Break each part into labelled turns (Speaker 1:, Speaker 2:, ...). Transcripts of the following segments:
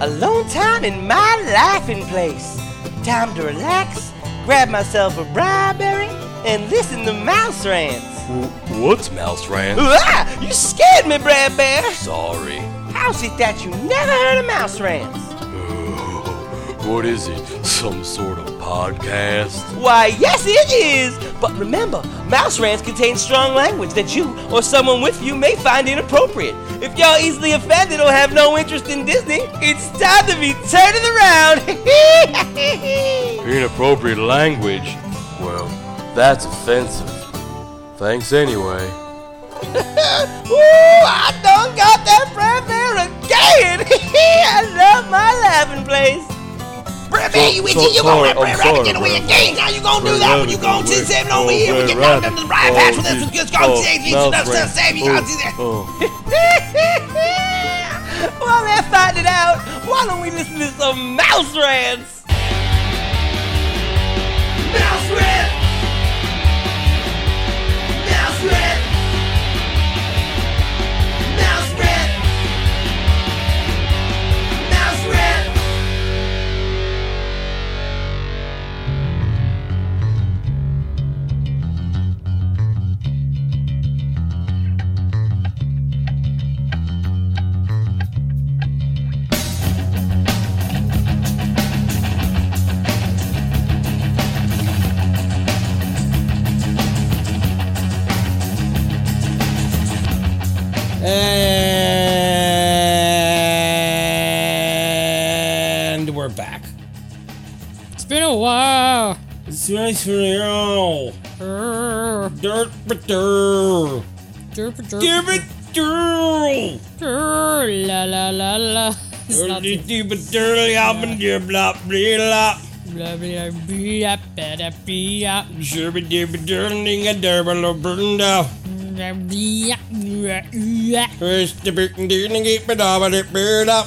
Speaker 1: Alone time in my laughing place. Time to relax, grab myself a bribery, and listen to Mouse Rants.
Speaker 2: What's Mouse Rant?
Speaker 1: Ah, you scared me, Brad Bear.
Speaker 2: Sorry.
Speaker 1: How's it that you never heard of Mouse Rants?
Speaker 2: What is it? Some sort of podcast?
Speaker 1: Why, yes, it is. But remember, Mouse Rants contain strong language that you or someone with you may find inappropriate. If y'all easily offended or have no interest in Disney, it's time to be turning around.
Speaker 2: Inappropriate language? Well, that's offensive. Thanks anyway.
Speaker 1: Ooh, I done got that Brad Bear again. I love my laughing place. Brad Bear,
Speaker 2: So-
Speaker 1: you
Speaker 2: so-
Speaker 1: itchy, you gonna let
Speaker 2: sorry,
Speaker 1: Brad
Speaker 2: I'm
Speaker 1: Rabbit
Speaker 2: sorry,
Speaker 1: get away
Speaker 2: Brad.
Speaker 1: again. How you gonna do
Speaker 2: Brad
Speaker 1: that when
Speaker 2: Rabbit,
Speaker 1: you gonna
Speaker 2: Brad-
Speaker 1: see seven over
Speaker 2: oh,
Speaker 1: here? We
Speaker 2: Brad
Speaker 1: get knocked
Speaker 2: Rabbit.
Speaker 1: under the right
Speaker 2: Oh,
Speaker 1: patch with this.
Speaker 2: geez.
Speaker 1: We just gonna
Speaker 2: Oh,
Speaker 1: save you.
Speaker 2: Mouse
Speaker 1: Just
Speaker 2: Rant.
Speaker 1: save you. Gonna see that.
Speaker 2: Oh,
Speaker 1: While they're finding out, why don't we listen to some mouse rants? Mouse rant! Mouse rant! Mouse rant! Mouse rant!
Speaker 3: And we're back.
Speaker 4: It's been a while.
Speaker 3: It's nice for you. Dirt, but dirt. Give it dirt.
Speaker 4: La la la la. It's not
Speaker 3: Dirty, deep, but dirty, up and dear, blah, blah, blah.
Speaker 4: blah blah blah blah blah
Speaker 3: Sherby, deep, but dirty, a derby, lo, brunda.
Speaker 4: blah blah blah
Speaker 3: First, the big, and dirty, get me down, but it beard up.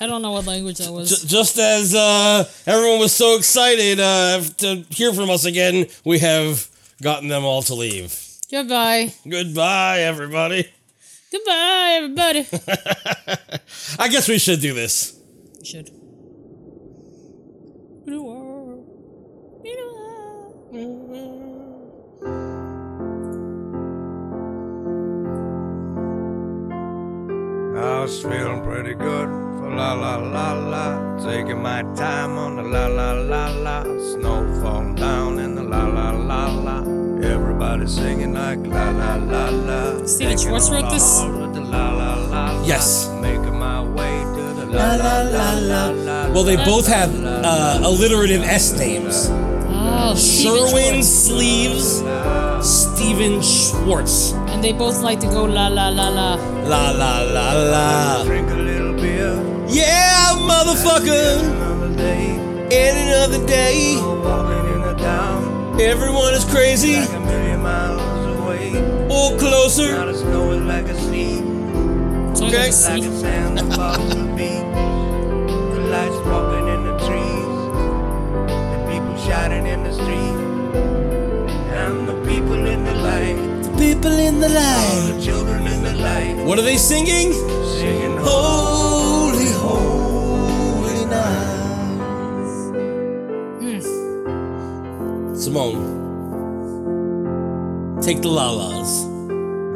Speaker 4: I don't know what language that was.
Speaker 3: J- just as uh, everyone was so excited uh, to hear from us again, we have gotten them all to leave.
Speaker 4: Goodbye.
Speaker 3: Goodbye, everybody.
Speaker 4: Goodbye, everybody.
Speaker 3: I guess we should do this.
Speaker 4: You should. Been a while. Been a while.
Speaker 5: I was feeling pretty good for la la la la. Taking my time on the la la la la. Snow falling down in the la la la la. Everybody singing like la la la la.
Speaker 4: Steven
Speaker 5: Taking
Speaker 4: Schwartz
Speaker 5: on
Speaker 4: wrote
Speaker 5: the
Speaker 4: this?
Speaker 5: hall with the la la la la.
Speaker 3: Yes.
Speaker 5: Making my way to the la la la la la.
Speaker 3: Well, they both have uh, alliterative S names.
Speaker 4: Oh, Steven
Speaker 3: Sherwin
Speaker 4: Schwartz.
Speaker 3: Sleeves, Steven Schwartz.
Speaker 4: And they both like to go la la la la.
Speaker 3: La la la la.
Speaker 5: Drink a little beer
Speaker 3: Yeah, motherfucker.
Speaker 5: another day.
Speaker 3: And another day,
Speaker 5: Walking in the town
Speaker 3: everyone is crazy.
Speaker 5: like a million miles away.
Speaker 3: Or closer.
Speaker 5: Not as snowy like a sea.
Speaker 4: Sounds like
Speaker 3: Okay.
Speaker 4: a
Speaker 5: Like
Speaker 4: sea.
Speaker 5: a sand above the beach. The lights walking in the trees. The people shouting in the street. And the people in the light.
Speaker 3: People in the
Speaker 5: All
Speaker 3: light.
Speaker 5: the children in the light.
Speaker 3: What are they singing?
Speaker 5: Singing "Oh."
Speaker 3: Holy, holy night. Simone, take the la-las.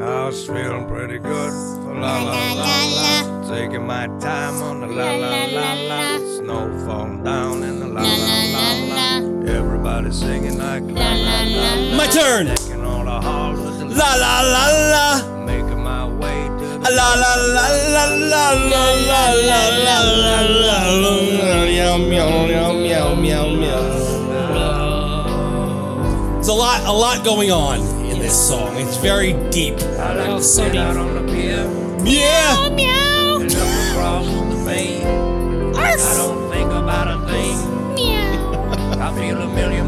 Speaker 5: I was feeling pretty good for la la la la. Taking my time on the la la la la. Snow falling down in the la la la la. Everybody singing like la la la la.
Speaker 3: My turn.
Speaker 5: Taking all the halls with the
Speaker 3: La la la la.
Speaker 5: light. Making my way to the
Speaker 3: La la la la la la la la la la la la. Meow meow meow meow meow meow. It's a lot, a lot going on in this song. It's very deep.
Speaker 5: I like
Speaker 4: Oh,
Speaker 5: to
Speaker 4: so
Speaker 5: sit
Speaker 4: deep.
Speaker 5: out on the pier
Speaker 3: Yeah.
Speaker 4: Meow.
Speaker 5: and look across the bay. I don't think about a thing.
Speaker 4: Meow.
Speaker 5: I feel a
Speaker 6: away.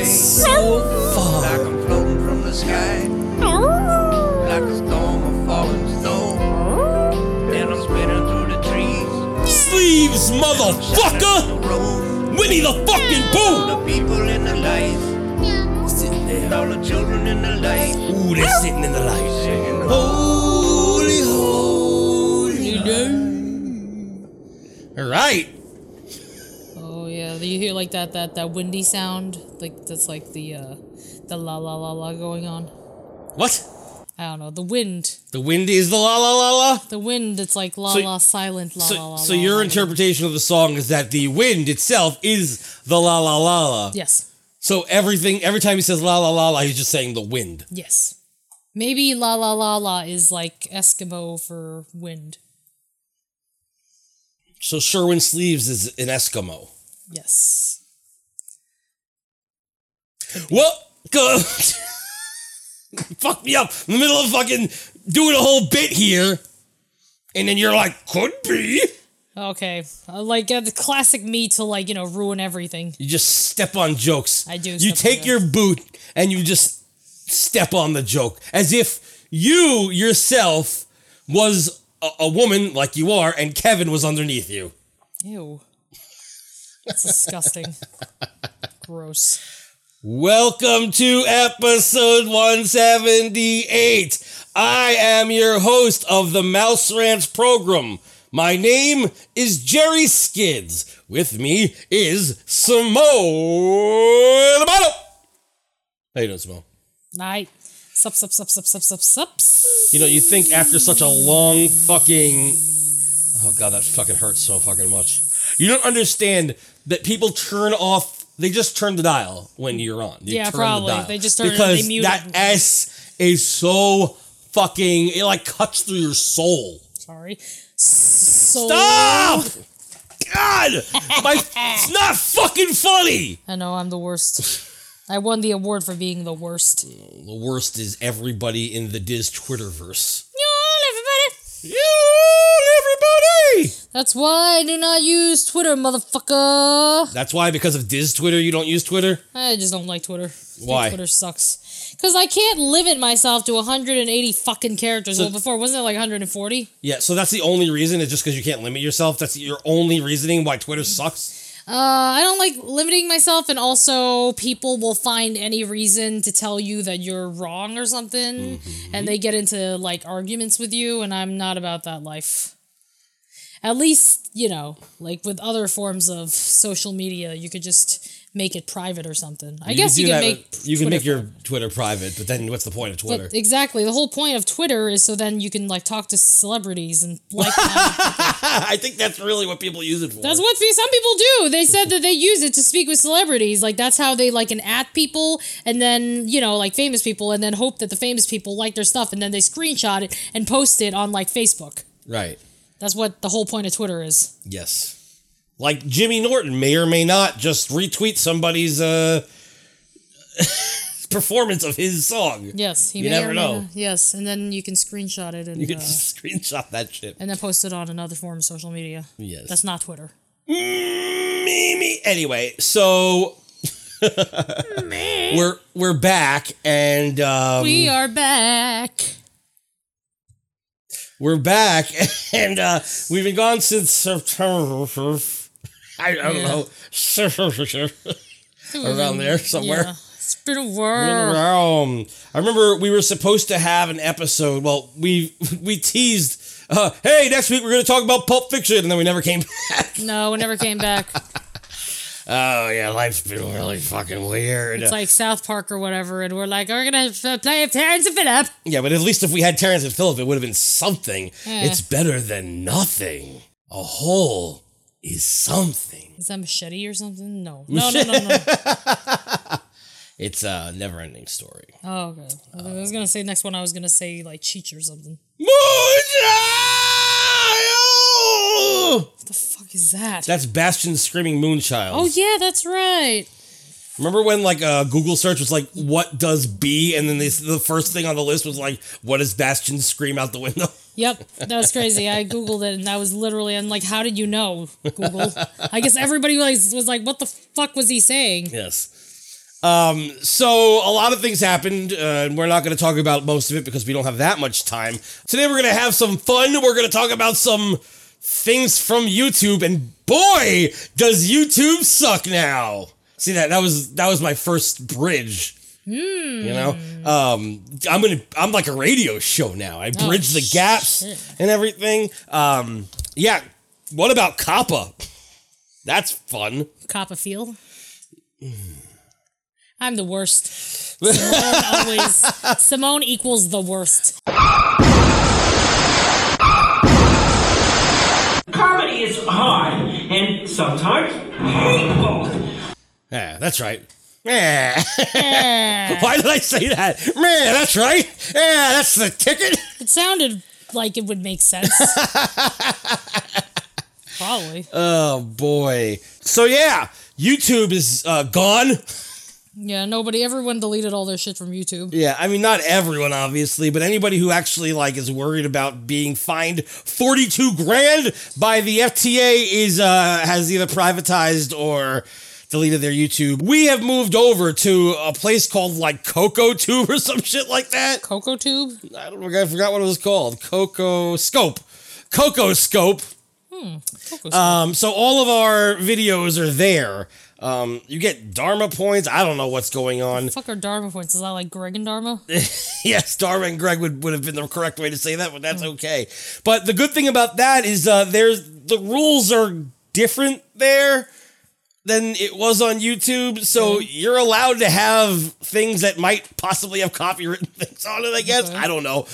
Speaker 3: It's so far.
Speaker 6: Like I'm floating from the sky. Like a storm of falling snow.
Speaker 1: Oh.
Speaker 6: Then I'm spinning through the trees.
Speaker 3: Sleeves,
Speaker 6: shining
Speaker 3: motherfucker!
Speaker 6: on The road.
Speaker 3: Winnie the fucking
Speaker 6: The
Speaker 3: Pooh!
Speaker 6: people in the lights.
Speaker 1: Sitting there.
Speaker 6: All the children in the light.
Speaker 1: Ooh, they're sitting in the light.
Speaker 6: Singing
Speaker 3: Holy, holy.
Speaker 4: You do?
Speaker 3: All right.
Speaker 4: Oh yeah, you hear like that that that windy sound, like that's like the uh, the la la la la going on.
Speaker 3: What?
Speaker 4: I don't know the wind,
Speaker 3: The wind is the la la la la?
Speaker 4: the wind. It's like la
Speaker 3: So-
Speaker 4: la silent la la
Speaker 3: So,
Speaker 4: la.
Speaker 3: so
Speaker 4: la, la.
Speaker 3: your interpretation of the song is that the wind itself is the la la la la.
Speaker 4: yes,
Speaker 3: So everything, every time he says la la la la, he's just saying the wind.
Speaker 4: yes. Maybe la la la la is like Eskimo for wind.
Speaker 3: So Sherwin Sleeves is an Eskimo.
Speaker 4: Yes.
Speaker 3: What? Go- Fuck me up in the middle of fucking doing a whole bit here, and then you're like, could be.
Speaker 4: Okay, uh, like uh, the classic me to like you know ruin everything.
Speaker 3: You just step on jokes.
Speaker 4: I do
Speaker 3: You
Speaker 4: step on
Speaker 3: take your boot and you just step on the joke as if you yourself was a, a woman like you are, and Kevin was underneath you.
Speaker 4: Ew. That's disgusting. Gross.
Speaker 3: Welcome to episode 178. I am your host of the Mouse Rants program. My name is Jerry Skids. With me is Simone Amato. How you doing, Simone?
Speaker 4: Night. Sup sup sup sup sup sup sups.
Speaker 3: You know, you think after such a long fucking oh god, that fucking hurts so fucking much. You don't understand that people turn off. They just turn the dial when you're on. They
Speaker 4: Yeah,
Speaker 3: turn
Speaker 4: probably.
Speaker 3: The dial
Speaker 4: They just turn it-
Speaker 3: because
Speaker 4: they mute
Speaker 3: that
Speaker 4: it.
Speaker 3: S is so fucking. It like cuts through your soul.
Speaker 4: Sorry. So
Speaker 3: Stop! God, my it's not fucking funny.
Speaker 4: I know I'm the worst. I won the award for being the worst. Y'all,
Speaker 3: The worst is everybody in the Diz Twitterverse.
Speaker 4: everybody.
Speaker 3: You, everybody.
Speaker 4: That's why I do not use Twitter, motherfucker.
Speaker 3: That's why, because of Diz Twitter, you don't use Twitter.
Speaker 4: I just don't like Twitter.
Speaker 3: Why?
Speaker 4: Twitter sucks. Cause I can't limit myself to 180 fucking characters. well, before wasn't it like 140?
Speaker 3: Yeah, so that's the only reason is just because you can't limit yourself. That's your only reasoning why Twitter sucks.
Speaker 4: Uh, I don't like limiting myself, and also people will find any reason to tell you that you're wrong or something,
Speaker 3: Mm-hmm.
Speaker 4: and they get into like arguments with you, and I'm not about that life. At least, you know, like with other forms of social media, you could just make it private or something. I guess
Speaker 3: could
Speaker 4: you
Speaker 3: do
Speaker 4: can
Speaker 3: that
Speaker 4: make
Speaker 3: with- you can
Speaker 4: Twitter
Speaker 3: make your Twitter private, but then what's the point of Twitter?
Speaker 4: But exactly, the whole point of Twitter is so then you can like talk to celebrities and like them.
Speaker 3: I think that's really what people use it for.
Speaker 4: That's what pe- some people do. They said that they use it to speak with celebrities. Like that's how they like an at people and then, you know, like famous people and then hope that the famous people like their stuff and then they screenshot it and post it on like Facebook.
Speaker 3: right.
Speaker 4: That's what the whole point of Twitter is.
Speaker 3: Yes. Like Jimmy Norton may or may not just retweet somebody's uh performance of his song.
Speaker 4: Yes, he
Speaker 3: You
Speaker 4: may
Speaker 3: never
Speaker 4: or may
Speaker 3: know.
Speaker 4: not- Yes, and then you can screenshot it and
Speaker 3: You could
Speaker 4: uh,
Speaker 3: just screenshot that shit.
Speaker 4: and then post it on another form of social media.
Speaker 3: Yes.
Speaker 4: That's not Twitter.
Speaker 3: me me anyway so we're we're back and um
Speaker 4: we are back.
Speaker 3: We're back, and uh, we've been gone since September. I don't know, around there
Speaker 4: Yeah.
Speaker 3: somewhere.
Speaker 4: It's been a while.
Speaker 3: Around. I remember we were supposed to have an episode. Well, we we teased, uh, hey, next week we're going to talk about Pulp Fiction, and then we never came back.
Speaker 4: No, it never came back.
Speaker 3: Oh yeah, life's been really fucking weird.
Speaker 4: It's like South Park or whatever, and we're like, we're gonna f- play if Terrence and Phillip.
Speaker 3: yeah, but at least if we had Terrence and Phillip, it would have been something.
Speaker 4: Yeah.
Speaker 3: It's better than nothing. A whole is something.
Speaker 4: Is that machete or something? No, no, no, no, no.
Speaker 3: It's a never-ending story.
Speaker 4: oh, okay. I was- I was gonna say next one. I was gonna say like Cheech or something.
Speaker 3: Moonchild!
Speaker 4: What the fuck is that?
Speaker 3: That's Bastion screaming Moonchild.
Speaker 4: oh yeah, that's right.
Speaker 3: Remember when like a Google search was like, "What does B?" and then they, the first thing on the list was like, "What does Bastion scream out the window?"
Speaker 4: Yep, that was crazy. I googled it, and that was literally. I'm like, how did you know, Google? I guess everybody was was like, what the fuck was he saying?
Speaker 3: Yes. Um, so a lot of things happened, uh, and we're not going to talk about most of it because we don't have that much time. Today we're going to have some fun. We're going to talk about some things from YouTube, and boy, does YouTube suck now! See that that was that was my first bridge. You know, um, I'm gonna I'm like a radio show now. I bridge the gaps
Speaker 4: shit.
Speaker 3: and everything. Um, yeah. What about Kappa? That's fun.
Speaker 4: Cop a feel. I'm the worst. Simone always. Simone equals the worst.
Speaker 7: Comedy is hard and sometimes painful.
Speaker 3: Yeah, that's right. Yeah. Why did I say that? Man, that's right. Yeah, that's the ticket.
Speaker 4: It sounded like it would make sense. Probably.
Speaker 3: Oh boy. So yeah, YouTube is uh, gone.
Speaker 4: yeah, nobody, everyone deleted all their shit from YouTube.
Speaker 3: Yeah, I mean not everyone obviously, but anybody who actually like is worried about being fined 42 grand by the FTA is uh has either privatized or deleted their YouTube. We have moved over to a place called like Coco Tube or some shit like that.
Speaker 4: Coco Tube?
Speaker 3: I don't know, I forgot what it was called. Coco Scope. Coco Scope.
Speaker 4: Coco
Speaker 3: Um, so all of our videos are there. Um, you get Dharma points. I don't know what's going on.
Speaker 4: Fuck our Dharma points. Is that like Greg and Dharma?
Speaker 3: yes, Dharma and Greg would, would have been the correct way to say that, but that's okay. But the good thing about that is uh, there's the rules are different there than it was on YouTube. So you're allowed to have things that might possibly have copywritten things on it, I guess. I don't know.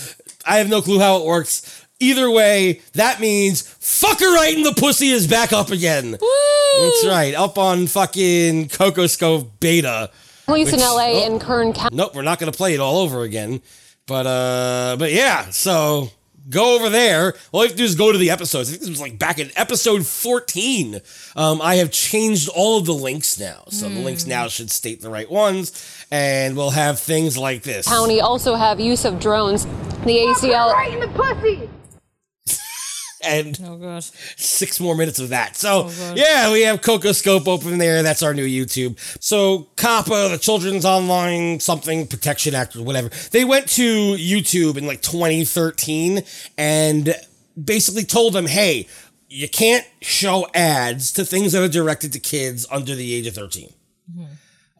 Speaker 3: I have no clue how it works. Either way, that means fucker right in the pussy is back up again. That's right. Up on fucking Cocoscope Beta.
Speaker 8: Police in
Speaker 3: Which-
Speaker 8: LA
Speaker 3: oh.
Speaker 8: and Kern County.
Speaker 3: Nope, we're not going to play it all over again. But uh, but yeah, so go over there. All you have to do is go to the episodes. I think this was like back in episode fourteen. Um, I have changed all of the links now, so the links now should state the right ones, and we'll have things like this.
Speaker 8: County also have use of drones. The ACL
Speaker 9: right in the pussy.
Speaker 3: and
Speaker 4: Oh, God.
Speaker 3: six more minutes of that. So
Speaker 4: God.
Speaker 3: yeah, we have Cocoscope open there. That's our new YouTube. So COPPA, the Children's Online Something Protection Act or whatever, they went to YouTube in like 2013 and basically told them, hey, you can't show ads to things that are directed to kids under the age of 13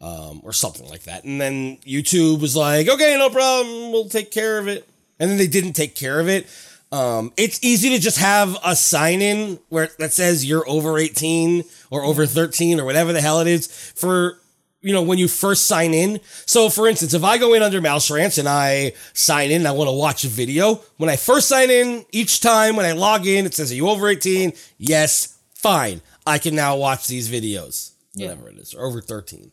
Speaker 3: um, or something like that. And then YouTube was like, okay, no problem, we'll take care of it. And then they didn't take care of it. Um, it's easy to just have a sign in where that says you're over 18 or over 13 or whatever the hell it is for you know when you first sign in. So for instance, if I go in under Mouse Rants and I sign in and I want to watch a video, when I first sign in, each time when I log in, it says are you over 18? Yes, fine. I can now watch these videos. Whatever it is, or over 13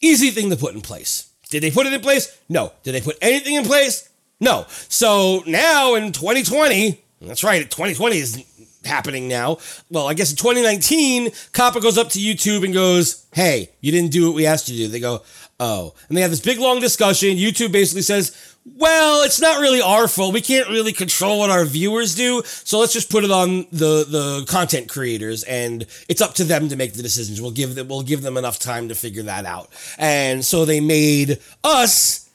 Speaker 3: easy thing to put in place. Did they put it in place? No. Did they put anything in place? No. So now in 2020, that's right, 2020 is happening now. Well, I guess in 2019, COPPA goes up to YouTube and goes, hey, you didn't do what we asked you to do. They go, oh. And they have this big long discussion. YouTube basically says, well, it's not really our fault. We can't really control what our viewers do. So let's just put it on the, the content creators and it's up to them to make the decisions. We'll give them, we'll give them enough time to figure that out. And so they made us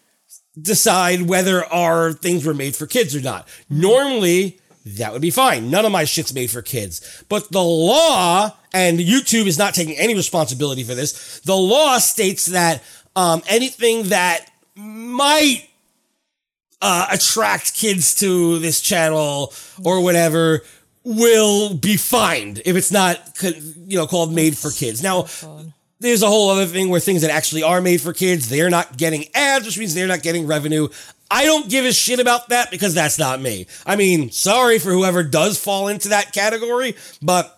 Speaker 3: decide whether our things were made for kids or not. Normally that would be fine. None of my shit's made for kids, but the law and YouTube is not taking any responsibility for this. The law states that, um, anything that might uh, attract kids to this channel or whatever will be fined if it's not co- you know called made for kids now there's a whole other thing where things that actually are made for kids they're not getting ads which means they're not getting revenue i don't give a shit about that because that's not me i mean sorry for whoever does fall into that category but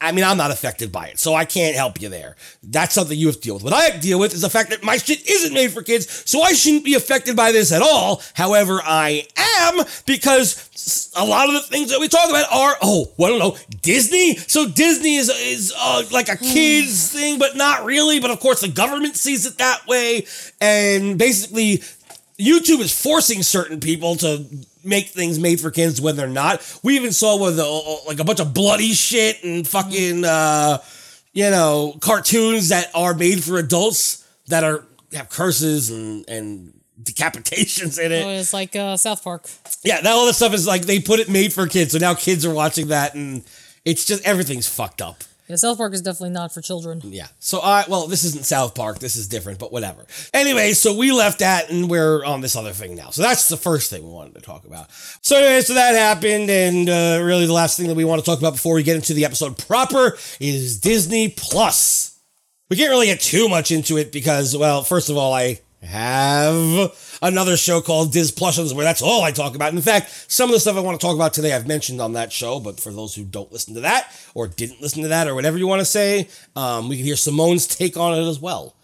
Speaker 3: I mean, I'm not affected by it, so I can't help you there. That's something you have to deal with. What I have to deal with is the fact that my shit isn't made for kids, so I shouldn't be affected by this at all. However, I am because s- a lot of the things that we talk about are oh, well, I don't know, Disney. So Disney is is uh, like a kids thing, but not really. But of course, the government sees it that way, and basically, YouTube is forcing certain people to make things made for kids when they're not. We even saw with uh, like a bunch of bloody shit and fucking uh, you know cartoons that are made for adults that are have curses and and decapitations in it.
Speaker 4: So it's like uh, South Park.
Speaker 3: Yeah, that all this stuff is like they put it made for kids, so now kids are watching that, and it's just everything's fucked up.
Speaker 4: Yeah, South Park is definitely not for children.
Speaker 3: Yeah. So I well, this isn't South Park. This is different, but whatever. Anyway, so we left that and we're on this other thing now. So that's the first thing we wanted to talk about. So anyway, so that happened, and uh, really the last thing that we want to talk about before we get into the episode proper is Disney Plus. We can't really get too much into it because, well, first of all, I have another show called Diz Plushes where that's all I talk about. In fact, some of the stuff I want to talk about today I've mentioned on that show, but for those who don't listen to that or didn't listen to that or whatever you want to say, um, we can hear Simone's take on it as well.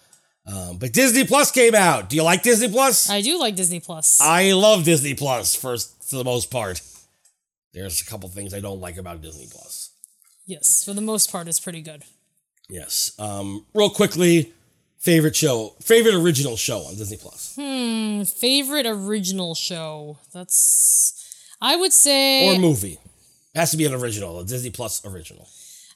Speaker 3: Um, but Disney Plus came out. Do you like Disney Plus?
Speaker 4: I do like Disney Plus.
Speaker 3: I love Disney Plus for, for the most part. There's a couple things I don't like about Disney Plus.
Speaker 4: yes, for the most part, it's pretty good.
Speaker 3: Yes. Um, real quickly, favorite show, favorite original show on Disney Plus,
Speaker 4: Favorite original show? That's. I would say.
Speaker 3: or movie. It has to be an original, a Disney Plus original.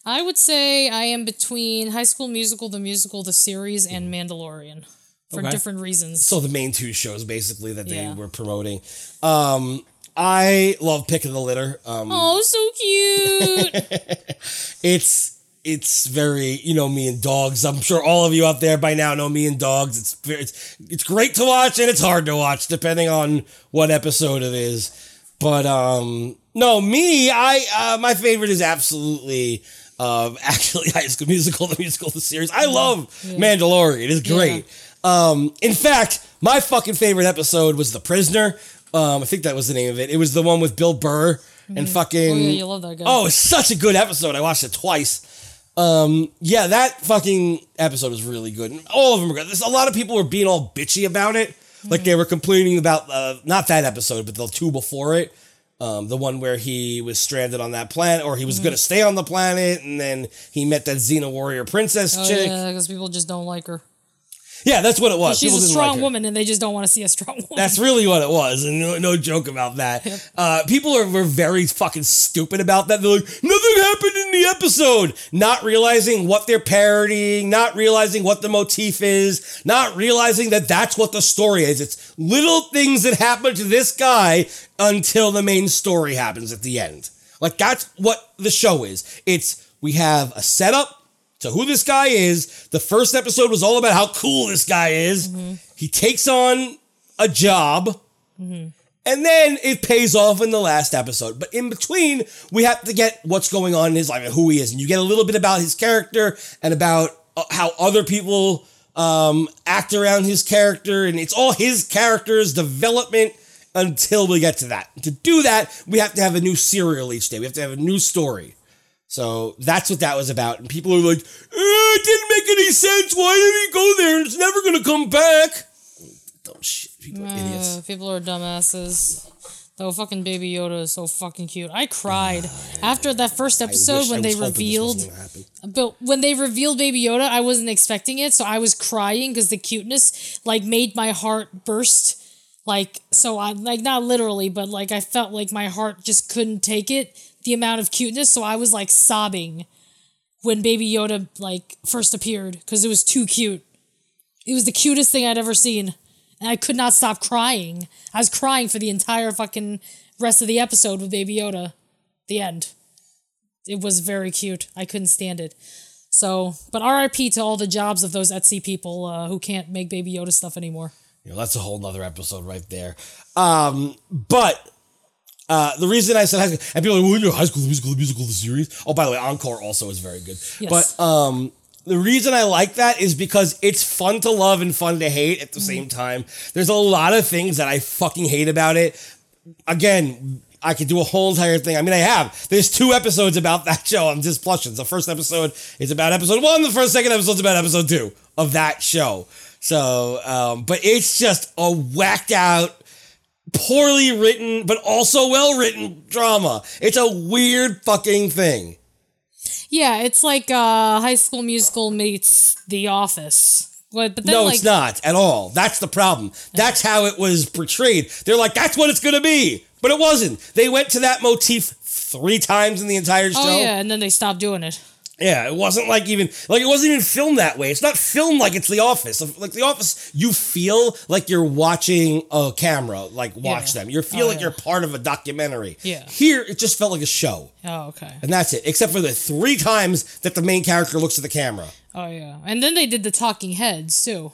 Speaker 4: I would say I am between High School Musical, the musical, the series, and Mandalorian for
Speaker 3: Mm-hmm. Okay.
Speaker 4: different reasons.
Speaker 3: So the main two shows basically that they
Speaker 4: Yeah.
Speaker 3: were promoting. Um, I love Pick of the Litter. Um,
Speaker 4: oh, so cute!
Speaker 3: it's it's very you know me and dogs. I'm sure all of you out there by now know me and dogs. It's ve- it's it's great to watch and it's hard to watch depending on what episode it is. But um no, me I uh, my favorite is absolutely um actually High School Musical, the musical, the series. I love Mandalorian. It's great. Um, in fact, my fucking favorite episode was The Prisoner. Um, I think that was the name of it. It was the one with Bill Burr and fucking.
Speaker 4: Oh, yeah, you love that guy.
Speaker 3: Oh, it's such a good episode. I watched it twice. Um, yeah, that fucking episode was really good. And all of them were good. There's a lot of people were being all bitchy about it. Like they were complaining about uh, not that episode, but the two before it. Um, the one where he was stranded on that planet, or he was
Speaker 4: Mm-hmm.
Speaker 3: gonna stay on the planet, and then he met that Xena warrior princess
Speaker 4: Oh,
Speaker 3: chick.
Speaker 4: yeah, because people just don't like her.
Speaker 3: Yeah, that's what it was.
Speaker 4: She's
Speaker 3: People
Speaker 4: a
Speaker 3: didn't like
Speaker 4: strong
Speaker 3: her.
Speaker 4: woman, and they just don't want to see a strong woman.
Speaker 3: That's really what it was, and no, no joke about that. Uh, people are, were very fucking stupid about that. They're like, nothing happened in the episode, not realizing what they're parodying, not realizing what the motif is, not realizing that that's what the story is. It's little things that happen to this guy until the main story happens at the end. Like that's what the show is. It's we have a setup to who this guy is. The first episode was all about how cool this guy is. He takes on a job. And then it pays off in the last episode. But in between, we have to get what's going on in his life and who he is. And you get a little bit about his character and about uh, how other people um, act around his character. And it's all his character's development until we get to that. To do that, we have to have a new serial each day, we have to have a new story. So that's what that was about. And people are like, "Eh, it didn't make any sense. Why did he go there? It's never going to come back. Dumb shit. People are idiots.
Speaker 4: Uh, people are dumbasses. Though fucking Baby Yoda is so fucking cute. I cried after that first
Speaker 3: I
Speaker 4: episode
Speaker 3: wish- I
Speaker 4: when they
Speaker 3: was hoping this
Speaker 4: revealed.
Speaker 3: wasn't gonna happen.
Speaker 4: But when they revealed Baby Yoda, I wasn't expecting it, so I was crying because the cuteness like made my heart burst. Like so, I like not literally, but like I felt like my heart just couldn't take it. The amount of cuteness, so I was like sobbing when Baby Yoda like first appeared because it was too cute. It was the cutest thing I'd ever seen, and I could not stop crying. I was crying for the entire fucking rest of the episode with Baby Yoda. The end. It was very cute. I couldn't stand it. So, but RIP to all the jobs of those Etsy people uh, who can't make Baby Yoda stuff anymore.
Speaker 3: You know, that's a whole nother episode right there. Um, but uh, the reason I said high school, and people are like, well, you know, high school The musical, the musical, the series. Oh, by the way, Encore also is very good.
Speaker 4: Yes.
Speaker 3: But um, the reason I like that is because it's fun to love and fun to hate at the same time. There's a lot of things that I fucking hate about it. Again, I could do a whole entire thing. I mean, I have. There's two episodes about that show on Just Plushes. The first episode is about episode one. The first second episode's about episode two of that show. So, um, but it's just a whacked out poorly written but also well written drama. It's a weird fucking thing.
Speaker 4: Yeah, it's like uh, High School Musical meets The Office. But, but then,
Speaker 3: no,
Speaker 4: like,
Speaker 3: it's not at all. That's the problem. That's how it was portrayed. They're like, that's what it's gonna be, but it wasn't. They went to that motif three times in the entire show.
Speaker 4: Oh yeah, and then they stopped doing it.
Speaker 3: Yeah, it wasn't like even like it wasn't even filmed that way. It's not filmed like it's The Office. Like The Office, you feel like you're watching a camera, like watch
Speaker 4: Yeah.
Speaker 3: them. You feel
Speaker 4: Oh,
Speaker 3: like
Speaker 4: yeah.
Speaker 3: you're part of a documentary.
Speaker 4: Yeah.
Speaker 3: Here, it just felt like a show,
Speaker 4: Oh, okay.
Speaker 3: and that's it. Except for the three times that the main character looks at the camera.
Speaker 4: Oh, yeah. And then they did the talking heads, too.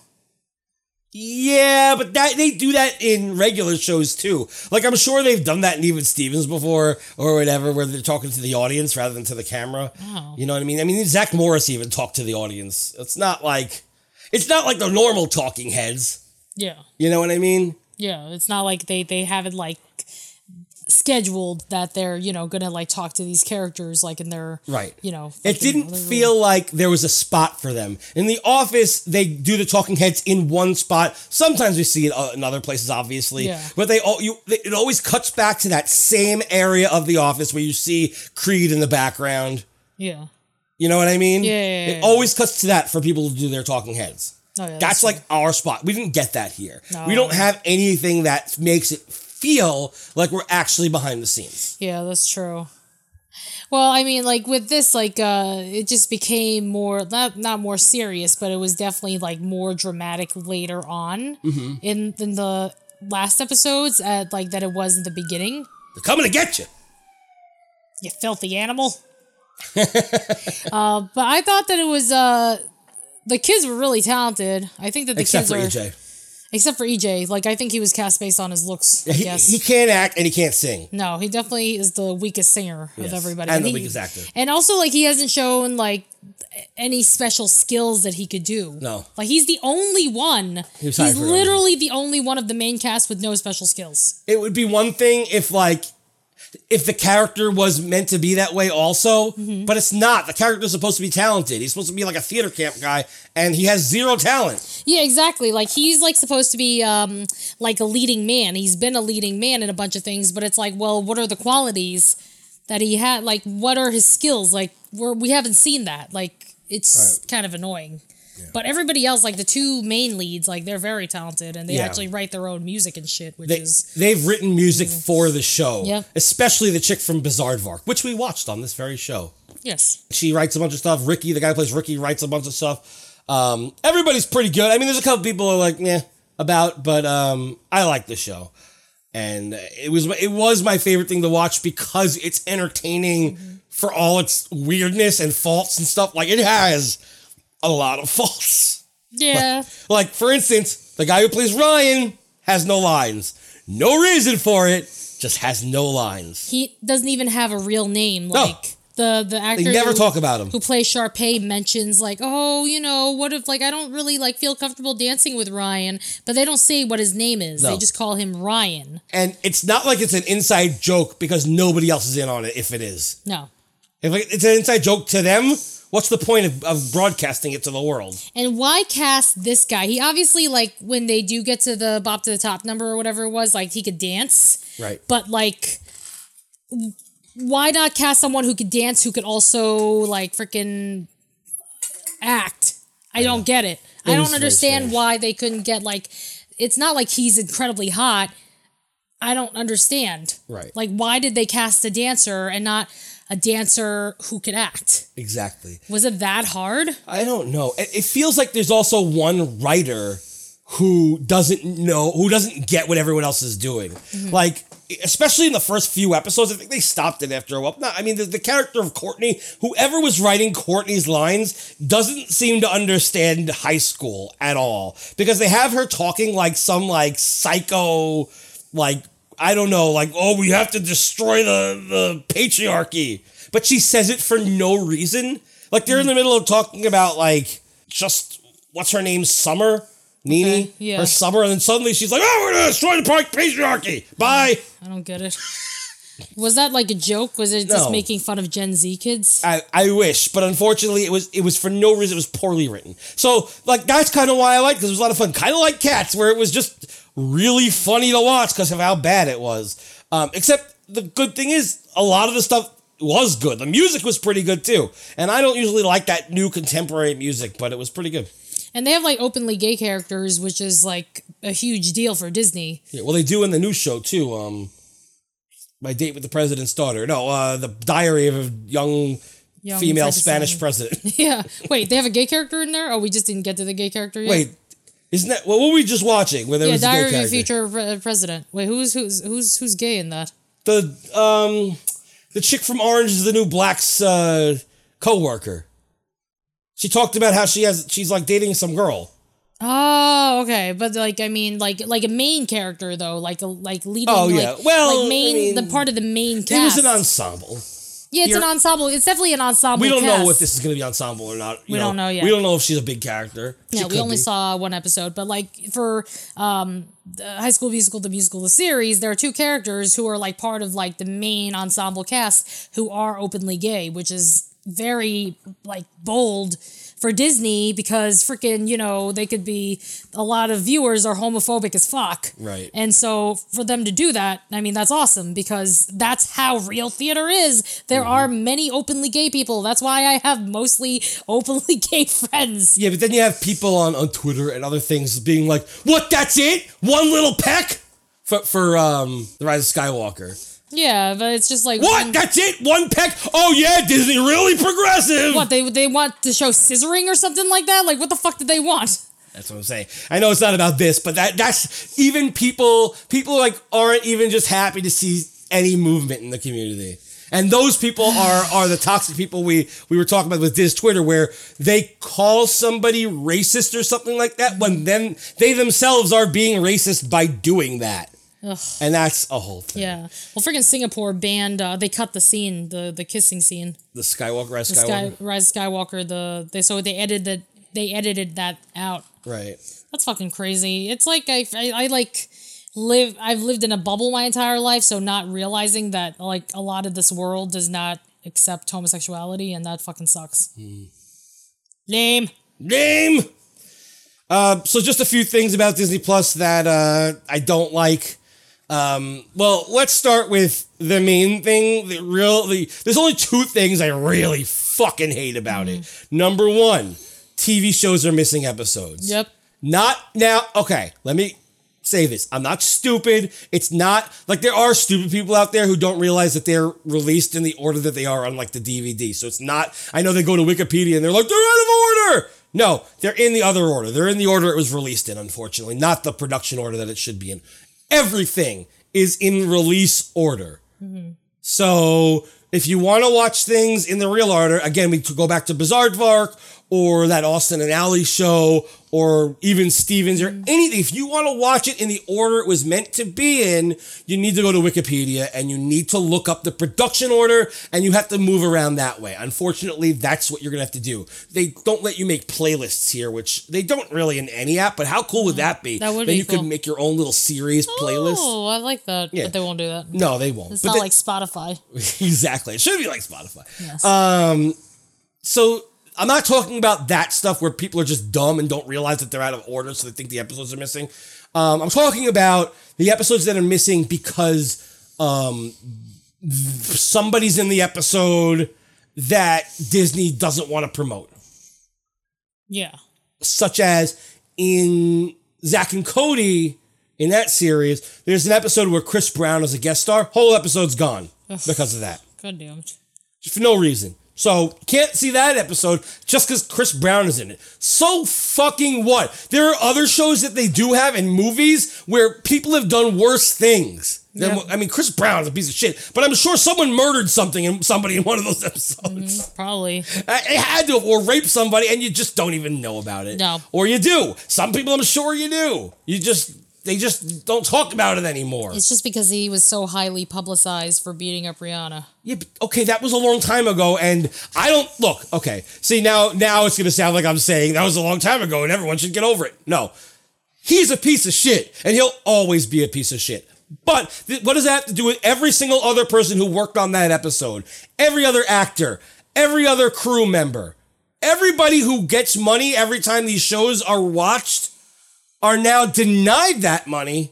Speaker 3: Yeah, but that they do that in regular shows too. Like I'm sure they've done that in even Stevens before or whatever, where they're talking to the audience rather than to the camera. You know what I mean? I mean Zach Morris even talked to the audience. It's not like it's not like the normal talking heads.
Speaker 4: Yeah.
Speaker 3: You know what I mean?
Speaker 4: Yeah. It's not like they, they have it, like, scheduled that they're, you know, going to, like, talk to these characters, like, in their,
Speaker 3: Right.
Speaker 4: you know.
Speaker 3: It
Speaker 4: fucking
Speaker 3: didn't
Speaker 4: living room.
Speaker 3: feel like there was a spot for them. In the office, they do the talking heads in one spot. Sometimes we see it uh, in other places, obviously.
Speaker 4: Yeah.
Speaker 3: But they all you they, it always cuts back to that same area of the office where you see Creed in the background.
Speaker 4: Yeah.
Speaker 3: You know what I mean?
Speaker 4: Yeah, yeah,
Speaker 3: It
Speaker 4: yeah.
Speaker 3: always cuts to that for people to do their talking heads.
Speaker 4: Oh, yeah
Speaker 3: That's like our spot. We didn't get that here.
Speaker 4: No.
Speaker 3: We don't have anything that makes it feel like we're actually behind the scenes.
Speaker 4: Yeah, that's true. Well, I mean, like with this, like uh, it just became more not not more serious, but it was definitely like more dramatic later on
Speaker 3: Mm-hmm.
Speaker 4: in in the last episodes, at like that it was in the beginning.
Speaker 3: They're coming to get you.
Speaker 4: You filthy animal. uh, but I thought that it was uh, the kids were really talented. I think that the
Speaker 3: Except for E
Speaker 4: kids are
Speaker 3: EJ.
Speaker 4: except for EJ. Like I think he was cast based on his looks. I
Speaker 3: He,
Speaker 4: guess.
Speaker 3: he can't act and he can't sing.
Speaker 4: No, he definitely is the weakest singer
Speaker 3: Yes,
Speaker 4: of everybody.
Speaker 3: and the
Speaker 4: he-
Speaker 3: weakest actor.
Speaker 4: And also, like, he hasn't shown, like, any special skills that he could do.
Speaker 3: No.
Speaker 4: Like, he's the only one.
Speaker 3: was hired
Speaker 4: he's
Speaker 3: for
Speaker 4: literally the only one of the main cast with no special skills.
Speaker 3: it would be one thing if like if the character was meant to be that way also but it's not the character's supposed to be talented he's supposed to be like a theater camp guy and he has zero talent
Speaker 4: Yeah, exactly. Like, he's, like, supposed to be, um, like, a leading man. He's been a leading man in a bunch of things, but it's like, well, what are the qualities that he had? Like, what are his skills? Like, we're, we haven't seen that. Like, it's kind of annoying. But everybody else, like the two main leads, like they're very talented and they
Speaker 3: Yeah.
Speaker 4: actually write their own music and shit, which
Speaker 3: they,
Speaker 4: is
Speaker 3: they've written music for the show
Speaker 4: Yeah.
Speaker 3: especially the chick from Vark, which we watched on this very show
Speaker 4: yes,
Speaker 3: she writes a bunch of stuff ricky the guy who plays ricky writes a bunch of stuff um, everybody's pretty good i mean there's a couple people who are like yeah about but um, i like the show and it was it was my favorite thing to watch because it's entertaining for all its weirdness and faults and stuff. Like it has a lot of faults.
Speaker 4: yeah,
Speaker 3: Like for instance, the guy who plays Ryan has no lines. No reason for it. Just has no lines.
Speaker 4: he doesn't even have a real name. Like the the actor
Speaker 3: They never
Speaker 4: who,
Speaker 3: talk about him.
Speaker 4: who plays Sharpay mentions like, oh, you know, what if like I don't really like feel comfortable dancing with Ryan, but they don't say what his name is.
Speaker 3: No.
Speaker 4: They just call him Ryan.
Speaker 3: And it's not like it's an inside joke because nobody else is in on it if it is.
Speaker 4: No,
Speaker 3: If like, it's an inside joke to them, what's the point of, of broadcasting it to the world?
Speaker 4: And why cast this guy? He obviously like when they do get to the bop to the top number or whatever it was, like he could dance,
Speaker 3: Right.
Speaker 4: but like w- why not cast someone who could dance who could also like freaking act? I don't get it. I
Speaker 3: was
Speaker 4: don't
Speaker 3: very
Speaker 4: understand
Speaker 3: strange.
Speaker 4: why they couldn't get like it's not like he's incredibly hot. I don't understand.
Speaker 3: Right.
Speaker 4: Like why did they cast a dancer and not a dancer who could act?
Speaker 3: Exactly.
Speaker 4: Was it that hard?
Speaker 3: I don't know. It, it feels like there's also one writer who doesn't know, who doesn't get what everyone else is doing. Like, especially in the first few episodes, I think they stopped it after a while. No, I mean, the, the character of Courtney, whoever was writing Courtney's lines, doesn't seem to understand high school at all because they have her talking like some like psycho, like I don't know, like oh, we have to destroy the the patriarchy, but she says it for no reason. Like they're in the middle of talking about like just what's her name, Summer, Nini,
Speaker 4: Okay, yeah.
Speaker 3: or Summer, and then suddenly she's like, oh, we're gonna destroy the pa- patriarchy. Bye.
Speaker 4: I don't get it. Was that like a joke? Was it just
Speaker 3: No.
Speaker 4: making fun of Gen Z kids?
Speaker 3: I, I wish, but unfortunately, it was it was for no reason. It was poorly written. So like that's kind of why I liked because it was a lot of fun. Kind of like Cats, where it was just really funny to watch because of how bad it was. Um, except the good thing is a lot of the stuff was good. The music was pretty good too, and I don't usually like that new contemporary music, but it was pretty good.
Speaker 4: And they have like openly gay characters, which is like a huge deal for Disney.
Speaker 3: Yeah, well, they do in the new show too. Um, my date with the president's daughter. No, uh, the Diary of a Young
Speaker 4: young
Speaker 3: female
Speaker 4: Frankenstein.
Speaker 3: Spanish president.
Speaker 4: Yeah. Wait, they have a gay character in there? Oh, we just didn't get to the gay character yet.
Speaker 3: Wait, isn't that what were we just watching? Where there
Speaker 4: Yeah,
Speaker 3: was a gay
Speaker 4: Diary of a
Speaker 3: character?
Speaker 4: Future Pre- President. Wait, who's who's who's who's gay in that?
Speaker 3: The um, the chick from Orange is the New Black's uh, co-worker. She talked about how she has she's like dating some girl.
Speaker 4: Oh, okay. But like, I mean, like, like a main character though, like, a, like leading.
Speaker 3: Oh, yeah.
Speaker 4: Like,
Speaker 3: Well,
Speaker 4: like main,
Speaker 3: I mean,
Speaker 4: the part of the main
Speaker 3: It was
Speaker 4: cast.
Speaker 3: an ensemble.
Speaker 4: yeah, it's an
Speaker 3: you're-
Speaker 4: ensemble. It's definitely an ensemble.
Speaker 3: We don't know
Speaker 4: cast.
Speaker 3: what this is going to be ensemble or not. you
Speaker 4: We don't know yet.
Speaker 3: We don't know if she's a big character. She
Speaker 4: Yeah, we
Speaker 3: could
Speaker 4: only
Speaker 3: be.
Speaker 4: saw one episode, but like for um, the High School Musical, the musical, the series, there are two characters who are like part of like the main ensemble cast who are openly gay, which is very like bold for Disney because freaking you know they could be a lot of viewers are homophobic as fuck,
Speaker 3: Right.
Speaker 4: And so for them to do that, I mean that's awesome because that's how real theater is. There
Speaker 3: Mm-hmm.
Speaker 4: are many openly gay people. That's why I have mostly openly gay friends.
Speaker 3: Yeah, but then you have people on, on Twitter and other things being like, "What? That's it? One little peck for for um the Rise of Skywalker?
Speaker 4: Yeah, but it's just like
Speaker 3: What? That's it? One peck? Oh yeah, Disney really progressive.
Speaker 4: What they they want to show scissoring or something like that? Like what the fuck did they want?
Speaker 3: That's what I'm saying. I know it's not about this, but that that's even people people like aren't even just happy to see any movement in the community. And those people are are the toxic people we we were talking about with this Twitter where they call somebody racist or something like that when then they themselves are being racist by doing that. And that's a whole thing.
Speaker 4: Yeah. Well, freaking Singapore banned. Uh, they cut the scene, the the kissing scene.
Speaker 3: The Skywalker, Rise
Speaker 4: The
Speaker 3: of
Speaker 4: Sky,
Speaker 3: Skywalker.
Speaker 4: Rise of Skywalker. The they so they edited that they edited that out.
Speaker 3: Right.
Speaker 4: That's fucking crazy. It's like I, I I like live. I've lived in a bubble my entire life, so not realizing that like a lot of this world does not accept homosexuality, and that fucking sucks.
Speaker 3: Hmm.
Speaker 4: Lame.
Speaker 3: Name. Uh, so just a few things about Disney Plus that uh, I don't like. Um, well, let's start with the main thing. The real, the, there's only two things I really fucking hate about it. Number one, TV shows are missing episodes.
Speaker 4: Yep.
Speaker 3: Not now. Okay, let me say this. I'm not stupid. It's not like there are stupid people out there who don't realize that they're released in the order that they are on like the DVD. So it's not. I know they go to Wikipedia and they're like they're out of order. No, they're in the other order. They're in the order it was released in. Unfortunately, not the production order that it should be in. Everything is in release order. So if you want to watch things in the real order, again, we could go back to Bizarre Vark or that Austin and Alley show or even Stevens or anything. If you want to watch it in the order it was meant to be in, you need to go to Wikipedia and you need to look up the production order and you have to move around that way. Unfortunately, that's what you're going to have to do. They don't let you make playlists here, which they don't really in any app, but how cool would that be?
Speaker 4: That would
Speaker 3: then
Speaker 4: be
Speaker 3: you
Speaker 4: cool.
Speaker 3: could make your own little series playlist.
Speaker 4: Oh, I like that.
Speaker 3: Yeah.
Speaker 4: But they won't do that.
Speaker 3: No, they won't.
Speaker 4: It's
Speaker 3: But
Speaker 4: not
Speaker 3: they-
Speaker 4: like Spotify.
Speaker 3: exactly. It should be like Spotify. Um,
Speaker 4: Yes.
Speaker 3: So I'm not talking about that stuff where people are just dumb and don't realize that they're out of order, so they think the episodes are missing. Um, I'm talking about the episodes that are missing because um, somebody's in the episode that Disney doesn't want to promote,
Speaker 4: yeah.
Speaker 3: such as in Zach and Cody. In that series, there's an episode where Chris Brown is a guest star. Whole episode's gone because of that.
Speaker 4: God damn it.
Speaker 3: for no reason. So can't see that episode just because Chris Brown is in it. So fucking what? There are other shows that they do have and movies where people have done worse things. than
Speaker 4: Yeah.
Speaker 3: what- I mean, Chris Brown's a piece of shit, but I'm sure someone murdered something in somebody in one of those episodes.
Speaker 4: Mm-hmm. Probably.
Speaker 3: I It had to, or rape somebody, and you just don't even know about it.
Speaker 4: No.
Speaker 3: or you do. Some people, I'm sure, you do. You just they just don't talk about it anymore.
Speaker 4: It's just because he was so highly publicized for beating up Rihanna.
Speaker 3: Yeah, but, okay, that was a long time ago, and I don't look. Okay, see now, now it's gonna sound like I'm saying that was a long time ago, and everyone should get over it. No, he's a piece of shit, and he'll always be a piece of shit. But th- what does that have to do with every single other person who worked on that episode, every other actor, every other crew member, everybody who gets money every time these shows are watched are now denied that money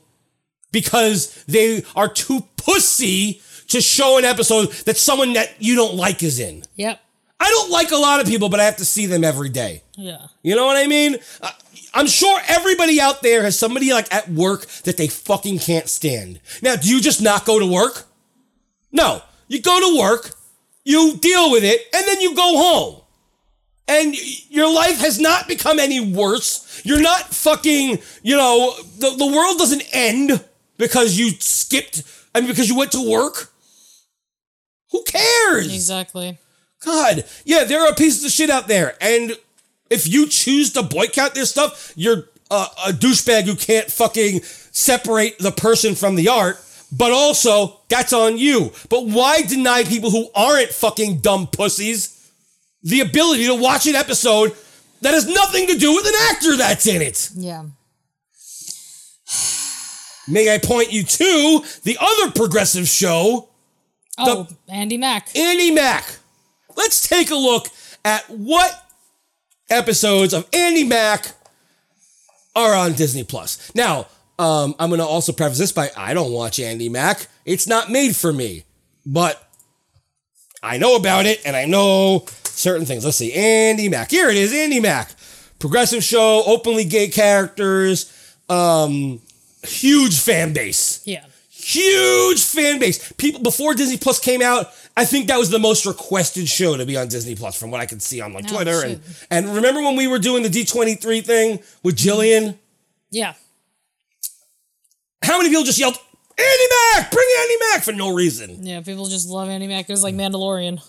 Speaker 3: because they are too pussy to show an episode that someone that you don't like is in.
Speaker 4: Yep.
Speaker 3: I don't like a lot of people, but I have to see them every day.
Speaker 4: Yeah.
Speaker 3: You know what I mean? Uh, I'm sure everybody out there has somebody like at work that they fucking can't stand. Now, do you just not go to work? No. You go to work, you deal with it, and then you go home. And y- your life has not become any worse. You're not fucking, you know, the, the world doesn't end because you skipped, I mean, because you went to work. Who cares?
Speaker 4: Exactly.
Speaker 3: God, yeah, there are pieces of shit out there, and if you choose to boycott their stuff, you're a, a douchebag who can't fucking separate the person from the art. But also, that's on you. But why deny people who aren't fucking dumb pussies the ability to watch an episode that has nothing to do with an actor that's in it?
Speaker 4: Yeah.
Speaker 3: May I point you to the other progressive show
Speaker 4: Oh, Andy Mack.
Speaker 3: Andy Mack. Let's take a look at what episodes of Andy Mack are on Disney Plus. Now, um, I'm going to also preface this by I don't watch Andy Mack. It's not made for me, but I know about it and I know certain things. Let's see, Andy Mack. Here it is, Andy Mack. Progressive show, openly gay characters, um, huge fan base
Speaker 4: Yeah.
Speaker 3: huge fan base. People before Disney Plus came out, I think that was the most requested show to be on Disney Plus, from what I could see on like
Speaker 4: Oh,
Speaker 3: Twitter
Speaker 4: shoot.
Speaker 3: and and remember when we were doing the D twenty three thing with Jillian?
Speaker 4: Yeah.
Speaker 3: How many people just yelled Andy Mac, bring Andy Mac for no reason?
Speaker 4: Yeah. People just love Andy Mack. It was like Mandalorian.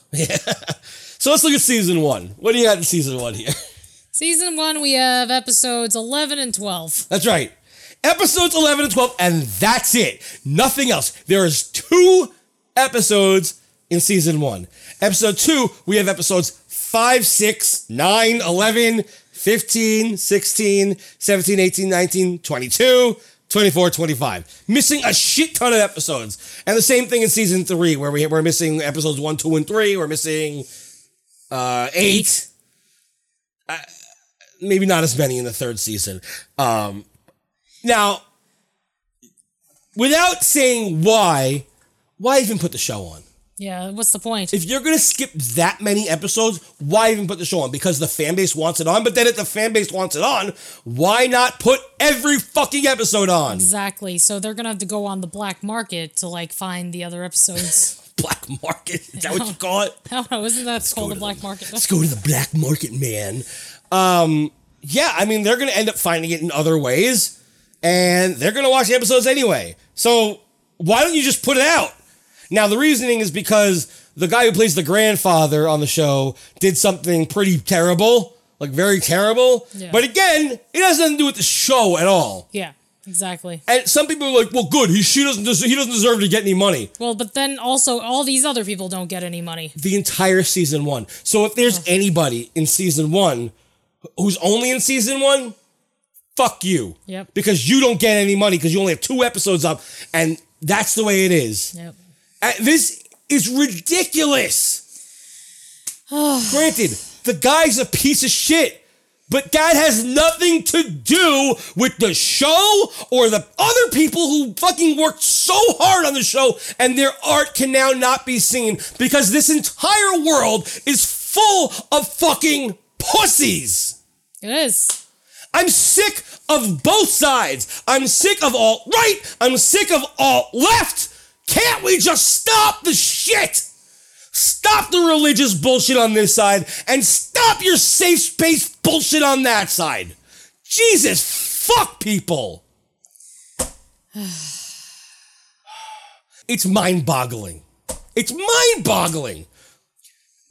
Speaker 3: So let's look at season one. What do you got in season one here?
Speaker 4: Season one, we have episodes 11 and 12.
Speaker 3: That's right. Episodes 11 and 12, and that's it. Nothing else. There is two episodes in season one. Episode two, we have episodes 5, 6, 9, 11, 15, 16, 17, 18, 19, 22, 24, 25. Missing a shit ton of episodes. And the same thing in season three, where we, we're missing episodes 1, 2, and 3. We're missing uh, 8 maybe not as many in the third season. Um, now, without saying why, why even put the show on?
Speaker 4: Yeah. What's the point?
Speaker 3: If you're gonna skip that many episodes, why even put the show on? Because the fan base wants it on. But then, if the fan base wants it on, why not put every fucking episode on?
Speaker 4: Exactly. So they're gonna have to go on the black market to like find the other episodes.
Speaker 3: Black market? Is that what you call it?
Speaker 4: I don't know. Isn't that called the black market?
Speaker 3: Let's go to the black market, man. Um, yeah, I mean, they're going to end up finding it in other ways, and they're going to watch the episodes anyway. So why don't you just put it out? Now, the reasoning is because the guy who plays the grandfather on the show did something pretty terrible, like very terrible.
Speaker 4: Yeah.
Speaker 3: But again, it has nothing to do with the show at all.
Speaker 4: Yeah. Exactly.
Speaker 3: And some people are like, "Well, good. He she doesn't des- he doesn't deserve to get any money."
Speaker 4: Well, but then also all these other people don't get any money.
Speaker 3: the entire season one. So if there's anybody in season one who's only in season one, fuck you.
Speaker 4: Yep.
Speaker 3: Because you don't get any money because you only have two episodes up, and that's the way it is.
Speaker 4: Yep.
Speaker 3: Uh, This is ridiculous. Granted, the guy's a piece of shit, but that has nothing to do with the show or the other people who fucking worked so hard on the show and their art can now not be seen because this entire world is full of fucking pussies.
Speaker 4: It is.
Speaker 3: I'm sick of both sides. I'm sick of alt right. I'm sick of alt left. Can't we just stop the shit? Stop the religious bullshit on this side and stop your safe space bullshit on that side. Jesus, fuck people. It's mind boggling. It's mind boggling.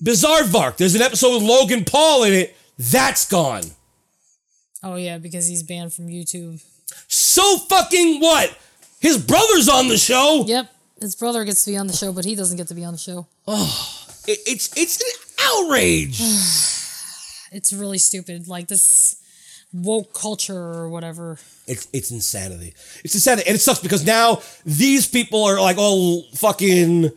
Speaker 3: Bizarre Vark, there's an episode with Logan Paul in it. That's gone.
Speaker 4: Oh yeah, because he's banned from YouTube.
Speaker 3: So fucking what? His brother's on the show.
Speaker 4: Yep. His brother gets to be on the show, but he doesn't get to be on the show.
Speaker 3: It- it's it's an outrage.
Speaker 4: It's really stupid. Like this woke culture or whatever.
Speaker 3: it's it's insanity. It's insanity, and it sucks because now these people are like all fucking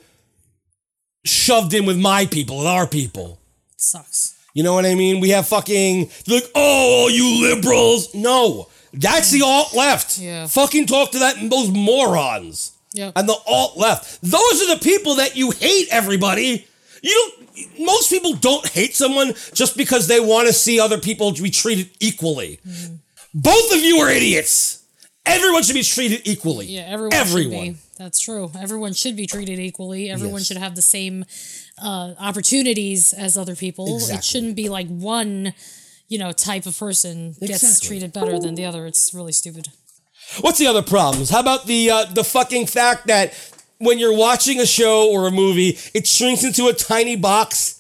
Speaker 3: shoved in with my people and our people.
Speaker 4: It sucks.
Speaker 3: You know what I mean? We have fucking like oh you liberals. No, that's the alt left.
Speaker 4: Yeah.
Speaker 3: Fucking talk to that those morons.
Speaker 4: Yep.
Speaker 3: and the alt left. Those are the people that you hate, everybody. You don't, most people don't hate someone just because they want to see other people be treated equally.
Speaker 4: Mm-hmm.
Speaker 3: Both of you are idiots. Everyone should be treated equally.
Speaker 4: yeah, everyone. should
Speaker 3: Everyone.
Speaker 4: be. That's true. Everyone should be treated equally. Everyone should have the same uh, opportunities as other people. It
Speaker 3: Exactly.
Speaker 4: shouldn't be like one, you know, type of person gets
Speaker 3: Exactly.
Speaker 4: treated better than the other. It's really stupid.
Speaker 3: What's the other problems? How about the uh, the fucking fact that when you're watching a show or a movie, it shrinks into a tiny box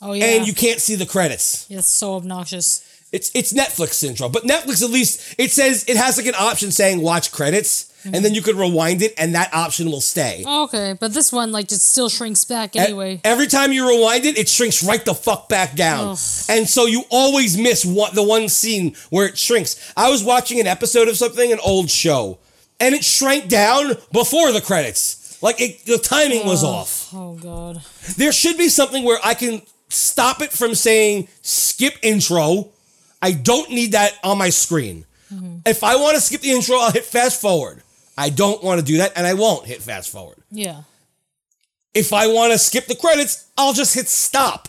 Speaker 4: Oh yeah,
Speaker 3: and you can't see the credits.
Speaker 4: it's so obnoxious.
Speaker 3: It's it's Netflix syndrome, but Netflix at least it says it has like an option saying watch credits, and then you could rewind it, and that option will stay.
Speaker 4: Okay, but this one like just still shrinks back
Speaker 3: E-
Speaker 4: anyway.
Speaker 3: Every time you rewind it, it shrinks right the fuck back down.
Speaker 4: Ugh.
Speaker 3: And so you always miss one, the one scene where it shrinks. I was watching an episode of something, an old show, and it shrank down before the credits. Like it, the timing was off.
Speaker 4: Oh god.
Speaker 3: There should be something where I can stop it from saying skip intro. I don't need that on my screen.
Speaker 4: Mm-hmm.
Speaker 3: If I want to skip the intro, I'll hit fast forward. I don't want to do that, and I won't hit fast forward
Speaker 4: Yeah.
Speaker 3: if I want to skip the credits, I'll just hit stop.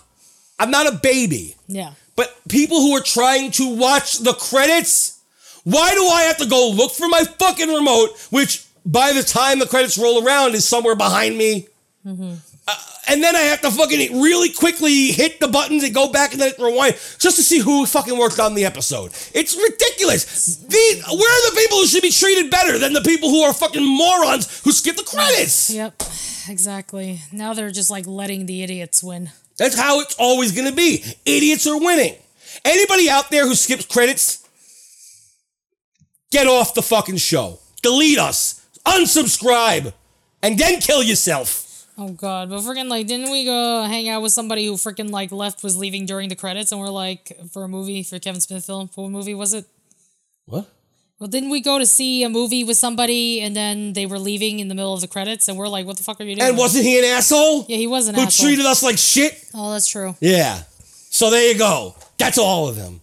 Speaker 3: I'm not a baby.
Speaker 4: Yeah.
Speaker 3: But people who are trying to watch the credits, why do I have to go look for my fucking remote, which by the time the credits roll around is somewhere behind me? Uh, and then I have to fucking really quickly hit the buttons and go back and then rewind just to see who fucking worked on the episode. It's ridiculous. These, where are the people who should be treated better than the people who are fucking morons who skip the credits?
Speaker 4: Yep. Exactly. Now they're just like letting the idiots win.
Speaker 3: That's how it's always going to be. Idiots are winning. Anybody out there who skips credits, get off the fucking show. Delete us. Unsubscribe. And then kill yourself.
Speaker 4: Oh god, but freaking like didn't we go hang out with somebody who freaking like left was leaving during the credits and we're like for a movie for Kevin Smith film? What movie was it?
Speaker 3: What?
Speaker 4: Well, didn't we go to see a movie with somebody and then they were leaving in the middle of the credits and we're like, what the fuck are you doing?
Speaker 3: And wasn't he an asshole?
Speaker 4: yeah, he was an
Speaker 3: who
Speaker 4: asshole.
Speaker 3: treated us like shit?
Speaker 4: oh, that's true.
Speaker 3: Yeah. So there you go. That's all of them.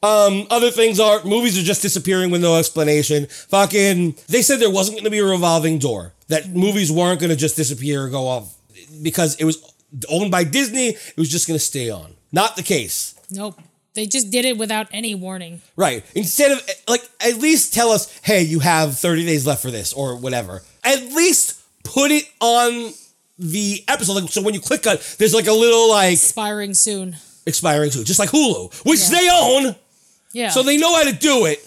Speaker 3: Um, other things are movies are just disappearing with no explanation. Fucking, they said there wasn't going to be a revolving door. That movies weren't going to just disappear or go off because it was owned by Disney. It was just going to stay on. Not the case.
Speaker 4: Nope. They just did it without any warning.
Speaker 3: Right. Instead of like at least tell us, hey, you have 30 days left for this or whatever. At least put it on the episode. Like, so when you click on, there's like a little like
Speaker 4: Expiring soon.
Speaker 3: expiring too, just like Hulu, which
Speaker 4: Yeah.
Speaker 3: they own.
Speaker 4: Yeah.
Speaker 3: So they know how to do it.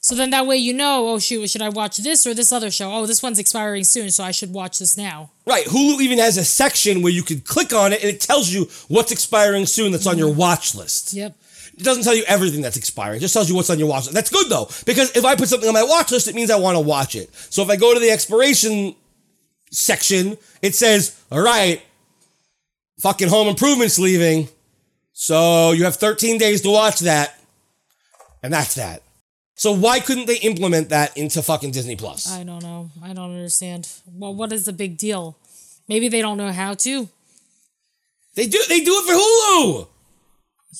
Speaker 4: So then that way you know, oh shoot, should I watch this or this other show? Oh, this one's expiring soon, so I should watch this now.
Speaker 3: Right. Hulu even has a section where you can click on it and it tells you what's expiring soon that's on your watch list.
Speaker 4: Yep.
Speaker 3: It doesn't tell you everything that's expiring. It just tells you what's on your watch list. That's good though, because if I put something on my watch list, it means I want to watch it. So if I go to the expiration section, it says, all right, fucking home improvement's leaving. So you have 13 days to watch that. And that's that. So why couldn't they implement that into fucking Disney Plus?
Speaker 4: I don't know. I don't understand. Well, what is the big deal? Maybe they don't know how to.
Speaker 3: They do they do it for Hulu.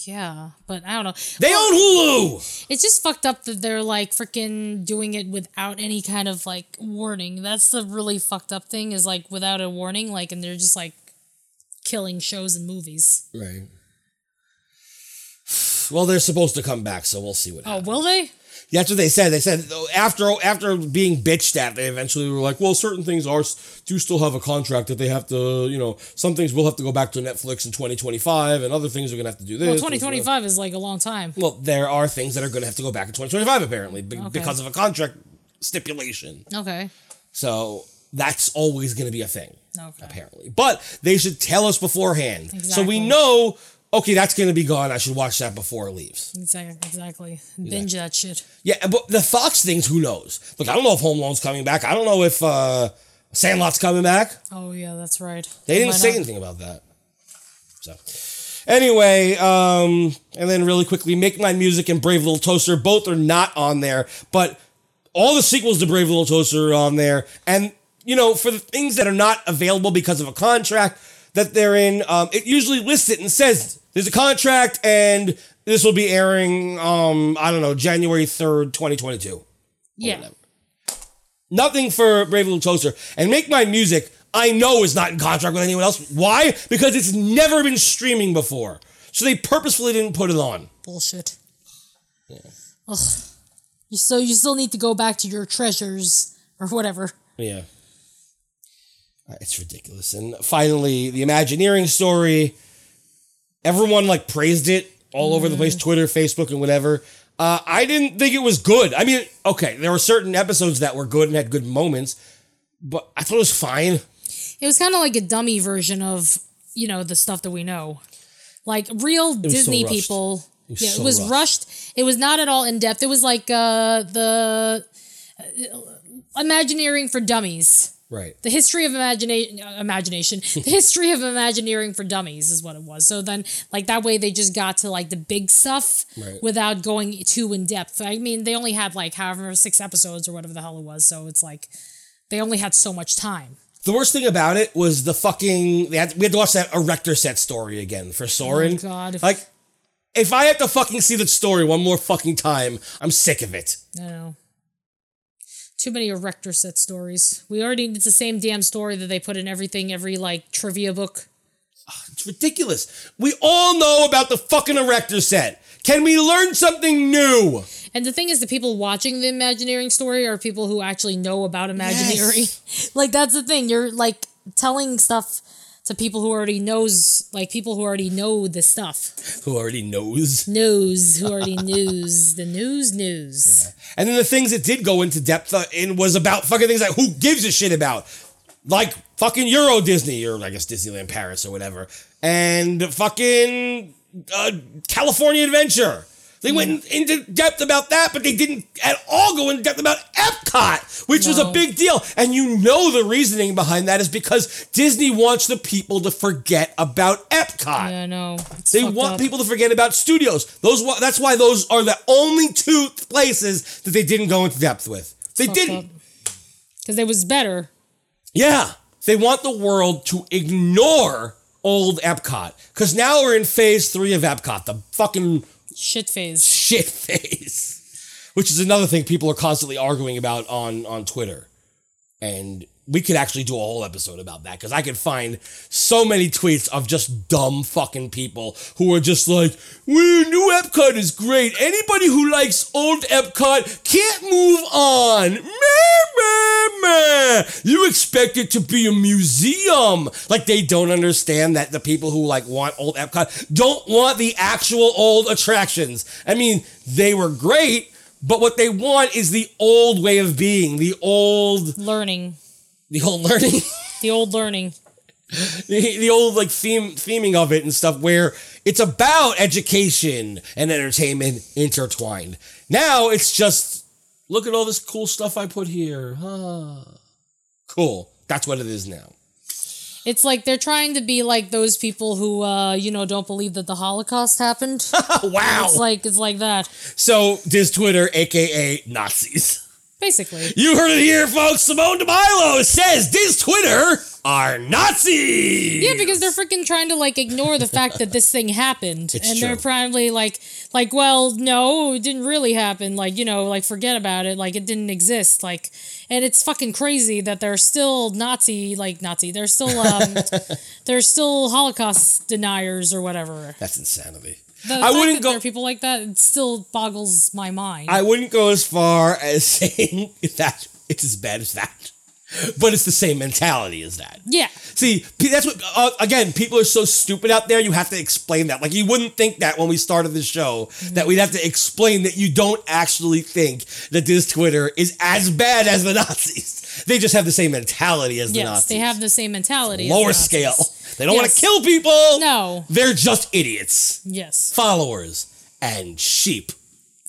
Speaker 4: Yeah, but I don't know.
Speaker 3: They own Hulu.
Speaker 4: It's just fucked up that they're like freaking doing it without any kind of like warning. That's the really fucked up thing is like without a warning, like, and they're just like killing shows and movies.
Speaker 3: Right. Well, they're supposed to come back, so we'll see what
Speaker 4: Oh,
Speaker 3: happens.
Speaker 4: will they?
Speaker 3: That's what they said. They said oh, after after being bitched at, they eventually were like, "Well, certain things are s- do still have a contract that they have to, you know, some things will have to go back to Netflix in 2025, and other things are gonna have to do this."
Speaker 4: Well,
Speaker 3: this, and that."
Speaker 4: 2025 is like a long time.
Speaker 3: Well, there are things that are gonna have to go back in 2025 apparently be-
Speaker 4: Okay.
Speaker 3: because of a contract stipulation.
Speaker 4: Okay.
Speaker 3: So that's always going to be a thing,
Speaker 4: Okay.
Speaker 3: apparently. But they should tell us beforehand. So
Speaker 4: Exactly.
Speaker 3: we know, okay, that's going to be gone. I should watch that before it leaves.
Speaker 4: Exactly. Exactly. Binge that shit.
Speaker 3: Yeah, but the Fox things, who knows? Look, I don't know if Home Loan's coming back. I don't know if uh, Sandlot's coming back.
Speaker 4: Oh yeah, that's right.
Speaker 3: They didn't
Speaker 4: Why
Speaker 3: say
Speaker 4: not?
Speaker 3: anything about that. So, anyway, um, and then really quickly, Make My Music and Brave Little Toaster both are not on there, but all the sequels to Brave Little Toaster are on there. And, you know, for the things that are not available because of a contract that they're in, um, it usually lists it and says there's a contract and this will be airing, um, I don't know, January 3rd, 2022
Speaker 4: Yeah.
Speaker 3: nothing for Brave Little Toaster, and Make My Music, I know is not in contract with anyone else. Why? Because it's never been streaming before. So they purposefully didn't put it on.
Speaker 4: Bullshit. Ugh. You so you still need to go back to your treasures or whatever.
Speaker 3: Yeah. Uh, It's ridiculous. And finally, the Imagineering story. Everyone like praised it all over the place, Twitter, Facebook, and whatever. Uh, I didn't think it was good. I mean, okay, there were certain episodes that were good and had good moments, but I thought it was fine.
Speaker 4: It was kind of like a dummy version of, you know, the stuff that we know. Like real
Speaker 3: so
Speaker 4: Disney
Speaker 3: rushed.
Speaker 4: people.
Speaker 3: was
Speaker 4: yeah,
Speaker 3: so
Speaker 4: it was
Speaker 3: rushed.
Speaker 4: rushed. It was not at all in depth. It was like uh, the uh, Imagineering for Dummies.
Speaker 3: Right.
Speaker 4: The history of imagination, imagination, the history of Imagineering for Dummies is what it was. So then, like that way, they just got to like the big stuff
Speaker 3: Right.
Speaker 4: without going too in depth. I mean, they only had like however six episodes or whatever the hell it was. So it's like they only had so much time.
Speaker 3: The worst thing about it was the fucking. They had, we had to watch that Erector Set story again for Soren.
Speaker 4: God.
Speaker 3: Like, if I have to fucking see the story one more fucking time, I'm sick of it.
Speaker 4: I don't know. Too many erector set stories. We already it's the same damn story that they put in everything, every like trivia book.
Speaker 3: It's ridiculous. We all know about the fucking Erector Set. Can we learn something new?
Speaker 4: And the thing is, the people watching the Imagineering story are people who actually know about Imagineering. like that's the thing. You're like telling stuff to people who already knows, like people who already know the stuff.
Speaker 3: Who already knows?
Speaker 4: Knows who already knows the news news.
Speaker 3: And then the things it did go into depth uh, in was about fucking things that who gives a shit about, like fucking Euro Disney or I guess Disneyland Paris or whatever, and fucking uh, California Adventure. They went into depth about that, but they didn't at all go in depth about Epcot, which was a
Speaker 4: No.
Speaker 3: big deal. And you know the reasoning behind that is because Disney wants the people to forget about Epcot.
Speaker 4: Yeah, I know. It's
Speaker 3: They
Speaker 4: fucked
Speaker 3: want
Speaker 4: up.
Speaker 3: people to forget about studios. Those wa- that's why those are the only two places that they didn't go into depth with. They didn't.
Speaker 4: because it was better.
Speaker 3: Yeah. They want the world to ignore old Epcot cuz now we're in phase 3 of Epcot, the fucking
Speaker 4: Shit phase.
Speaker 3: shit phase, which is another thing people are constantly arguing about on on Twitter. And we could actually do a whole episode about that because I could find so many tweets of just dumb fucking people who are just like, well, new Epcot is great. Anybody who likes old Epcot can't move on. Meh, meh, meh. You expect it to be a museum. Like they don't understand that the people who like want old Epcot don't want the actual old attractions. I mean, they were great, but what they want is the old way of being, the old
Speaker 4: Learning.
Speaker 3: the old learning,
Speaker 4: The old learning.
Speaker 3: the, the old like theme theming of it and stuff where it's about education and entertainment intertwined. Now it's just look at all this cool stuff I put here. Huh. Cool. That's what it is now.
Speaker 4: It's like they're trying to be like those people who, uh, you know, don't believe that the Holocaust happened.
Speaker 3: wow.
Speaker 4: it's like it's like that,
Speaker 3: so Diz Twitter, aka Nazis.
Speaker 4: basically.
Speaker 3: You heard it here, folks. Simone DeMilo says Diz Twitter are Nazis.
Speaker 4: Yeah, because they're freaking trying to like ignore the fact that this thing happened,
Speaker 3: It's
Speaker 4: and
Speaker 3: true.
Speaker 4: they're probably like, like, well, no, it didn't really happen. Like, you know, like forget about it. Like, it didn't exist. Like, and it's fucking crazy that they're still Nazi, like Nazi. They're still, um, they're still Holocaust deniers or whatever.
Speaker 3: That's insanity.
Speaker 4: The
Speaker 3: I
Speaker 4: fact
Speaker 3: wouldn't
Speaker 4: that
Speaker 3: go-
Speaker 4: There are people like that. It still boggles my mind.
Speaker 3: I wouldn't go as far as saying that it's as bad as that, but it's the same mentality as that.
Speaker 4: yeah.
Speaker 3: See, pe- that's what, uh, again, people are so stupid out there, you have to explain that. Like, you wouldn't think that when we started the show, that we'd have to explain that you don't actually think that this Twitter is as bad as the Nazis. They just have the same mentality as the
Speaker 4: Yes,
Speaker 3: Nazis.
Speaker 4: they have the same mentality. as
Speaker 3: lower
Speaker 4: Nazis.
Speaker 3: scale. They don't want
Speaker 4: Yes.
Speaker 3: to kill people.
Speaker 4: No.
Speaker 3: They're just idiots,
Speaker 4: Yes.
Speaker 3: followers, and sheep.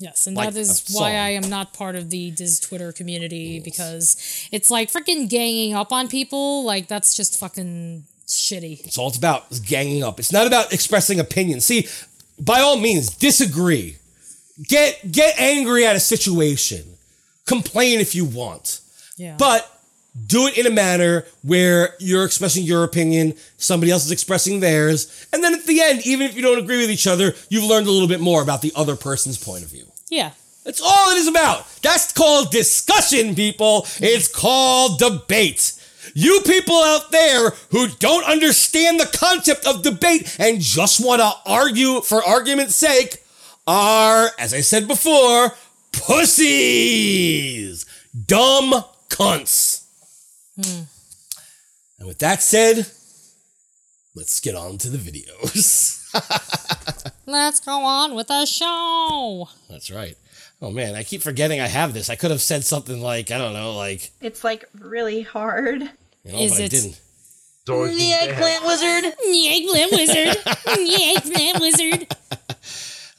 Speaker 4: Yes. And
Speaker 3: Like
Speaker 4: that
Speaker 3: a
Speaker 4: is
Speaker 3: song.
Speaker 4: why I am not part of the Diz Twitter community because it's like freaking ganging up on people. Like, that's just fucking shitty.
Speaker 3: It's all it's about is ganging up. It's not about expressing opinions. See, by all means, disagree. Get get angry at a situation. Complain if you want.
Speaker 4: Yeah.
Speaker 3: But do it in a manner where you're expressing your opinion, somebody else is expressing theirs, and then at the end, even if you don't agree with each other, you've learned a little bit more about the other person's point of view.
Speaker 4: yeah.
Speaker 3: That's all it is about. That's called discussion, people. It's called debate. You people out there who don't understand the concept of debate and just want to argue for argument's sake are, as I said before, pussies, dumb cunts. And with that said, let's get on to the videos.
Speaker 4: Let's go on with the show.
Speaker 3: That's right. Oh man, I keep forgetting I have this. I could have said something like, I don't know, like,
Speaker 9: It's like really hard.
Speaker 3: you know,
Speaker 4: Is
Speaker 3: but I
Speaker 4: it-
Speaker 3: didn't.
Speaker 10: The eggplant wizard.
Speaker 4: Eggplant wizard. Eggplant wizard.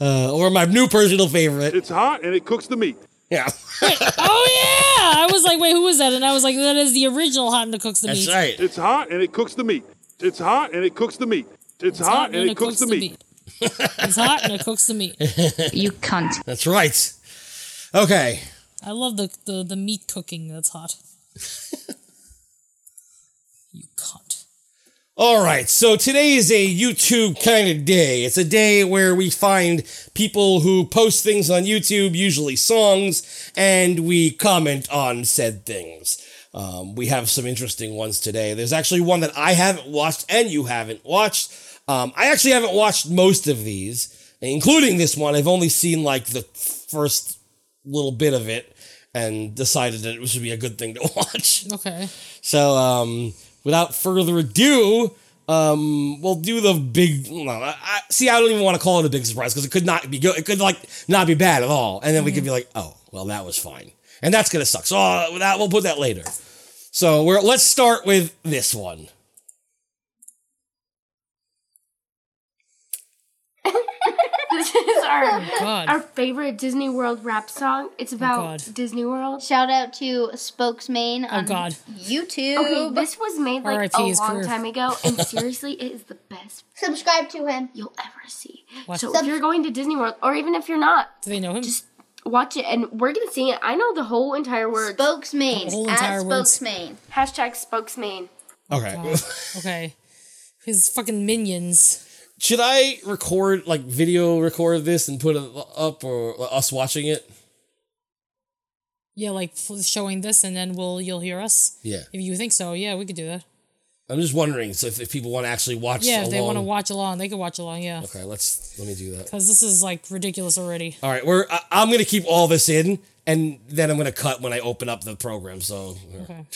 Speaker 3: Uh, or my new personal favorite.
Speaker 11: It's hot and it cooks the meat.
Speaker 3: Yeah.
Speaker 4: Oh yeah! I was like, wait, who is that? And I was like, that is the original Hot and it Cooks the
Speaker 3: That's
Speaker 4: Meat.
Speaker 3: right.
Speaker 11: It's hot and it cooks the meat. It's hot and it cooks the meat. It's,
Speaker 4: It's
Speaker 11: hot, and it cooks, the meat.
Speaker 4: it's hot and it cooks the meat.
Speaker 12: You cunt.
Speaker 3: That's right. Okay.
Speaker 4: I love the, the, the meat cooking that's hot. you cunt.
Speaker 3: All right, so today is a YouTube kind of day. It's a day where we find people who post things on YouTube, usually songs, and we comment on said things. Um, we have some interesting ones today. There's actually one that I haven't watched and you haven't watched. Um, I actually haven't watched most of these, including this one. I've only seen like the first little bit of it and decided that it should be a good thing to watch.
Speaker 4: Okay.
Speaker 3: So, um, without further ado, um, we'll do the big. No, I, I- see, I don't even want to call it a big surprise because it could not be good. It could like not be bad at all, and then we could be like,
Speaker 4: Mm-hmm.
Speaker 3: oh, well, that was fine, and that's gonna suck. So uh, that we'll put that later. So we're let's start with this one.
Speaker 12: This is our
Speaker 4: Oh, God.
Speaker 12: our favorite Disney World rap song. It's about
Speaker 4: God.
Speaker 12: Disney World.
Speaker 10: Shout out to Spokesman
Speaker 4: oh
Speaker 10: on
Speaker 4: God.
Speaker 10: YouTube.
Speaker 12: Okay, this was um, made like
Speaker 4: RIP
Speaker 12: a
Speaker 4: his
Speaker 12: long
Speaker 4: career.
Speaker 12: time ago, and seriously, it is the best
Speaker 10: Subscribe to him.
Speaker 12: you'll ever see.
Speaker 4: What?
Speaker 12: So if you're going to Disney World, or even if you're not,
Speaker 4: Do they know him?
Speaker 12: watch it, and we're gonna sing it. I know the whole entire word.
Speaker 10: Spokesman.
Speaker 4: The whole entire
Speaker 10: At
Speaker 4: words.
Speaker 10: Spokesman.
Speaker 12: Hashtag spokesman.
Speaker 4: Oh,
Speaker 3: Okay,
Speaker 4: okay. His fucking minions.
Speaker 3: should I record like video record this and put it up or us watching it?
Speaker 4: Yeah, like f- showing this, and then we'll you'll hear us.
Speaker 3: Yeah,
Speaker 4: If you think so, yeah, we could do that.
Speaker 3: I'm just wondering so if, if people want to actually watch.
Speaker 4: Yeah, if they want to
Speaker 3: along.
Speaker 4: watch along, they could watch along. Yeah,
Speaker 3: Okay, let's let me do that.
Speaker 4: because this is like ridiculous already.
Speaker 3: All right, we're. I, I'm gonna keep all this in, and then I'm gonna cut when I open up the program. So,
Speaker 4: Okay.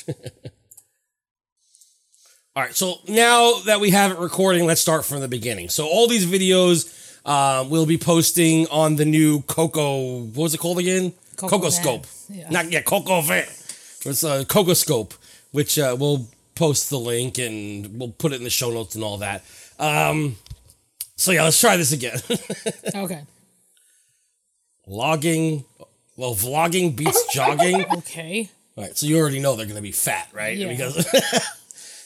Speaker 3: all right. So now that we have it recording, let's start from the beginning. So all these videos um, we'll be posting on the new Coco. What was it called again?
Speaker 4: Coco
Speaker 3: Coco
Speaker 4: Van.
Speaker 3: Scope.
Speaker 4: Yeah.
Speaker 3: Not yeah, Coco Van. It's uh, Coco Scope, which uh, we'll post the link and we'll put it in the show notes and all that. Um, so yeah, let's try this again.
Speaker 4: okay.
Speaker 3: Logging. Well, vlogging beats jogging.
Speaker 4: Okay.
Speaker 3: All right, so you already know they're going to be fat, right?
Speaker 4: Yeah.
Speaker 3: Because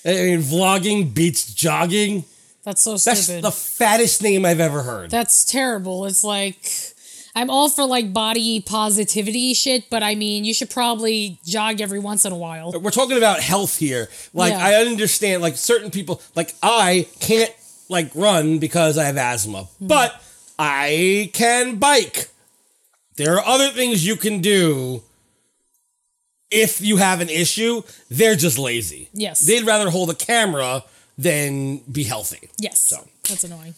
Speaker 3: I mean, vlogging beats jogging.
Speaker 4: That's so
Speaker 3: That's
Speaker 4: stupid.
Speaker 3: the fattest name I've ever heard.
Speaker 4: That's terrible. It's like I'm all for like body positivity shit, but I mean, you should probably jog every once in a while.
Speaker 3: We're talking about health here. Like
Speaker 4: Yeah.
Speaker 3: I understand, like certain people, like I can't like run because I have asthma,
Speaker 4: Hmm.
Speaker 3: but I can bike. There are other things you can do if you have an issue. They're just lazy.
Speaker 4: Yes.
Speaker 3: They'd rather hold a camera than be healthy.
Speaker 4: yes.
Speaker 3: So.
Speaker 4: That's annoying.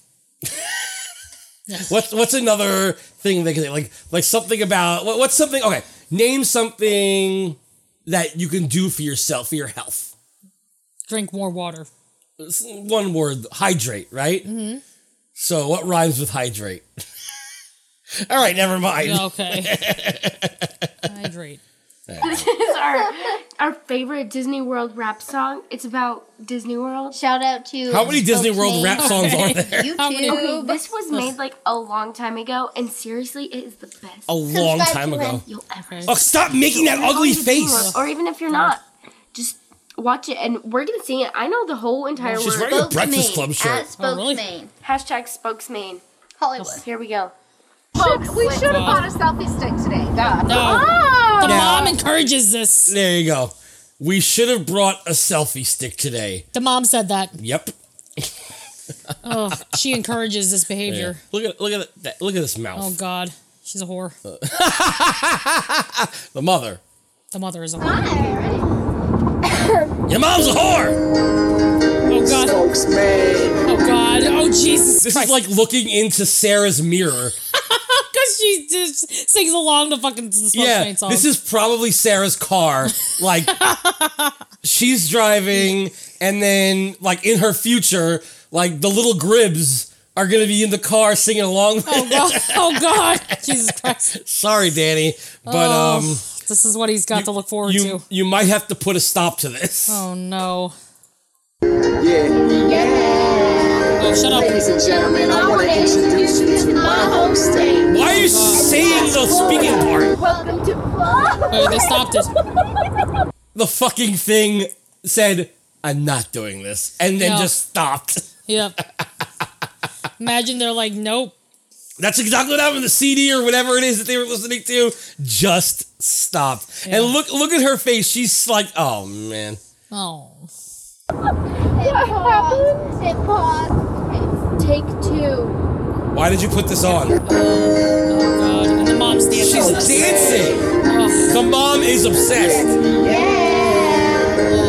Speaker 3: What's what's another thing they can like like something about what, what's something okay name something that you can do for yourself for your health
Speaker 4: Drink more water.
Speaker 3: It's one word hydrate right mm-hmm. so what rhymes with hydrate all right never mind
Speaker 4: Okay. Hydrate.
Speaker 12: It's our our favorite Disney World rap song. It's about Disney World.
Speaker 10: Shout out to
Speaker 3: how many Disney World
Speaker 10: Spokesman
Speaker 3: rap songs are there
Speaker 10: YouTube.
Speaker 4: How many-
Speaker 12: Okay, this was made like a long time ago, and seriously, it is the best
Speaker 3: a long
Speaker 10: Subscribe
Speaker 3: time
Speaker 10: to
Speaker 3: ago
Speaker 10: him.
Speaker 12: you'll ever
Speaker 3: oh stop making that ugly face
Speaker 12: Or even if you're not, just watch it, and we're gonna sing it. I know the whole entire
Speaker 3: She's
Speaker 12: word.
Speaker 3: wearing a
Speaker 10: Spokesman.
Speaker 3: Breakfast Club shirt
Speaker 10: At
Speaker 4: Oh, really?
Speaker 10: Spokesman.
Speaker 12: Hashtag spokesman.
Speaker 10: Hollywood.
Speaker 12: Here we go.
Speaker 10: we should have bought a selfie stick today. Ah!
Speaker 4: No. The mom encourages this.
Speaker 3: there you go we should have brought a selfie stick today
Speaker 4: The mom said that.
Speaker 3: yep
Speaker 4: Oh, she encourages this
Speaker 3: Yeah.
Speaker 4: behavior.
Speaker 3: look at look at that look at this mouth
Speaker 4: Oh God, she's a whore.
Speaker 3: Uh. the mother
Speaker 4: The mother is a whore.
Speaker 3: Your mom's a whore.
Speaker 4: Oh God. Oh God. Oh Jesus
Speaker 3: This
Speaker 4: Christ.
Speaker 3: is like looking into Sarah's mirror.
Speaker 4: because she just sings along to fucking the
Speaker 3: yeah,
Speaker 4: yeah, song.
Speaker 3: this is probably Sarah's car. Like she's driving, And then, like, in her future, like, the little Gribs are going to be in the car singing along.
Speaker 4: Oh god! Oh god! Jesus Christ!
Speaker 3: Sorry, Danny. But,
Speaker 4: Oh,
Speaker 3: um,
Speaker 4: this is what he's got to look forward
Speaker 3: you,
Speaker 4: to.
Speaker 3: you might have to put a stop to this.
Speaker 4: Oh no!
Speaker 13: Oh,
Speaker 4: shut up.
Speaker 13: Ladies and gentlemen, I want to introduce you to my home state.
Speaker 3: Why are you saying the speaking part?
Speaker 13: Welcome to Florida.
Speaker 4: Wait, they stopped it.
Speaker 3: The fucking thing said, I'm not doing this. And then
Speaker 4: No.
Speaker 3: just stopped.
Speaker 4: Yep. Imagine they're like, nope.
Speaker 3: That's exactly what happened. The CD or whatever it is that they were listening to just stopped. And look, look at her face. She's like, "Oh man,
Speaker 4: Oh.
Speaker 10: Hit pause. Take two.
Speaker 3: why did you put this on?"
Speaker 4: God. And the mom's dancing.
Speaker 3: She's dancing.
Speaker 4: Oh,
Speaker 3: The mom is obsessed.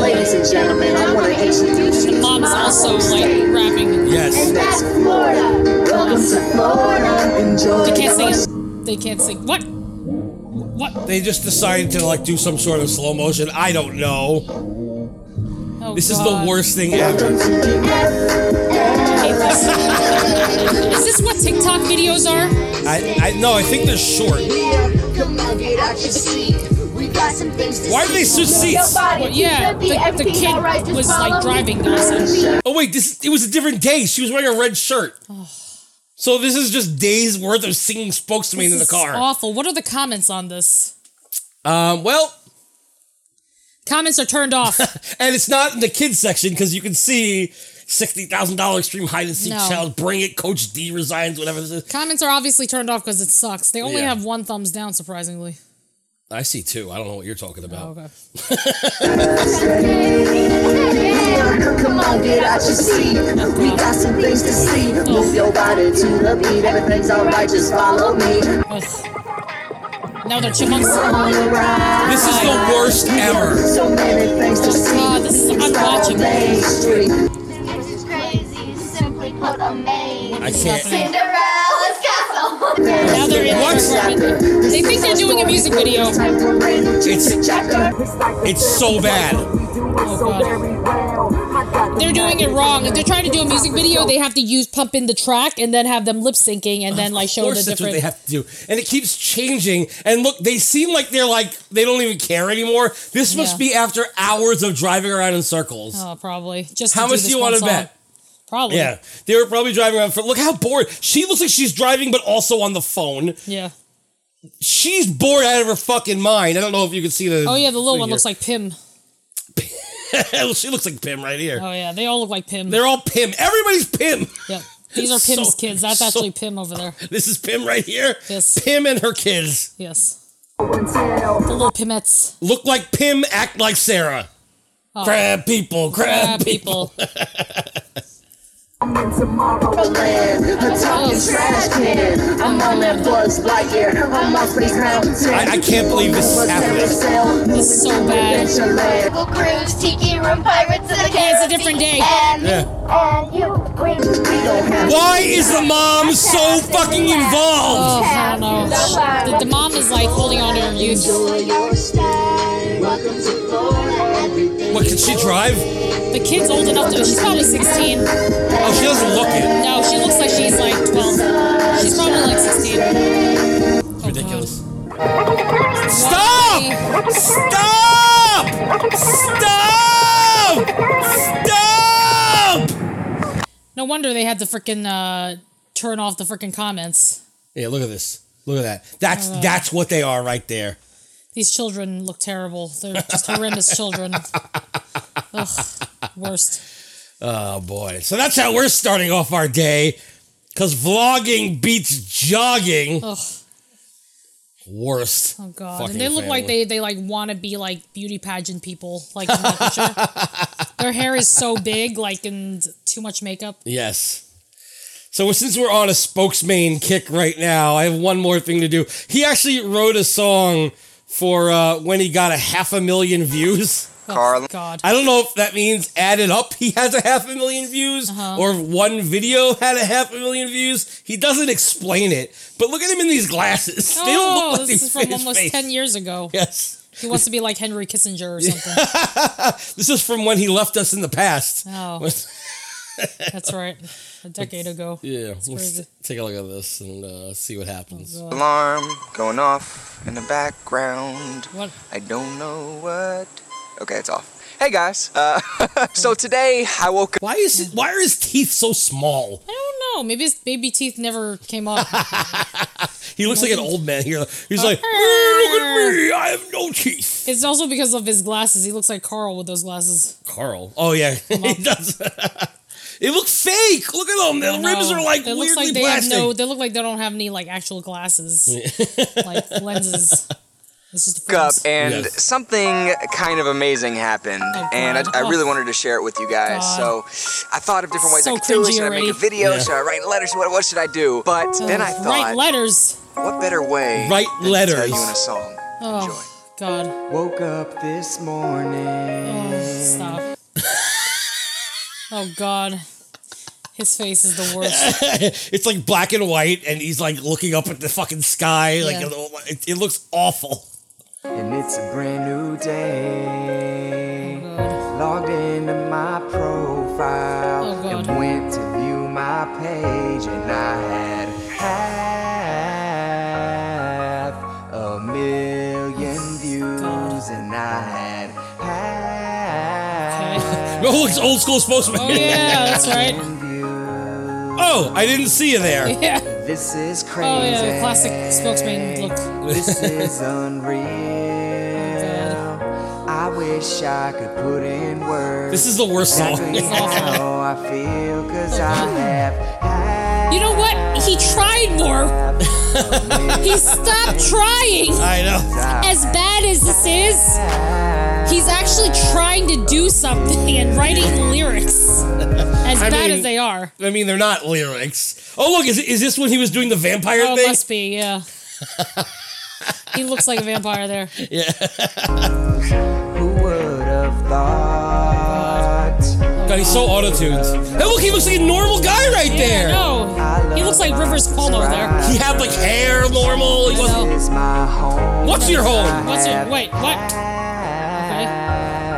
Speaker 13: Ladies and gentlemen, I want to introduce you
Speaker 4: the
Speaker 13: to
Speaker 4: mom's
Speaker 13: my
Speaker 4: also
Speaker 13: home
Speaker 4: like
Speaker 13: state.
Speaker 4: rapping.
Speaker 3: Yes.
Speaker 13: That's Florida. Welcome to Florida. Enjoy.
Speaker 4: They can't sing. it. They can't sing. What? What?
Speaker 3: They just decided to like do some sort of slow motion. I don't know.
Speaker 4: Oh,
Speaker 3: This is
Speaker 4: God.
Speaker 3: the worst thing ever.
Speaker 4: I hate this. is this what TikTok videos are?
Speaker 3: I, I no, I think they're short.
Speaker 13: Come on, get out your seat. We got some things to
Speaker 3: Why do they switch seats?
Speaker 4: Well, yeah, the, the kid was like driving or something.
Speaker 3: Oh wait, this it was a different day. She was wearing a red shirt. So this is just days worth of singing spokes to me in
Speaker 4: This
Speaker 3: the
Speaker 4: is
Speaker 3: car.
Speaker 4: awful. What are the comments on this?
Speaker 3: Um, well,
Speaker 4: Comments are turned off.
Speaker 3: And it's not in the kids section because you can see sixty thousand dollar extreme hide and seek
Speaker 4: No.
Speaker 3: challenge. Bring it, Coach D resigns. Whatever this is,
Speaker 4: comments are obviously turned off because it sucks. They only
Speaker 3: Yeah.
Speaker 4: have one thumbs down, surprisingly.
Speaker 3: I see two. I don't know what you're talking about.
Speaker 4: Okay.
Speaker 13: Come on, get out your seat. We got some things to see. Move your body to the beat. Everything's alright, just follow me.
Speaker 4: Ugh. Now they're chipmunks.
Speaker 13: On the ride.
Speaker 3: This is the worst ever.
Speaker 13: So many things to see.
Speaker 4: God, Ah, this is
Speaker 13: Start on
Speaker 4: unwatchable.
Speaker 13: Main Street.
Speaker 10: This is crazy. Simply put, amazing.
Speaker 3: I can't.
Speaker 10: Cinderella's castle.
Speaker 4: Now they're in
Speaker 3: What?
Speaker 4: the They think they're doing a music video.
Speaker 13: Time for random chit chatter.
Speaker 3: It's so bad.
Speaker 4: Oh, God. They're doing it wrong. If they're trying to do a music video, they have to use pump in the track and then have them lip syncing and then like
Speaker 3: Of
Speaker 4: show the
Speaker 3: course, that's what
Speaker 4: different.
Speaker 3: they have to do, and it keeps changing. And look, they seem like they're like they don't even care anymore. This must
Speaker 4: Yeah.
Speaker 3: be after hours of driving around in circles.
Speaker 4: oh, probably just.
Speaker 3: How
Speaker 4: to
Speaker 3: much
Speaker 4: do
Speaker 3: do
Speaker 4: this
Speaker 3: you
Speaker 4: one
Speaker 3: want to
Speaker 4: song.
Speaker 3: bet?
Speaker 4: Probably.
Speaker 3: Yeah, they were probably driving around. For, look how bored she looks like. She's driving, but also on the phone.
Speaker 4: Yeah.
Speaker 3: She's bored out of her fucking mind. I don't know if you can see the.
Speaker 4: Oh yeah, the little one
Speaker 3: figure.
Speaker 4: looks like Pim.
Speaker 3: she looks like Pim right here.
Speaker 4: Oh yeah, they all look like Pim.
Speaker 3: They're all Pim. Everybody's Pim.
Speaker 4: yep. These are Pim's
Speaker 3: so-
Speaker 4: kids. That's
Speaker 3: so-
Speaker 4: actually Pim over there.
Speaker 3: This is Pim right here.
Speaker 4: Yes.
Speaker 3: Pim and her kids
Speaker 4: Yes. The little Pimettes.
Speaker 3: look like Pim, act like Sarah. Crab people, crab,
Speaker 4: Oh. Crab
Speaker 3: people.
Speaker 4: people.
Speaker 13: Tomorrowland, a talking trash can. I'm on that Buzz Lightyear. I'm off the mountain.
Speaker 3: I, I can't believe this is happening.
Speaker 4: This is so bad.
Speaker 13: bad.
Speaker 10: We'll cruise, tiki room, pirates of the
Speaker 4: Yeah, it's
Speaker 10: Caribbean,
Speaker 4: a different day.
Speaker 10: And,
Speaker 3: Yeah.
Speaker 10: and you bring
Speaker 3: Why is the mom so fucking involved?
Speaker 4: Oh, I don't know. The, the mom is like holding on to her youth.
Speaker 10: your stay. Welcome to Florida.
Speaker 4: Oh.
Speaker 3: What can she drive?
Speaker 4: The kid's old enough to. She's probably 16.
Speaker 3: Oh, she doesn't look it.
Speaker 4: No, she looks like she's like 12. She's probably like 16.
Speaker 3: It's ridiculous. Stop! Stop! Stop! Stop!
Speaker 4: No wonder they had to freaking uh, turn off the freaking comments.
Speaker 3: Yeah, look at this. Look at that. That's that's what they are right there.
Speaker 4: These children look terrible. They're just horrendous children. Ugh, worst.
Speaker 3: Oh boy. So that's how we're starting off our day. Cause vlogging beats jogging.
Speaker 4: Ugh.
Speaker 3: Worst.
Speaker 4: Oh god.
Speaker 3: Fucking
Speaker 4: and they look like
Speaker 3: family.
Speaker 4: they they like want to be like beauty pageant people. Like in that picture. their hair is so big, like and too much makeup. Oh,
Speaker 3: Yes. So since we're on a spokesman kick right now, I have one more thing to do. He actually wrote a song for uh, when he got a half a million views.
Speaker 4: Oh, God.
Speaker 3: I don't know if that means added up he has a half a million views
Speaker 4: Uh-huh.
Speaker 3: or one video had a half a million views. He doesn't explain it, but look at him in these glasses. they don't
Speaker 4: oh,
Speaker 3: look like
Speaker 4: this
Speaker 3: they
Speaker 4: is from
Speaker 3: fit his
Speaker 4: almost
Speaker 3: face.
Speaker 4: ten years ago.
Speaker 3: Yes.
Speaker 4: He wants to be like Henry Kissinger or something.
Speaker 3: this is from when he left us in the past.
Speaker 4: Oh. That's right. A decade ago.
Speaker 3: Yeah,
Speaker 4: It's
Speaker 3: let's
Speaker 4: crazy.
Speaker 3: take a look at this and uh, see what happens.
Speaker 4: Oh,
Speaker 14: Alarm going off in the background.
Speaker 4: What?
Speaker 14: I don't know what. Okay, it's off. Hey guys. Uh, so today I woke up.
Speaker 3: Why is it, why are his teeth so small?
Speaker 4: I don't know. Maybe his baby teeth never came up.
Speaker 3: He looks like an old man here. He's like, "Oh, look at me, I have no teeth.
Speaker 4: It's also because of his glasses. He looks like Carl with those glasses.
Speaker 3: Carl. Oh yeah, he does. it looks fake. Look at them. The
Speaker 4: I
Speaker 3: ribs
Speaker 4: know.
Speaker 3: are like
Speaker 4: It
Speaker 3: weirdly
Speaker 4: looks like they
Speaker 3: plastic.
Speaker 4: have no. They look like they don't have any like actual glasses, like lenses. It's just
Speaker 14: woke up and
Speaker 4: Yes.
Speaker 14: something kind of amazing happened
Speaker 12: Oh,
Speaker 14: and I, I really wanted to share it with you guys
Speaker 4: God.
Speaker 14: so i thought of different ways
Speaker 4: So
Speaker 14: i could do it
Speaker 4: cringy
Speaker 14: should i make
Speaker 4: already.
Speaker 14: a video
Speaker 4: Yeah.
Speaker 14: should i write letters what, what should i do but then i
Speaker 4: Ugh,
Speaker 14: thought
Speaker 4: Oh, write letters.
Speaker 14: what better way
Speaker 3: Write
Speaker 14: than to tell
Speaker 3: letters.
Speaker 14: you in a song
Speaker 4: Oh God.
Speaker 14: Woke up this morning.
Speaker 4: Oh, stop. oh God. His face is the worst.
Speaker 3: it's like black and white, and he's like looking up at the fucking sky. Like oh,
Speaker 4: Yeah.
Speaker 3: it, it looks awful.
Speaker 14: And it's a brand new
Speaker 4: Oh,
Speaker 14: day. Logged into my profile
Speaker 4: Oh, God.
Speaker 14: and went to view my page, and I had half a million views, and I had half.
Speaker 3: No, looks old school spokesman.
Speaker 14: Oh, yeah, that's right.
Speaker 3: oh, I didn't see you there.
Speaker 4: Yeah.
Speaker 14: This is crazy.
Speaker 4: Oh yeah, the classic spokesman look.
Speaker 14: This is unreal. I wish I could put in words.
Speaker 3: This is the worst song.
Speaker 14: exactly
Speaker 3: It's awful.
Speaker 14: how I feel 'cause I have
Speaker 4: You know what? He tried more. he stopped trying.
Speaker 3: I know.
Speaker 4: As bad as this is, he's actually trying to do something and writing lyrics. As
Speaker 3: I
Speaker 4: bad
Speaker 3: mean-
Speaker 4: as they are.
Speaker 3: I mean, they're not lyrics. Oh look, is, is this when he was doing the vampire
Speaker 4: Oh, it
Speaker 3: thing?
Speaker 4: must be, yeah. he looks like a vampire there.
Speaker 3: Yeah.
Speaker 14: Who would have thought?
Speaker 3: God, he's so auto tuned. Hey, look, he looks like a normal guy right there.
Speaker 4: No. He looks like Rivers Cuomo there.
Speaker 3: He had like hair normal. He wasn't.
Speaker 14: This is my home.
Speaker 3: What's your home?
Speaker 4: What's your wait, what? Okay.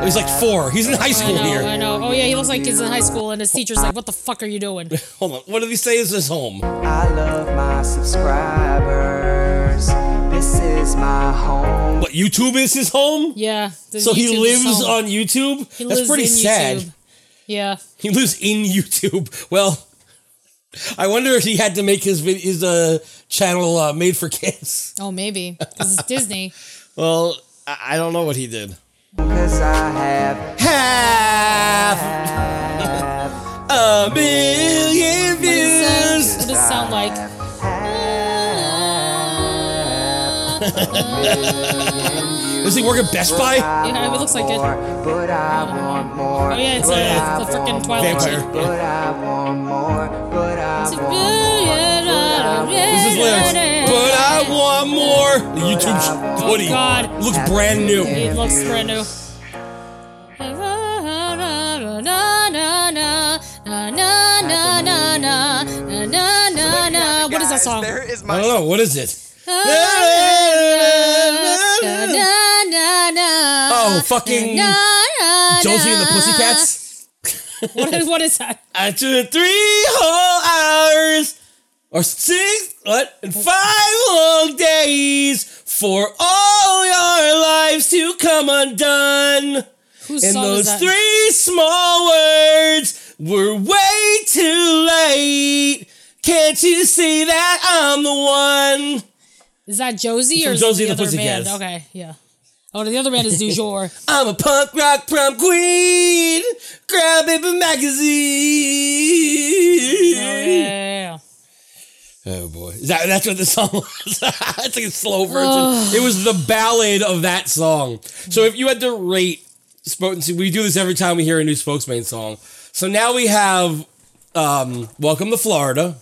Speaker 3: He's like four. He's in high
Speaker 4: I
Speaker 3: school
Speaker 4: know,
Speaker 3: here.
Speaker 4: I know. Oh yeah, he looks like he's in high school and his teacher's like, What the fuck are you doing?
Speaker 3: Hold on. What did he say is his home?
Speaker 14: I love my subscribers. This is my home.
Speaker 3: What YouTube is his home?
Speaker 4: Yeah. this
Speaker 3: So he
Speaker 4: YouTube is
Speaker 3: lives
Speaker 4: home.
Speaker 3: on YouTube.
Speaker 4: He
Speaker 3: That's
Speaker 4: lives
Speaker 3: pretty
Speaker 4: in
Speaker 3: sad.
Speaker 4: YouTube. Yeah.
Speaker 3: He lives in YouTube. Well, I wonder if he had to make his vid- his uh, channel uh, made for kids.
Speaker 4: Oh, maybe because it's Disney.
Speaker 3: Well, I-, I don't know what he did.
Speaker 14: Cause I have
Speaker 3: Half a million
Speaker 4: What does
Speaker 3: views.
Speaker 4: that- what does it sound like? Uh,
Speaker 3: Is he work at Best Buy?
Speaker 4: Yeah, it looks like it.
Speaker 14: but I want more.
Speaker 4: Oh yeah, it's a, it's a freaking Twilight.
Speaker 3: Vampire.
Speaker 14: But I want more. But I
Speaker 4: It's a
Speaker 14: want
Speaker 3: This is lyrics. But I want more. The YouTube sh- hoodie
Speaker 4: God.
Speaker 3: looks brand new.
Speaker 4: It looks brand new. What is that
Speaker 14: Guys,
Speaker 4: song?
Speaker 14: There is my
Speaker 3: I don't know. What is it?
Speaker 4: Oh,
Speaker 3: Oh, fucking Josie and the Pussycats.
Speaker 4: What is, what is that?
Speaker 3: I took three whole hours or six, what, and five long days for all your lives to come undone.
Speaker 4: Whose
Speaker 3: And
Speaker 4: song is
Speaker 3: those
Speaker 4: that?
Speaker 3: three small words were way too late. Can't you see that I'm the one?
Speaker 4: Is that Josie
Speaker 3: From
Speaker 4: or is
Speaker 3: Josie
Speaker 4: it the
Speaker 3: and the
Speaker 4: other band?
Speaker 3: Pussycats.
Speaker 4: Okay, yeah. Oh, the other band is Du Jour.
Speaker 3: I'm a punk rock prom queen. Grab it from magazine.
Speaker 4: Oh, yeah, yeah, yeah.
Speaker 3: Oh boy, Is that, that's what the song was. it's like a slow version. It was the ballad of that song. So if you had to rate spokesman, we do this every time we hear a new spokesman song. So now we have um, "Welcome to Florida."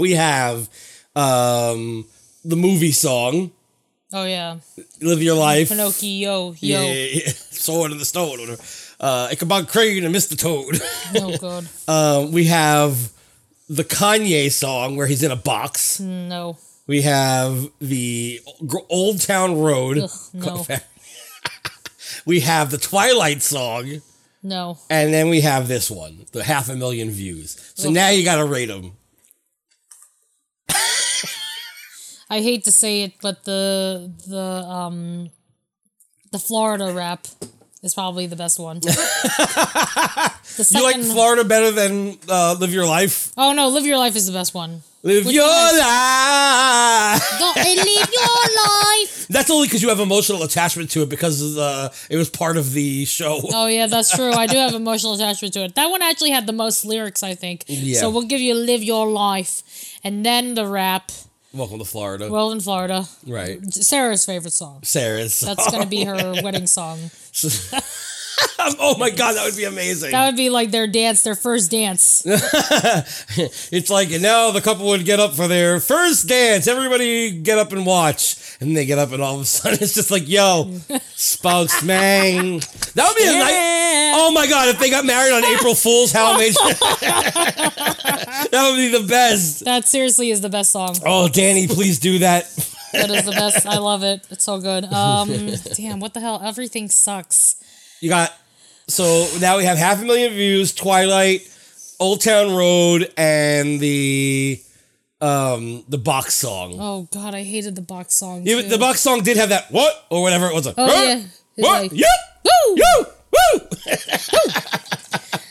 Speaker 3: We have um, the movie song
Speaker 4: Oh, yeah.
Speaker 3: "Live Your Life."
Speaker 4: Pinocchio, yo.
Speaker 3: Yeah, yeah, yeah. sword in the stone. Or, uh, Ichabod Crane and Mr. Toad.
Speaker 4: Oh, God.
Speaker 3: Uh, we have the Kanye song where he's in a box.
Speaker 4: No.
Speaker 3: We have the gr- Old Town Road.
Speaker 4: Ugh, no.
Speaker 3: we have the Twilight song.
Speaker 4: No.
Speaker 3: And then we have this one, the half a million views. So
Speaker 4: Ugh.
Speaker 3: now you got to rate them.
Speaker 4: I hate to say it, but the the um the Florida rap is probably the best one. the
Speaker 3: You like
Speaker 4: second
Speaker 3: Florida better than uh, Live Your Life?
Speaker 4: Oh no, Live Your Life is the best one.
Speaker 3: Live
Speaker 4: Which
Speaker 3: Your
Speaker 4: one is-
Speaker 3: Life!
Speaker 4: Don't live your life.
Speaker 3: That's only because you have emotional attachment to it because of the, it was part of the show.
Speaker 4: Oh yeah, that's true. I do have emotional attachment to it. That one actually had the most lyrics, I think.
Speaker 3: Yeah.
Speaker 4: So we'll give you "Live Your Life," and then the rap.
Speaker 3: Welcome to Florida.
Speaker 4: Well, in Florida,
Speaker 3: right.
Speaker 4: Sarah's favorite song.
Speaker 3: Sarah's.
Speaker 4: That's gonna be her wedding song.
Speaker 3: oh my God, that would be amazing.
Speaker 4: That would be like their dance, their first dance.
Speaker 3: it's like and now the couple would get up for their first dance. Everybody get up and watch, and they get up, and all of a sudden it's just like, "Yo, spokesman." That would be a nice. Oh my god! If they got married on April Fool's, how amazing! that would be the best.
Speaker 4: That seriously is the best song.
Speaker 3: Oh, Danny, please do that.
Speaker 4: That is the best. I love it. It's so good. Um, damn, what the hell? Everything sucks.
Speaker 3: You got so now we have half a million views. Twilight, Old Town Road, and the um the box song.
Speaker 4: Oh god, I hated the box song.
Speaker 3: Yeah, but
Speaker 4: too.
Speaker 3: the Buck song did have that what or whatever it was. Like,
Speaker 4: Mm. Oh
Speaker 3: "Huh?
Speaker 4: yeah. It's
Speaker 3: What?
Speaker 4: like-
Speaker 3: Yep.
Speaker 4: Woo!
Speaker 3: Woo!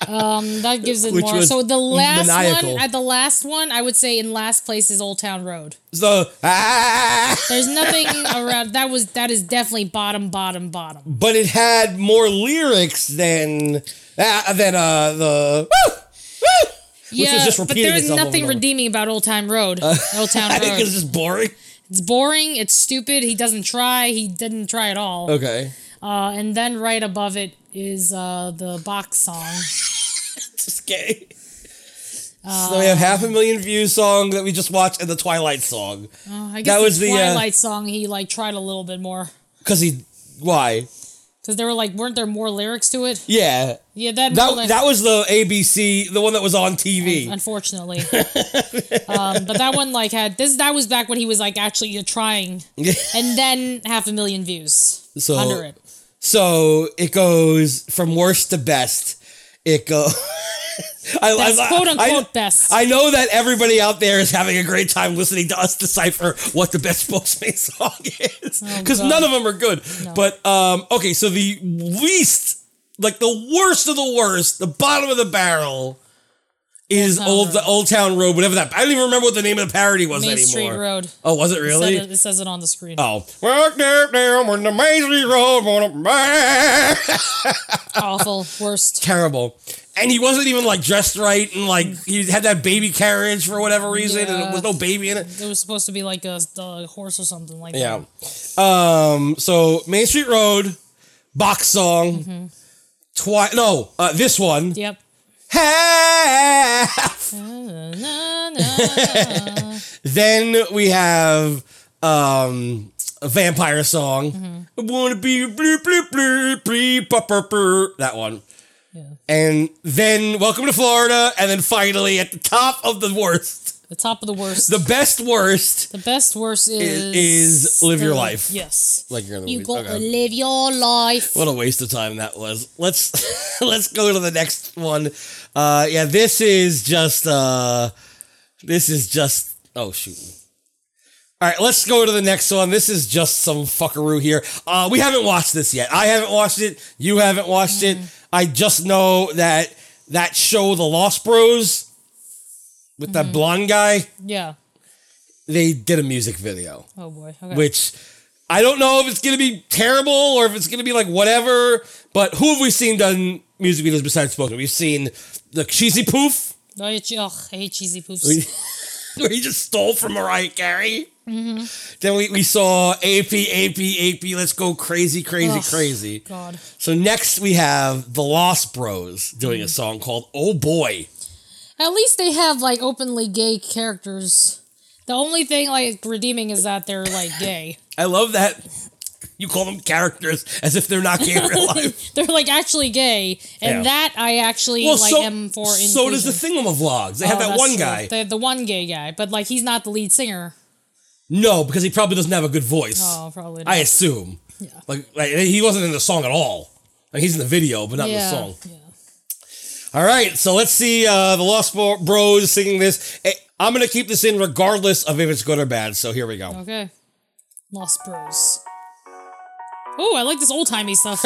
Speaker 4: Um, that gives it
Speaker 3: Which
Speaker 4: more.
Speaker 3: was
Speaker 4: So the last
Speaker 3: maniacal.
Speaker 4: one, at the last one, I would say in last place is Old Town Road.
Speaker 3: So ah,
Speaker 4: There's nothing around. That was that is definitely bottom, bottom, bottom.
Speaker 3: but it had more lyrics than uh, than uh the woo, woo, which was just
Speaker 4: but
Speaker 3: repeating
Speaker 4: there's
Speaker 3: itself over
Speaker 4: nothing
Speaker 3: and over. Uh,
Speaker 4: redeeming about Old Town Road. Old Town
Speaker 3: I
Speaker 4: Road.
Speaker 3: think it's just boring.
Speaker 4: It's boring. It's stupid. He doesn't try. He didn't try at all.
Speaker 3: Okay.
Speaker 4: Uh, and then right above it is uh, the box song.
Speaker 3: Just gay.
Speaker 4: Uh,
Speaker 3: so we have half a million views song that we just watched and the Twilight song
Speaker 4: Uh, I
Speaker 3: That
Speaker 4: guess
Speaker 3: was
Speaker 4: the
Speaker 3: the, uh,
Speaker 4: Twilight song. He like tried a little bit more
Speaker 3: because he why
Speaker 4: because there were like weren't there more lyrics to it?
Speaker 3: yeah
Speaker 4: Yeah, that
Speaker 3: that, that was the ABC the one that was on TV
Speaker 4: unfortunately. um, but that one like had this. That was back when he was like actually uh, trying, and then half a million views
Speaker 3: So-
Speaker 4: under it.
Speaker 3: So it goes from worst to best. It goes. I,
Speaker 4: That's quote unquote best.
Speaker 3: I know that everybody out there is having a great time listening to us decipher what the best spokesman song is because
Speaker 4: Oh, God.
Speaker 3: none of them are good. But um, okay, so the least, like the worst of the worst, the bottom of the barrel is old the Old Town Road, whatever that. I don't even remember what the name of the parody was
Speaker 4: Main
Speaker 3: anymore.
Speaker 4: Street Road.
Speaker 3: Oh, was it
Speaker 4: said
Speaker 3: really?
Speaker 4: It, it says it on the screen.
Speaker 3: Oh, Walk down, down when the Main Street Road wanna-
Speaker 4: Awful, worst.
Speaker 3: terrible. And he wasn't even like dressed right, and like he had that baby carriage for whatever reason, and there
Speaker 4: Yeah.
Speaker 3: was no baby in it.
Speaker 4: It was supposed to be like a, a horse or something like
Speaker 3: Yeah. Um. So Main Street Road, box
Speaker 4: that.
Speaker 3: song,
Speaker 4: Mhm.
Speaker 3: twi- No, uh, this one.
Speaker 4: Yep.
Speaker 3: Half. then we have um a vampire song. I wanna be blue blue blue blue bu- bu- bu- that one. And then welcome to Florida, and then finally at the top of the worst,
Speaker 4: The top of the worst.
Speaker 3: the best worst
Speaker 4: The best worst
Speaker 3: i-
Speaker 4: is
Speaker 3: is, live your
Speaker 4: the-
Speaker 3: life.
Speaker 4: Yes.
Speaker 3: Like you're in the
Speaker 4: You
Speaker 3: movies.
Speaker 4: got to
Speaker 3: Okay.
Speaker 4: live your life.
Speaker 3: What a waste of time that was. Let's let's go to the next one. Uh yeah, this is just uh this is just oh shoot. All right, let's go to the next one. This is just some fuckaroo here. Uh we haven't watched this yet. I haven't watched it. You haven't watched it. I just know that that show The Lost Bros with that blonde guy,
Speaker 4: Yeah.
Speaker 3: they did a music video
Speaker 4: Oh boy. Okay.
Speaker 3: which I don't know if it's gonna be terrible or if it's gonna be like whatever. But who have we seen done music videos besides spoken? We've seen the cheesy poof
Speaker 4: No, I, oh, I hate cheesy poofs.
Speaker 3: We- where he just stole from Mariah Carey.
Speaker 4: hmm
Speaker 3: Then we, we saw AP AP AP. Let's go crazy crazy
Speaker 4: Ugh,
Speaker 3: crazy.
Speaker 4: God.
Speaker 3: So next we have the Lost Bros doing
Speaker 4: Mm.
Speaker 3: a song called "Oh Boy."
Speaker 4: At least they have like openly gay characters. The only thing like redeeming is that they're like gay.
Speaker 3: I love that you call them characters as if they're not gay in real life.
Speaker 4: they're like actually gay, and
Speaker 3: Yeah.
Speaker 4: that I actually
Speaker 3: Well,
Speaker 4: like
Speaker 3: so,
Speaker 4: am for. Inclusion.
Speaker 3: so does the Thingamabogs. They have
Speaker 4: Oh,
Speaker 3: that
Speaker 4: that's
Speaker 3: one
Speaker 4: true.
Speaker 3: guy.
Speaker 4: They have the one gay guy, but like he's not the lead singer.
Speaker 3: No, because he probably doesn't have a good voice.
Speaker 4: Oh, probably
Speaker 3: I
Speaker 4: not.
Speaker 3: assume.
Speaker 4: Yeah.
Speaker 3: Like, like he wasn't in the song at all. Like he's in the video, but not
Speaker 4: Yeah,
Speaker 3: in the song. All right, so let's see uh, the Lost Bro- Bros singing this. Eh, I'm gonna keep this in regardless of if it's good or bad. So here we go.
Speaker 4: Okay. Lost Bros. Oh, I like this old timey stuff.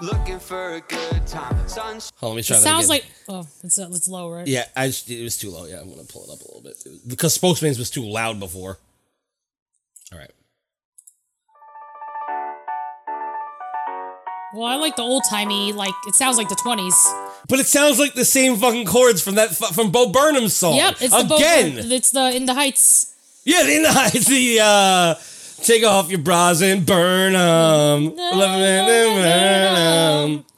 Speaker 5: Looking for a good time. Sunshine.
Speaker 3: Hold on, let me
Speaker 4: it
Speaker 3: try that.
Speaker 4: sounds
Speaker 3: again.
Speaker 4: like oh, it's uh, it's low, right?
Speaker 3: Yeah, I just, it was too low. Yeah, I'm gonna pull it up a little bit because Spokesman's was too loud before. All right.
Speaker 4: Well, I like the old timey. Like it sounds like the twenties.
Speaker 3: But it sounds like the same fucking chords from that fu- from Bo Burnham's song.
Speaker 4: Yep, it's the boat-
Speaker 3: again.
Speaker 4: It's the in the heights.
Speaker 3: yeah, in the it's the uh, take off your bras and burn 'em.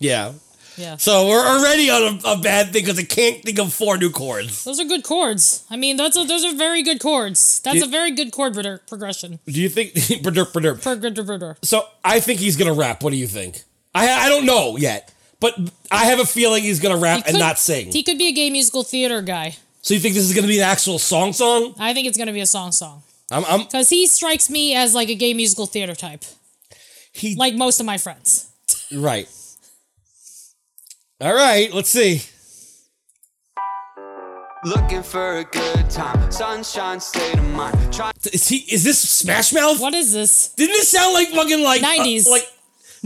Speaker 3: Yeah.
Speaker 4: Yeah.
Speaker 3: So we're already on a, a bad thing because I can't think of four new chords.
Speaker 4: Those are good chords. I mean, that's a, those are very good chords. That's
Speaker 3: Yeah.
Speaker 4: a very good chord pro- progression.
Speaker 3: Do you think? Perderp, perderp.
Speaker 4: Per- per- per- per-
Speaker 3: So I think he's gonna rap. What do you think? I I don't know yet, but I have a feeling he's gonna rap and
Speaker 4: Could-
Speaker 3: not sing.
Speaker 4: He could be a gay musical theater guy.
Speaker 3: so you think this is gonna be an actual song song?
Speaker 4: I think it's gonna be a song song
Speaker 3: I'm, I'm
Speaker 4: because he strikes me as like a gay musical theater type.
Speaker 3: He
Speaker 4: like most of my friends.
Speaker 3: right. All right, let's see.
Speaker 5: Looking for a good time. Sunshine state of mind. Try-
Speaker 3: Is he? Is this Smash Mouth?
Speaker 4: What is this?
Speaker 3: Didn't this sound like fucking like uh,
Speaker 4: 90s.
Speaker 3: like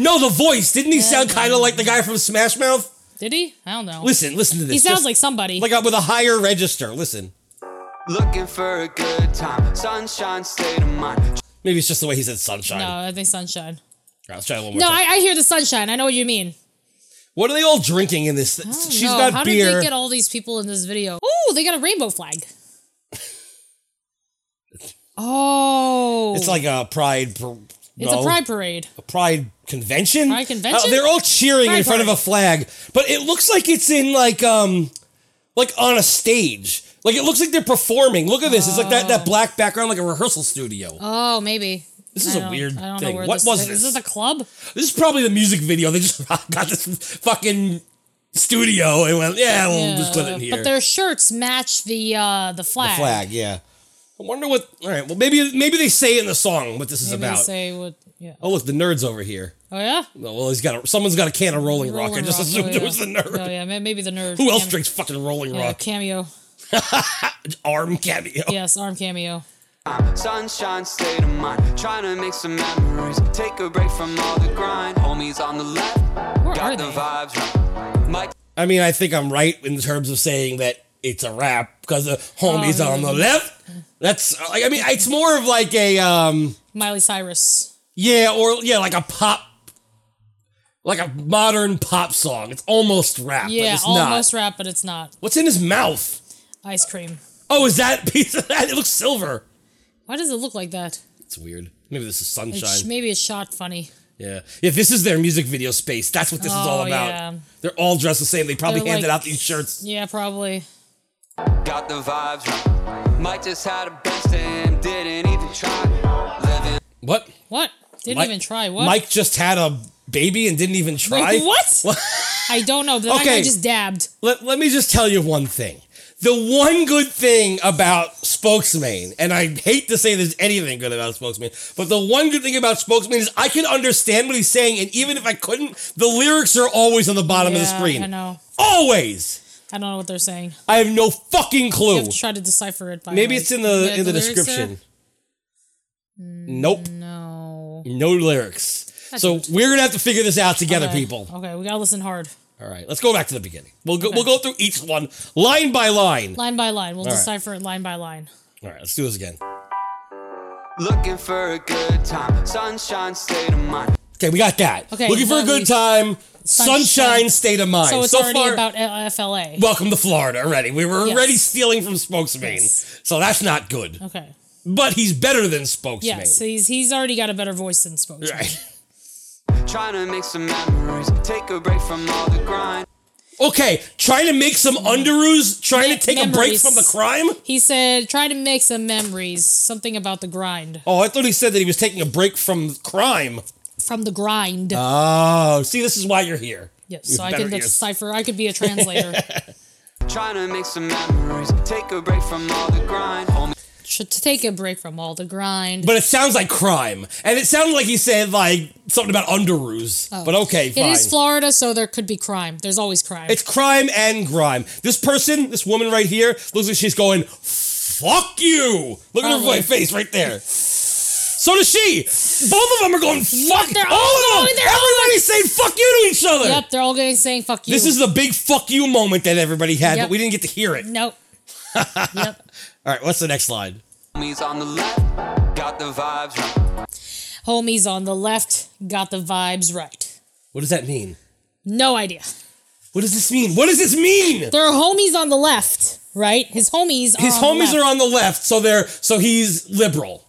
Speaker 3: no, the voice. Didn't he sound kind of like the guy from Smash Mouth?
Speaker 4: Did he? I don't know.
Speaker 3: Listen, listen to this.
Speaker 4: He sounds
Speaker 3: Just-
Speaker 4: like somebody.
Speaker 3: like uh, with a higher register. Listen,
Speaker 5: Looking for a good time. Sunshine state of mind.
Speaker 3: maybe it's just the way he said sunshine.
Speaker 4: no, I think sunshine.
Speaker 3: All right, let's try it one more
Speaker 4: No,
Speaker 3: time.
Speaker 4: I, I hear the sunshine. I know what you mean.
Speaker 3: what are they all drinking in this? She's
Speaker 4: no,
Speaker 3: got
Speaker 4: how
Speaker 3: beer.
Speaker 4: did they get all these people in this video? Oh, they got a rainbow flag. oh,
Speaker 3: It's like a pride. par-
Speaker 4: it's
Speaker 3: no,
Speaker 4: a pride parade.
Speaker 3: a pride convention.
Speaker 4: Pride convention?
Speaker 3: Uh, they're all cheering
Speaker 4: Pride
Speaker 3: in front of a
Speaker 4: party.
Speaker 3: flag, but it looks like it's in like um, like on a stage. Like it looks like they're performing. Look at this. It's like that that black background, like a rehearsal studio.
Speaker 4: Oh, maybe.
Speaker 3: This is
Speaker 4: I
Speaker 3: a
Speaker 4: don't-
Speaker 3: weird
Speaker 4: I don't
Speaker 3: thing.
Speaker 4: Know where
Speaker 3: What
Speaker 4: this
Speaker 3: was
Speaker 4: Is
Speaker 3: this?
Speaker 4: this a club?
Speaker 3: This is probably the music video. They just got this fucking studio and went, yeah, we'll just put it in here.
Speaker 4: But their shirts match the uh, the
Speaker 3: the
Speaker 4: flag.
Speaker 3: flag, yeah. I wonder what. All right, well maybe maybe they say in the song what this is
Speaker 4: Maybe
Speaker 3: about.
Speaker 4: they say what? Yeah.
Speaker 3: oh look, the nerds over here.
Speaker 4: Oh yeah.
Speaker 3: No, well, he's got a, someone's got a can of Rolling, Rock. I
Speaker 4: Rolling
Speaker 3: just
Speaker 4: Rock, oh,
Speaker 3: assumed
Speaker 4: yeah.
Speaker 3: it was the nerd.
Speaker 4: Oh yeah, may- maybe the nerd.
Speaker 3: Who else
Speaker 4: Cam-
Speaker 3: drinks fucking Rolling
Speaker 4: yeah,
Speaker 3: Rock?
Speaker 4: Cameo.
Speaker 3: Arm cameo.
Speaker 4: Yes, arm cameo.
Speaker 5: Sunshine state of mind. Trying to make some memories. Take a break from all the grind. Homies on the left. got the vibes right. Mike.
Speaker 3: I mean, I think I'm right in terms of saying that it's a rap because the homies
Speaker 4: Oh,
Speaker 3: on the
Speaker 4: yeah.
Speaker 3: left. That's like I mean, it's more of like a um
Speaker 4: Miley Cyrus.
Speaker 3: yeah or yeah like a pop. Like a modern pop song. It's almost rap, but
Speaker 4: Yeah,
Speaker 3: it's
Speaker 4: almost
Speaker 3: not.
Speaker 4: rap, but it's not
Speaker 3: What's in his mouth?
Speaker 4: ice cream.
Speaker 3: Oh, is that a piece of that? It looks silver.
Speaker 4: Why does it look like that?
Speaker 3: It's weird. Maybe this is
Speaker 4: It's,
Speaker 3: sunshine.
Speaker 4: maybe it's shot funny.
Speaker 3: yeah. Yeah, this is their music video space. That's what this is all
Speaker 4: Oh,
Speaker 3: about.
Speaker 4: yeah.
Speaker 3: They're all dressed the same. They probably
Speaker 4: They're
Speaker 3: handed
Speaker 4: like-
Speaker 3: out these shirts.
Speaker 4: Yeah, probably.
Speaker 5: Got the vibes right. Mike just had a best and didn't even try. Living.
Speaker 3: What?
Speaker 4: What? Didn't
Speaker 3: Mike-
Speaker 4: even try. What?
Speaker 3: Mike just had a baby and didn't even try.
Speaker 4: what? I don't know. But okay.
Speaker 3: Okay.
Speaker 4: I just dabbed.
Speaker 3: Let, let me just tell you one thing. The one good thing about Spokesman, and I hate to say there's anything good about Spokesman, but the one good thing about Spokesman is I can understand what he's saying, and even if I couldn't, the lyrics are always on the bottom of the
Speaker 4: Yeah,
Speaker 3: screen.
Speaker 4: I know.
Speaker 3: Always.
Speaker 4: I don't know what they're saying.
Speaker 3: I have no fucking
Speaker 4: You
Speaker 3: clue.
Speaker 4: have to try to decipher it. By
Speaker 3: Oh. Maybe
Speaker 4: like-
Speaker 3: it's in the
Speaker 4: Yeah,
Speaker 3: in the,
Speaker 4: lyrics
Speaker 3: description. Mm.
Speaker 4: there?
Speaker 3: Nope.
Speaker 4: No.
Speaker 3: No lyrics.
Speaker 4: That's
Speaker 3: so
Speaker 4: good.
Speaker 3: we're gonna have to figure this out together,
Speaker 4: Okay.
Speaker 3: people.
Speaker 4: Okay, we gotta listen hard,
Speaker 3: All right, let's go back to the beginning. We'll go. We'll go through each one line by line.
Speaker 4: line by line. We'll
Speaker 3: All right.
Speaker 4: decipher it line by line.
Speaker 3: All right, let's do this again.
Speaker 5: Looking for a good time. Sunshine state of mind.
Speaker 3: Okay, we got that.
Speaker 4: Okay,
Speaker 3: looking for a
Speaker 4: now
Speaker 3: good
Speaker 4: we-
Speaker 3: time. Sunshine, state of mind.
Speaker 4: So
Speaker 3: So,
Speaker 4: it's already
Speaker 3: far,
Speaker 4: about L- FLA.
Speaker 3: welcome to Florida already. We were already
Speaker 4: Yes.
Speaker 3: stealing from Spokesman, so that's not good.
Speaker 4: Okay.
Speaker 3: But he's better than Spokesman.
Speaker 4: Yes, he's he's already got a better voice than Spokesman.
Speaker 3: Right.
Speaker 5: Trying to make some memories. Take a break from all the grind.
Speaker 3: Okay, trying to make some underoos, trying to take a break
Speaker 4: Mm-hmm. memories.
Speaker 3: from the crime.
Speaker 4: He said, "Try to make some memories. Something about the grind.
Speaker 3: Oh, I thought he said that he was taking a break from crime.
Speaker 4: From the grind."
Speaker 3: Oh, see, this is why you're here.
Speaker 4: yes.
Speaker 3: You
Speaker 4: So I
Speaker 3: better
Speaker 4: can
Speaker 3: ears.
Speaker 4: decipher. I could be a translator.
Speaker 5: Trying to make some memories. Take a break from all the grind. Homie.
Speaker 4: should take a break from all the grind.
Speaker 3: But it sounds like crime. And it sounded like he said like something about underoos.
Speaker 4: Oh.
Speaker 3: But okay, fine.
Speaker 4: It is Florida, so there could be crime. There's always crime.
Speaker 3: It's crime and grime. This person, this woman right here, looks like she's going, fuck you. Look at her
Speaker 4: Probably.
Speaker 3: fa- face right there. So does she. Both of them are going, fuck
Speaker 4: they're
Speaker 3: all,
Speaker 4: all
Speaker 3: of
Speaker 4: going-
Speaker 3: them.
Speaker 4: they're all
Speaker 3: Everybody's saying fuck you to each other.
Speaker 4: Yep, they're all going to saying fuck you.
Speaker 3: This is the big fuck you moment that everybody had,
Speaker 4: Yep.
Speaker 3: but we didn't get to hear it.
Speaker 4: Nope.
Speaker 3: All right, what's the next line?
Speaker 5: Homies on the left, got the vibes right.
Speaker 4: Homies on the left got the vibes right.
Speaker 3: What does that mean?
Speaker 4: No idea.
Speaker 3: What does this mean? What does this mean?
Speaker 4: There are homies on the left, right? His homies are
Speaker 3: His
Speaker 4: on
Speaker 3: homies
Speaker 4: the
Speaker 3: are
Speaker 4: left.
Speaker 3: on the left, so they're so he's liberal.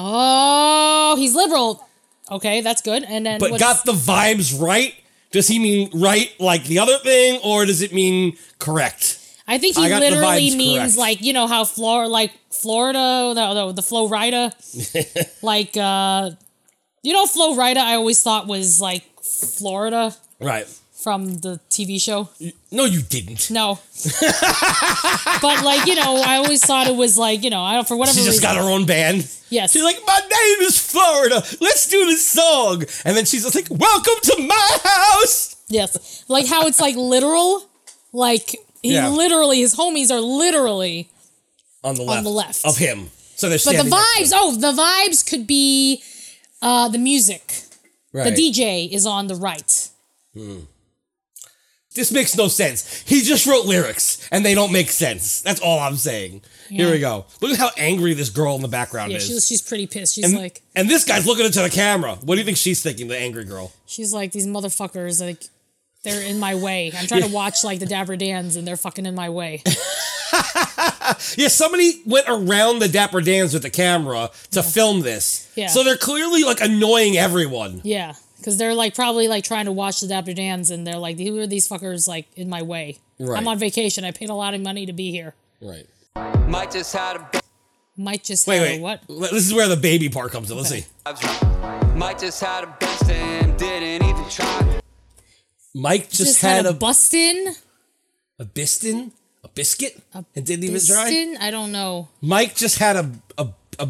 Speaker 4: Oh, he's liberal. Okay, that's good. And then
Speaker 3: but
Speaker 4: what's-
Speaker 3: got the vibes right? Does he mean right like the other thing, or does it mean correct?
Speaker 4: I think he
Speaker 3: I got the
Speaker 4: literally
Speaker 3: vibes
Speaker 4: means
Speaker 3: correct.
Speaker 4: like you know how Flor like Florida no, no, the Florida like uh you know Florida I always thought was like Florida
Speaker 3: Right.
Speaker 4: from the TV show.
Speaker 3: No, you didn't.
Speaker 4: No. but like, you know, I always thought it was like, you know, I don't for whatever
Speaker 3: She just
Speaker 4: reason.
Speaker 3: got her own band.
Speaker 4: Yes.
Speaker 3: She's like, my name is Florida. Let's do this song. And then she's just like, welcome to my house.
Speaker 4: Yes. Like how it's like literal. Like he
Speaker 3: Yeah.
Speaker 4: literally his homies are literally
Speaker 3: On the
Speaker 4: On
Speaker 3: left.
Speaker 4: the left.
Speaker 3: Of him. So they're
Speaker 4: but the
Speaker 3: standing next to him.
Speaker 4: vibes, oh, the vibes could be uh the music.
Speaker 3: Right.
Speaker 4: The DJ is on the right.
Speaker 3: Hmm. This makes no sense. He just wrote lyrics and they don't make sense. That's all I'm saying. Here
Speaker 4: Yeah.
Speaker 3: we go. Look at how angry this girl in the background
Speaker 4: Yeah,
Speaker 3: is.
Speaker 4: she's she's pretty pissed. She's
Speaker 3: and,
Speaker 4: like
Speaker 3: and this guy's looking into the camera. What do you think she's thinking, the angry girl?
Speaker 4: she's like these motherfuckers like they're in my way. I'm trying to watch like the Dapper Dans and they're fucking in my way.
Speaker 3: Yeah, somebody went around the Dapper Dans with the camera to film this.
Speaker 4: Yeah.
Speaker 3: So they're clearly like annoying everyone.
Speaker 4: Yeah, because they're like probably like trying to watch the Dapper Dans, and they're like, "Who are these fuckers like in my way?
Speaker 5: Right.
Speaker 4: I'm on vacation. I paid a lot of money to be here.
Speaker 3: Right.
Speaker 5: Might just had a
Speaker 4: Might just
Speaker 3: Wait,
Speaker 4: have a
Speaker 3: wait.
Speaker 4: what?
Speaker 3: L- This is where the baby part comes in. Let's see.
Speaker 5: vibes right. Might just had a best and didn't even try.
Speaker 3: Mike just,
Speaker 4: Just
Speaker 3: had,
Speaker 4: had a
Speaker 3: a,
Speaker 4: bustin,
Speaker 3: a bistin, a biscuit, and didn't even try.
Speaker 4: bustin. I don't know.
Speaker 3: Mike just had a a a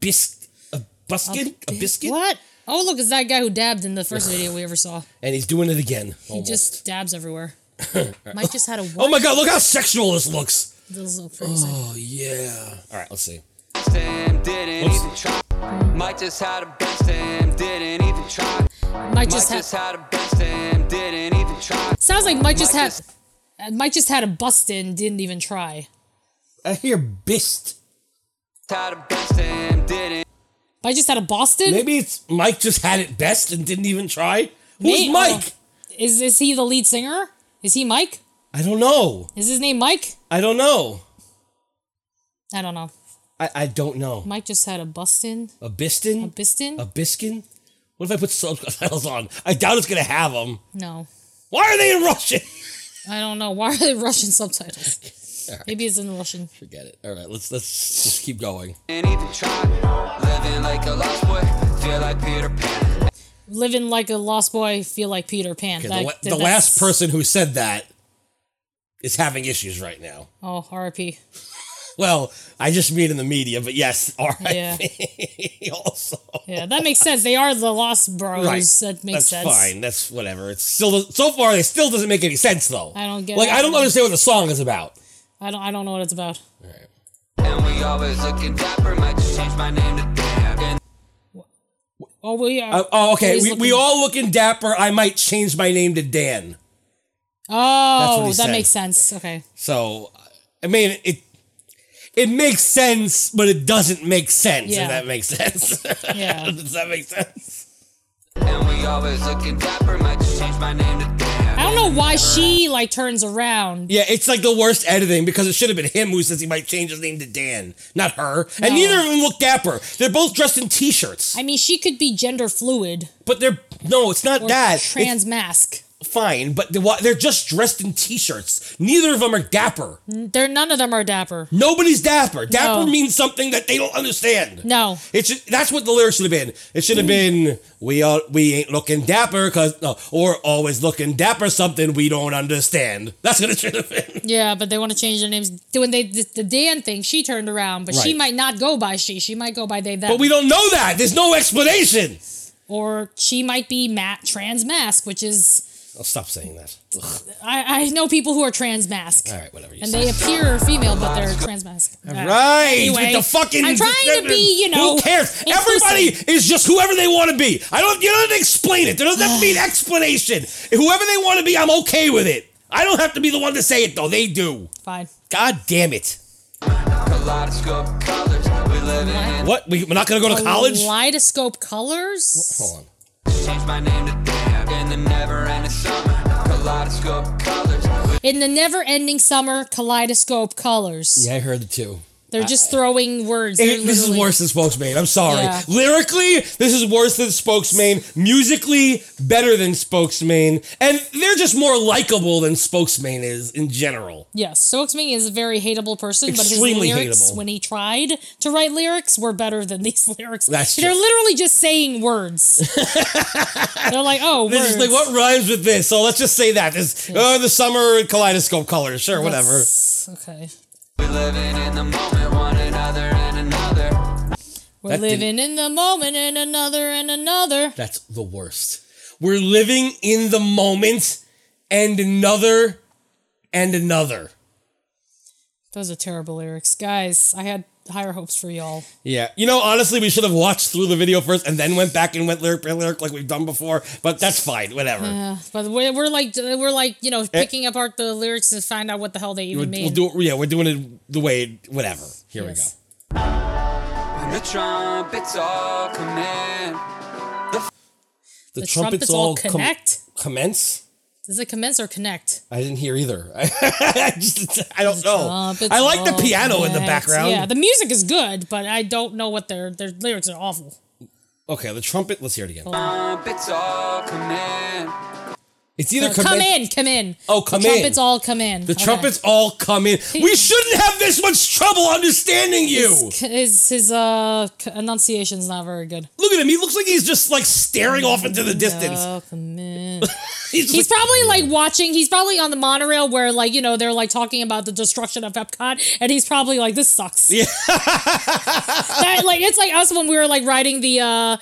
Speaker 3: bis a buskin a, biscuit,
Speaker 4: What? Oh, look, it's that guy who dabbed in the first video we ever saw.
Speaker 3: and he's doing it again.
Speaker 4: He just dabs everywhere.
Speaker 3: Alright.
Speaker 4: Mike just had a. What?
Speaker 3: Oh my god! Look how sexual this looks.
Speaker 4: Those look pretty sick.
Speaker 3: Oh yeah. All right, let's see.
Speaker 5: Best and didn't even try. Might just had a best and didn't even try.
Speaker 4: Might just had-
Speaker 5: had a best and didn't even try.
Speaker 4: Sounds like Mike just had. uh, Mike just had a bustin. Didn't even try.
Speaker 3: I hear bist.
Speaker 5: Had a best and didn't.
Speaker 4: Mike just had a Boston.
Speaker 3: Maybe it's Mike just had it best and didn't even try. Who's
Speaker 4: May-
Speaker 3: Mike?
Speaker 4: oh. is is he the lead singer? Is he Mike?
Speaker 3: I don't know.
Speaker 4: Is his name Mike?
Speaker 3: I don't know.
Speaker 4: I don't know.
Speaker 3: I, I don't know.
Speaker 4: Mike just had a bustin,
Speaker 3: A bistin?
Speaker 4: a bistin.
Speaker 3: A biskin? What if I put subtitles on? I doubt it's gonna have them.
Speaker 4: no,
Speaker 3: Why are they in Russian?
Speaker 4: I don't know. Why are they Russian subtitles?
Speaker 3: All right.
Speaker 4: Maybe it's in Russian.
Speaker 3: Forget it. All right, let's let's just keep going.
Speaker 5: Didn't even try. Living like a lost boy. Feel like Peter Pan.
Speaker 4: Living like a lost boy, feel like Peter Pan.
Speaker 3: Okay,
Speaker 4: That-
Speaker 3: the, la-
Speaker 4: that-
Speaker 3: the last
Speaker 4: that's-
Speaker 3: person who said that is having issues right now.
Speaker 4: Oh, R.I.P.
Speaker 3: Well, I just mean in the media, but yes, all right.
Speaker 4: Yeah.
Speaker 3: also,
Speaker 4: Yeah, that makes sense. They are the Lost Bros. That
Speaker 3: That's
Speaker 4: makes sense.
Speaker 3: fine. That's whatever. It's still so far. It still doesn't make any sense though.
Speaker 4: I don't get
Speaker 3: like
Speaker 4: it.
Speaker 3: I don't understand what the song is about.
Speaker 4: I don't. I don't know what it's about.
Speaker 5: And we always looking dapper. Might just change my name to Dan. And
Speaker 4: Oh, we are.
Speaker 3: Uh, oh, okay.
Speaker 4: he's
Speaker 3: We, we
Speaker 4: looking-
Speaker 3: all looking dapper. I might change my name to Dan.
Speaker 4: Oh,
Speaker 3: he
Speaker 4: that
Speaker 3: said.
Speaker 4: makes sense. Okay.
Speaker 3: So, I mean, it it makes sense, but it doesn't make sense.
Speaker 5: Yeah.
Speaker 3: If that makes sense.
Speaker 5: Yeah.
Speaker 3: Does that make sense?
Speaker 5: And we always looking dapper. Might just change my name to Dan.
Speaker 4: I don't know why she like turns around.
Speaker 3: Yeah, it's like the worst editing because it should have been him who says he might change his name to Dan, not her. And
Speaker 4: No.
Speaker 3: neither of them look dapper. They're both dressed in t-shirts,
Speaker 4: I mean, she could be gender fluid
Speaker 3: but they're no, it's not
Speaker 4: or
Speaker 3: that. It's-
Speaker 4: trans mask.
Speaker 3: fine, but they, wa- they're just dressed in t-shirts. Neither of them are dapper.
Speaker 4: They're none of them are dapper.
Speaker 3: Nobody's dapper. Dapper means something that they don't understand.
Speaker 4: No.
Speaker 3: It should, that's what the lyrics should have been. It should have been we all we ain't looking dapper cause no, or always looking dapper something we don't understand. That's what it should have been.
Speaker 4: Yeah, but they want to change their names. When they the, the Dan thing, she turned around, but she
Speaker 3: Right.
Speaker 4: might not go by she. She might go by they. Them.
Speaker 3: But we don't know that. There's no explanation.
Speaker 4: Or she might be mat trans mask, which is
Speaker 3: I'll stop saying that. Ugh.
Speaker 4: I, I know people who are trans mask.
Speaker 3: All right, whatever. You
Speaker 4: and
Speaker 3: say.
Speaker 4: they appear female, but they're trans mask.
Speaker 3: All right, with the fucking.
Speaker 4: I'm trying to be, you know.
Speaker 3: Who cares? Everybody is just whoever they want to be. I don't. You don't have to explain it. There doesn't have to be an explanation. Whoever they want to be, I'm okay with it. I don't have to be the one to say it though. They do.
Speaker 4: Fine.
Speaker 3: God damn it.
Speaker 5: Kaleidoscope colors, we live in.
Speaker 3: What? We, we're not gonna go to college?
Speaker 4: Kaleidoscope colors.
Speaker 3: Hold on.
Speaker 5: Change my name to Dan in the never ending summer. Kaleidoscope colors,
Speaker 4: In the never-ending summer, kaleidoscope colors.
Speaker 3: Yeah, I heard it too.
Speaker 4: They're just throwing words. They're
Speaker 3: It- this is
Speaker 4: literally-
Speaker 3: worse than Spokesman. I'm sorry.
Speaker 4: Yeah.
Speaker 3: Lyrically, this is worse than Spokesman. Musically, better than Spokesman. And they're just more likable than Spokesman is in general.
Speaker 4: Yes, Stokesming is a very hateable person, but his
Speaker 3: Extremely
Speaker 4: lyrics,
Speaker 3: hateable.
Speaker 4: when he tried to write lyrics, were better than these lyrics.
Speaker 3: That's
Speaker 4: They're
Speaker 3: true.
Speaker 4: literally just saying words. They're like, oh,
Speaker 3: They're
Speaker 4: words.
Speaker 3: just like, what rhymes with this? So let's just say that. This, uh, the summer kaleidoscope colors. Sure, whatever.
Speaker 4: That's- Okay.
Speaker 5: we living in the moment, one another and another.
Speaker 4: We're
Speaker 3: That
Speaker 4: living in the moment and another and another.
Speaker 3: That's the worst. We're living in the moment and another and another.
Speaker 4: Those are terrible lyrics. Guys, I had higher hopes for y'all.
Speaker 3: Yeah. You know, honestly, we should have watched through the video first and then went back and went lyric by lyric like we've done before, but that's fine. Whatever.
Speaker 4: Yeah, but we're, we're like we're like you know picking apart the lyrics to find out what the hell they
Speaker 3: We'll,
Speaker 4: even
Speaker 3: Eh. we'll
Speaker 4: mean.
Speaker 3: do it. Yeah, we're doing it the way, whatever. Here
Speaker 4: Yes.
Speaker 5: When the trumpets all come in.
Speaker 3: we go.
Speaker 4: The trumpets all
Speaker 3: com-
Speaker 4: connect?
Speaker 3: commence?
Speaker 4: Does it commence or connect?
Speaker 3: I didn't hear either. I, just, I don't know.
Speaker 4: Trumpets
Speaker 3: I like the
Speaker 4: all
Speaker 3: piano in the
Speaker 4: connect.
Speaker 3: background.
Speaker 4: Yeah, the music is good, but I don't know what their their lyrics are awful.
Speaker 3: okay, the trumpet. Let's hear it again.
Speaker 5: Trumpets all come in.
Speaker 3: It's either
Speaker 4: Uh,
Speaker 3: commen-
Speaker 4: come in, come in.
Speaker 3: Oh, come
Speaker 4: the
Speaker 3: in.
Speaker 4: Trumpets all come in.
Speaker 3: The
Speaker 4: Okay.
Speaker 3: trumpets all come in. We shouldn't have this much trouble understanding you.
Speaker 4: His, his, his uh c- enunciation's not very good.
Speaker 3: Look at him. He looks like he's just like staring off into the distance.
Speaker 4: Oh, come in.
Speaker 3: He's,
Speaker 4: He's
Speaker 3: like,
Speaker 4: probably like watching. He's probably on the monorail where, like, you know, they're like talking about the destruction of Epcot, and he's probably like, "This sucks." Yeah. that, like it's like us when we were like riding the uh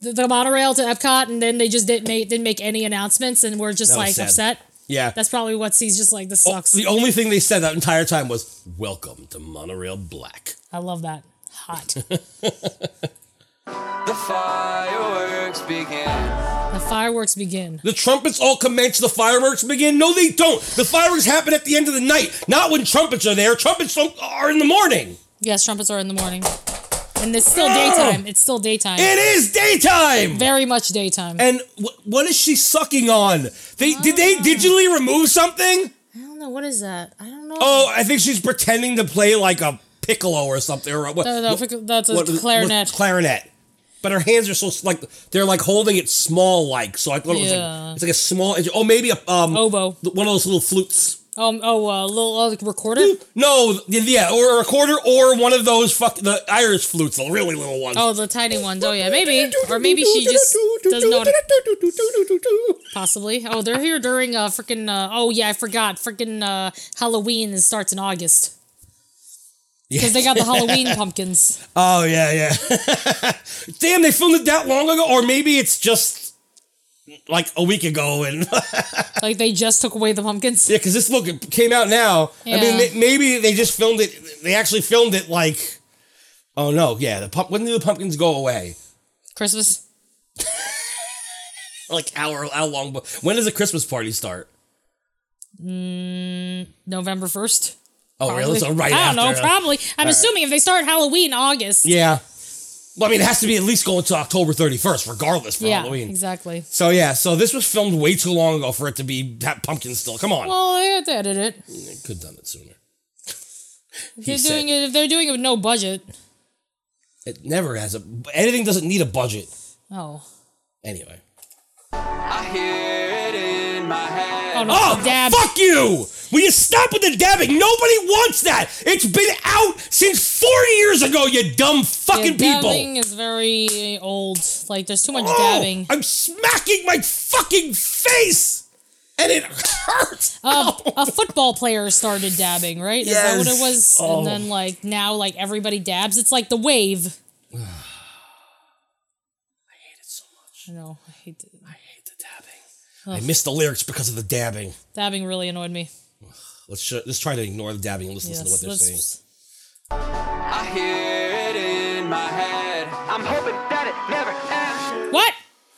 Speaker 4: the, the monorail to Epcot, and then they just didn't make didn't make any announcements, and we're just
Speaker 3: That was
Speaker 4: like
Speaker 3: sad.
Speaker 4: upset.
Speaker 3: yeah.
Speaker 4: That's probably what he's just like. This sucks.
Speaker 3: Oh, The only thing they said that entire time was "Welcome to Monorail Black."
Speaker 4: I love that. Hot.
Speaker 5: The fireworks begin.
Speaker 4: the fireworks begin.
Speaker 3: The trumpets all commence. The fireworks begin. No, they don't. The fireworks happen at the end of the night, not when trumpets are there. Trumpets don't, are in the morning.
Speaker 4: Yes, trumpets are in the morning, and it's still daytime. It's still daytime.
Speaker 3: It is daytime.
Speaker 4: very much daytime.
Speaker 3: And wh- what is she sucking on? They did
Speaker 4: Ah.
Speaker 3: they digitally remove something?
Speaker 4: I don't know what is that. I don't know.
Speaker 3: Oh, I think she's pretending to play like a piccolo or something. Or what?
Speaker 4: No, no,
Speaker 3: what-
Speaker 4: pic- that's a
Speaker 3: what- what-
Speaker 4: clarinet.
Speaker 3: clarinet. But her hands are so s- like they're like holding it small, like so. I thought it was
Speaker 4: Yeah.
Speaker 3: like it's like a small. Oh, maybe a um
Speaker 4: Oboe.
Speaker 3: one of those little flutes.
Speaker 4: Um, oh, uh, little uh, like recorder.
Speaker 3: No, yeah, or a recorder, or one of those fuck the Irish flutes, the really little ones.
Speaker 4: Oh, the tiny ones. Oh, yeah, maybe, or maybe she just doesn't know. How to... Possibly. Oh, they're here during uh freaking. Uh, oh yeah, I forgot. Freaking uh, Halloween is- starts in August because they got the Halloween pumpkins.
Speaker 3: Oh yeah, yeah. Damn, they filmed it that long ago, or maybe it's just like a week ago, and yeah,
Speaker 4: Like they just took away the pumpkins.
Speaker 3: because this look it came out now. I mean,
Speaker 4: Yeah.
Speaker 3: ma- maybe they just filmed it. They actually filmed it like, oh no, yeah. The pump. When do the pumpkins go away?
Speaker 4: Christmas.
Speaker 3: Like how how long? be- When does the Christmas party start?
Speaker 4: Mm, November first.
Speaker 3: Oh, really? So right
Speaker 4: I don't know.
Speaker 3: after, huh?
Speaker 4: Probably. I'm
Speaker 3: All right.
Speaker 4: assuming if they start Halloween August.
Speaker 3: Yeah. Well, I mean, it has to be at least going to October 31st, regardless for
Speaker 4: yeah.
Speaker 3: Halloween.
Speaker 4: Exactly.
Speaker 3: So yeah, so this was filmed way too long ago for it to be that pumpkin still. Come on,
Speaker 4: Well, they had to edit it.
Speaker 3: They could have done it sooner.
Speaker 4: If they're
Speaker 3: He said-
Speaker 4: doing it. If they're doing it with no budget.
Speaker 3: It never has a editing doesn't need a budget
Speaker 4: Oh.
Speaker 3: anyway.
Speaker 5: I hear it in my head.
Speaker 4: Oh, no,
Speaker 3: Oh, fuck you! Will you stop with the dabbing? Nobody wants that. It's been out since 40 years ago, you dumb fucking
Speaker 4: yeah,
Speaker 3: people.
Speaker 4: Dabbing is very old. Like there's too much
Speaker 3: Oh,
Speaker 4: dabbing.
Speaker 3: I'm smacking my fucking face, and it hurts.
Speaker 4: Uh, a football player started dabbing, right? Is that what
Speaker 3: Yes.
Speaker 4: it was?
Speaker 3: Oh.
Speaker 4: And then like now, like everybody dabs. It's like the wave. I hate it so much. I know. I hate it. I hate the
Speaker 3: I
Speaker 4: dabbing.
Speaker 3: missed the lyrics because of the dabbing.
Speaker 4: dabbing really annoyed me.
Speaker 3: Let's sh- let's try to ignore the dabbing and let's listen to
Speaker 4: Yes,
Speaker 3: what they're
Speaker 4: let's-
Speaker 3: saying.
Speaker 5: I hear it in my head. I'm hoping that it never ends.
Speaker 4: What?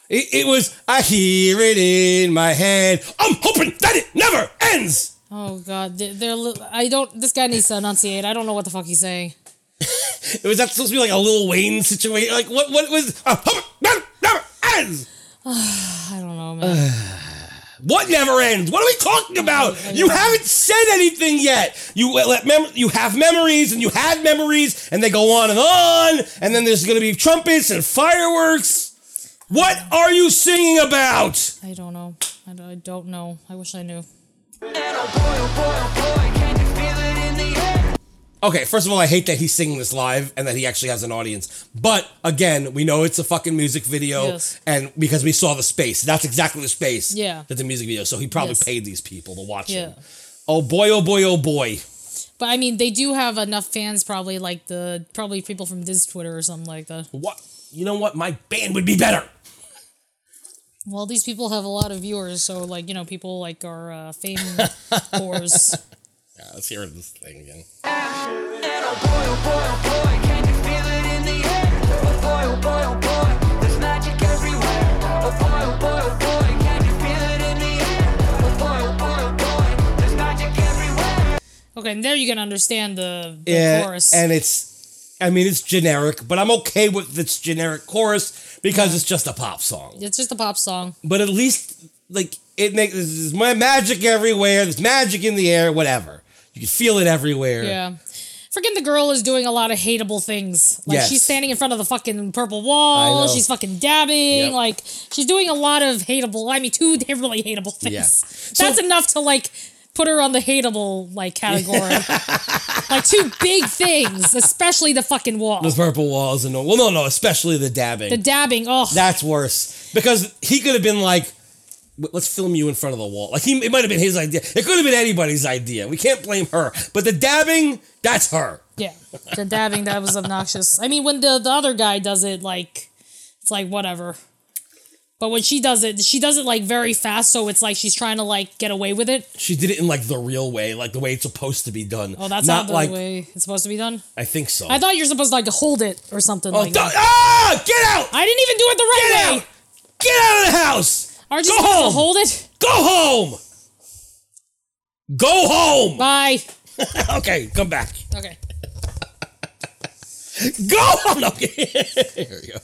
Speaker 3: It, it was I hear it in my head. I'm hoping that it never ends.
Speaker 4: Oh god, they're, they're li- I don't. This guy needs to enunciate. I don't know what the fuck he's saying.
Speaker 3: It was that supposed to be like a Lil Wayne situation? Like what? What was? I'm hoping that it never ends.
Speaker 4: I don't know, man.
Speaker 3: What never ends? What are we talking about? You haven't said anything yet. You uh, let mem- you have memories and you had memories and they go on and on and then there's going to be trumpets and fireworks. What are you singing about?
Speaker 4: I don't know. I don't, I don't know. I wish I knew.
Speaker 3: Okay, first of all, I hate that he's singing this live and that he actually has an audience. But again, we know it's a fucking music video,
Speaker 4: Yes.
Speaker 3: and because we saw the space, that's exactly the space.
Speaker 4: Yeah.
Speaker 3: That the music video. So he probably
Speaker 4: Yes.
Speaker 3: paid these people to watch
Speaker 4: Yeah.
Speaker 3: it. Oh boy! Oh boy! Oh boy!
Speaker 4: But I mean, they do have enough fans, probably like the probably people from Diz Twitter or something like that.
Speaker 3: What? You know what? My band would be better.
Speaker 4: Well, these people have a lot of viewers, so like you know, people like are uh, fame whores.
Speaker 3: Yeah, let's hear this thing again.
Speaker 4: Okay, and there you can understand the, the
Speaker 3: yeah,
Speaker 4: chorus.
Speaker 3: and it's, I mean, it's generic, but I'm okay with this generic chorus because it's just a pop song.
Speaker 4: it's just a pop song.
Speaker 3: but at least like it makes there's ma- magic everywhere. There's magic in the air, whatever. You can feel it everywhere.
Speaker 4: Yeah. Freaking the girl is doing a lot of hateable things. Like
Speaker 3: Yes.
Speaker 4: she's standing in front of the fucking purple
Speaker 3: I
Speaker 4: wall.
Speaker 3: know.
Speaker 4: She's fucking dabbing.
Speaker 3: Yep.
Speaker 4: Like she's doing a lot of hateable. I mean, two really hateable things.
Speaker 3: Yeah.
Speaker 4: That's enough to like put her on the hateable like category. like two big things, especially the fucking wall,
Speaker 3: Those purple walls and all- well, no, no, especially the dabbing.
Speaker 4: the dabbing. Oh,
Speaker 3: That's worse because he could have been like, "W- "Let's film you in front of the wall." Like he, it might have been his idea. It could have been anybody's idea. We can't blame her. But the dabbing, that's her.
Speaker 4: Yeah, the dabbing that was obnoxious. I mean, when the the other guy does it, like it's like whatever. But when she does it, she does it like very fast, so it's like she's trying to like get away with it.
Speaker 3: She did it in like the real way, like the way it's supposed to be done.
Speaker 4: Oh, that's
Speaker 3: not
Speaker 4: not the
Speaker 3: like
Speaker 4: way it's supposed to be done.
Speaker 3: I think so.
Speaker 4: I thought you're supposed to like hold it or something.
Speaker 3: Oh,
Speaker 4: like
Speaker 3: don't-
Speaker 4: that.
Speaker 3: ah! Get out!
Speaker 4: I didn't even do it the right
Speaker 3: Get
Speaker 4: way.
Speaker 3: out! Get out of the house!
Speaker 4: Are you
Speaker 3: Go
Speaker 4: supposed to
Speaker 3: home!
Speaker 4: hold it?
Speaker 3: Go home. Go home.
Speaker 4: Bye.
Speaker 3: okay, come back.
Speaker 4: Okay.
Speaker 3: Go home. Okay. Here we go.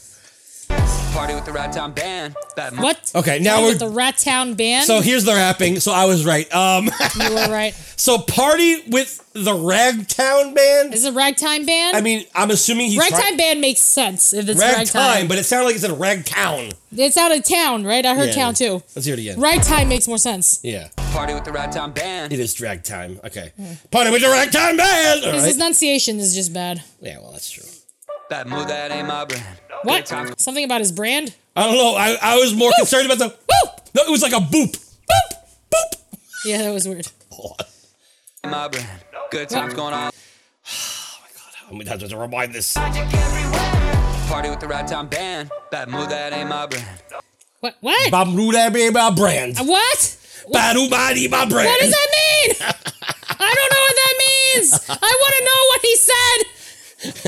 Speaker 5: Party with the Rat Town Band. That
Speaker 4: What?
Speaker 3: Okay, now
Speaker 4: With
Speaker 3: we're
Speaker 4: the Rat Town band.
Speaker 3: so here's the rapping. So I was right. Um,
Speaker 4: you were right.
Speaker 3: so party with the Ragtown band.
Speaker 4: Is it ragtime band?
Speaker 3: I mean, I'm assuming he's
Speaker 4: ragtime band makes sense if it's ragtime.
Speaker 3: ragtime, but it sounded like it said Ragtown.
Speaker 4: it's out of town, right? I heard
Speaker 3: Yeah.
Speaker 4: town too.
Speaker 3: Let's hear it again.
Speaker 4: Ragtime makes more sense.
Speaker 3: Yeah,
Speaker 5: Party with the Rat Town Band.
Speaker 3: it is drag time. Okay, party with the Ragtown band. All
Speaker 4: His
Speaker 3: right.
Speaker 4: enunciation is just bad.
Speaker 3: yeah, well, that's true.
Speaker 5: That move that ain't my brand.
Speaker 4: What? Something about his brand?
Speaker 3: I don't know. I, I was more concerned about the boop. No, it was like a boop. Oh,
Speaker 4: Yeah, that was weird.
Speaker 5: My brand. Good times going on.
Speaker 3: I'm gonna have to remind this.
Speaker 5: Party with the Rat Town Band. That move that ain't my brand.
Speaker 4: What? What?
Speaker 3: Bam Ruda be my brand.
Speaker 4: Uh, What?
Speaker 3: Badu body my brand.
Speaker 4: What does that mean? I don't know what that means. I want to know what he said.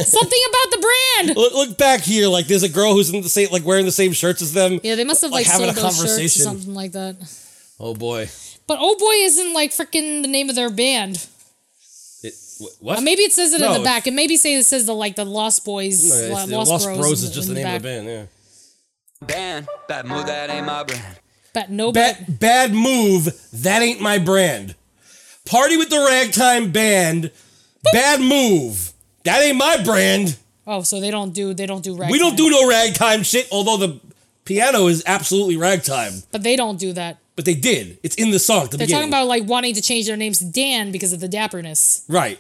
Speaker 4: Something about the brand.
Speaker 3: Look, look back here. Like there's a girl who's in the same, like wearing the same shirts as them.
Speaker 4: Yeah, they must have like,
Speaker 3: having
Speaker 4: sold
Speaker 3: a
Speaker 4: those shirts or
Speaker 3: conversation.
Speaker 4: something like that.
Speaker 3: Oh boy.
Speaker 4: But Oh Boy isn't like freaking the name of their band.
Speaker 3: It, wh- what?
Speaker 4: Uh, maybe it says it
Speaker 3: No,
Speaker 4: in the back. And maybe say it says the like the Lost Boys.
Speaker 3: No, it's-
Speaker 4: Lo-
Speaker 3: the Lost Bros,
Speaker 4: in
Speaker 3: is just the name of the
Speaker 4: back.
Speaker 3: band. Yeah.
Speaker 5: Band. That move that ain't my brand.
Speaker 4: But no
Speaker 3: Bad, bad move. That ain't my brand. Party with the ragtime band. Bad move. That ain't my brand.
Speaker 4: Oh, so they don't do they don't do ragtime.
Speaker 3: We don't do no ragtime shit. Although the piano is absolutely ragtime.
Speaker 4: But they don't do that.
Speaker 3: but they did. It's in the song. At the
Speaker 4: They're talking
Speaker 3: beginning.
Speaker 4: about like wanting to change their names to Dan because of the dapperness.
Speaker 3: right.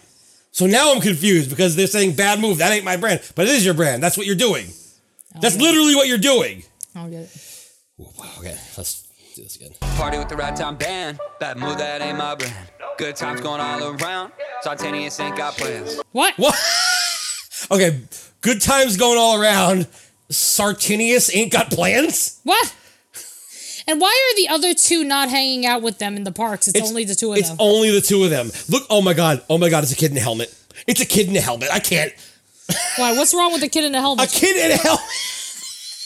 Speaker 3: So now I'm confused because they're saying bad move. That ain't my brand, but it is your brand. That's what you're doing.
Speaker 4: Oh,
Speaker 3: That's literally what you're doing.
Speaker 4: I don't get it.
Speaker 3: Okay, let's do this again.
Speaker 5: Party with the right time band. That move that ain't my brand. Good times going all around. Sartanius ain't got plans.
Speaker 4: What?
Speaker 3: What? okay, good times going all around. Sartinius ain't got plans.
Speaker 4: What? And why are the other two not hanging out with them in the parks? It's, only the two of
Speaker 3: It's
Speaker 4: them.
Speaker 3: only the two of them. Look, oh my god, oh my god, it's a kid in a helmet. It's a kid in a helmet. I can't.
Speaker 4: Why? What's wrong with the kid in the helmet?
Speaker 3: A kid in a helmet.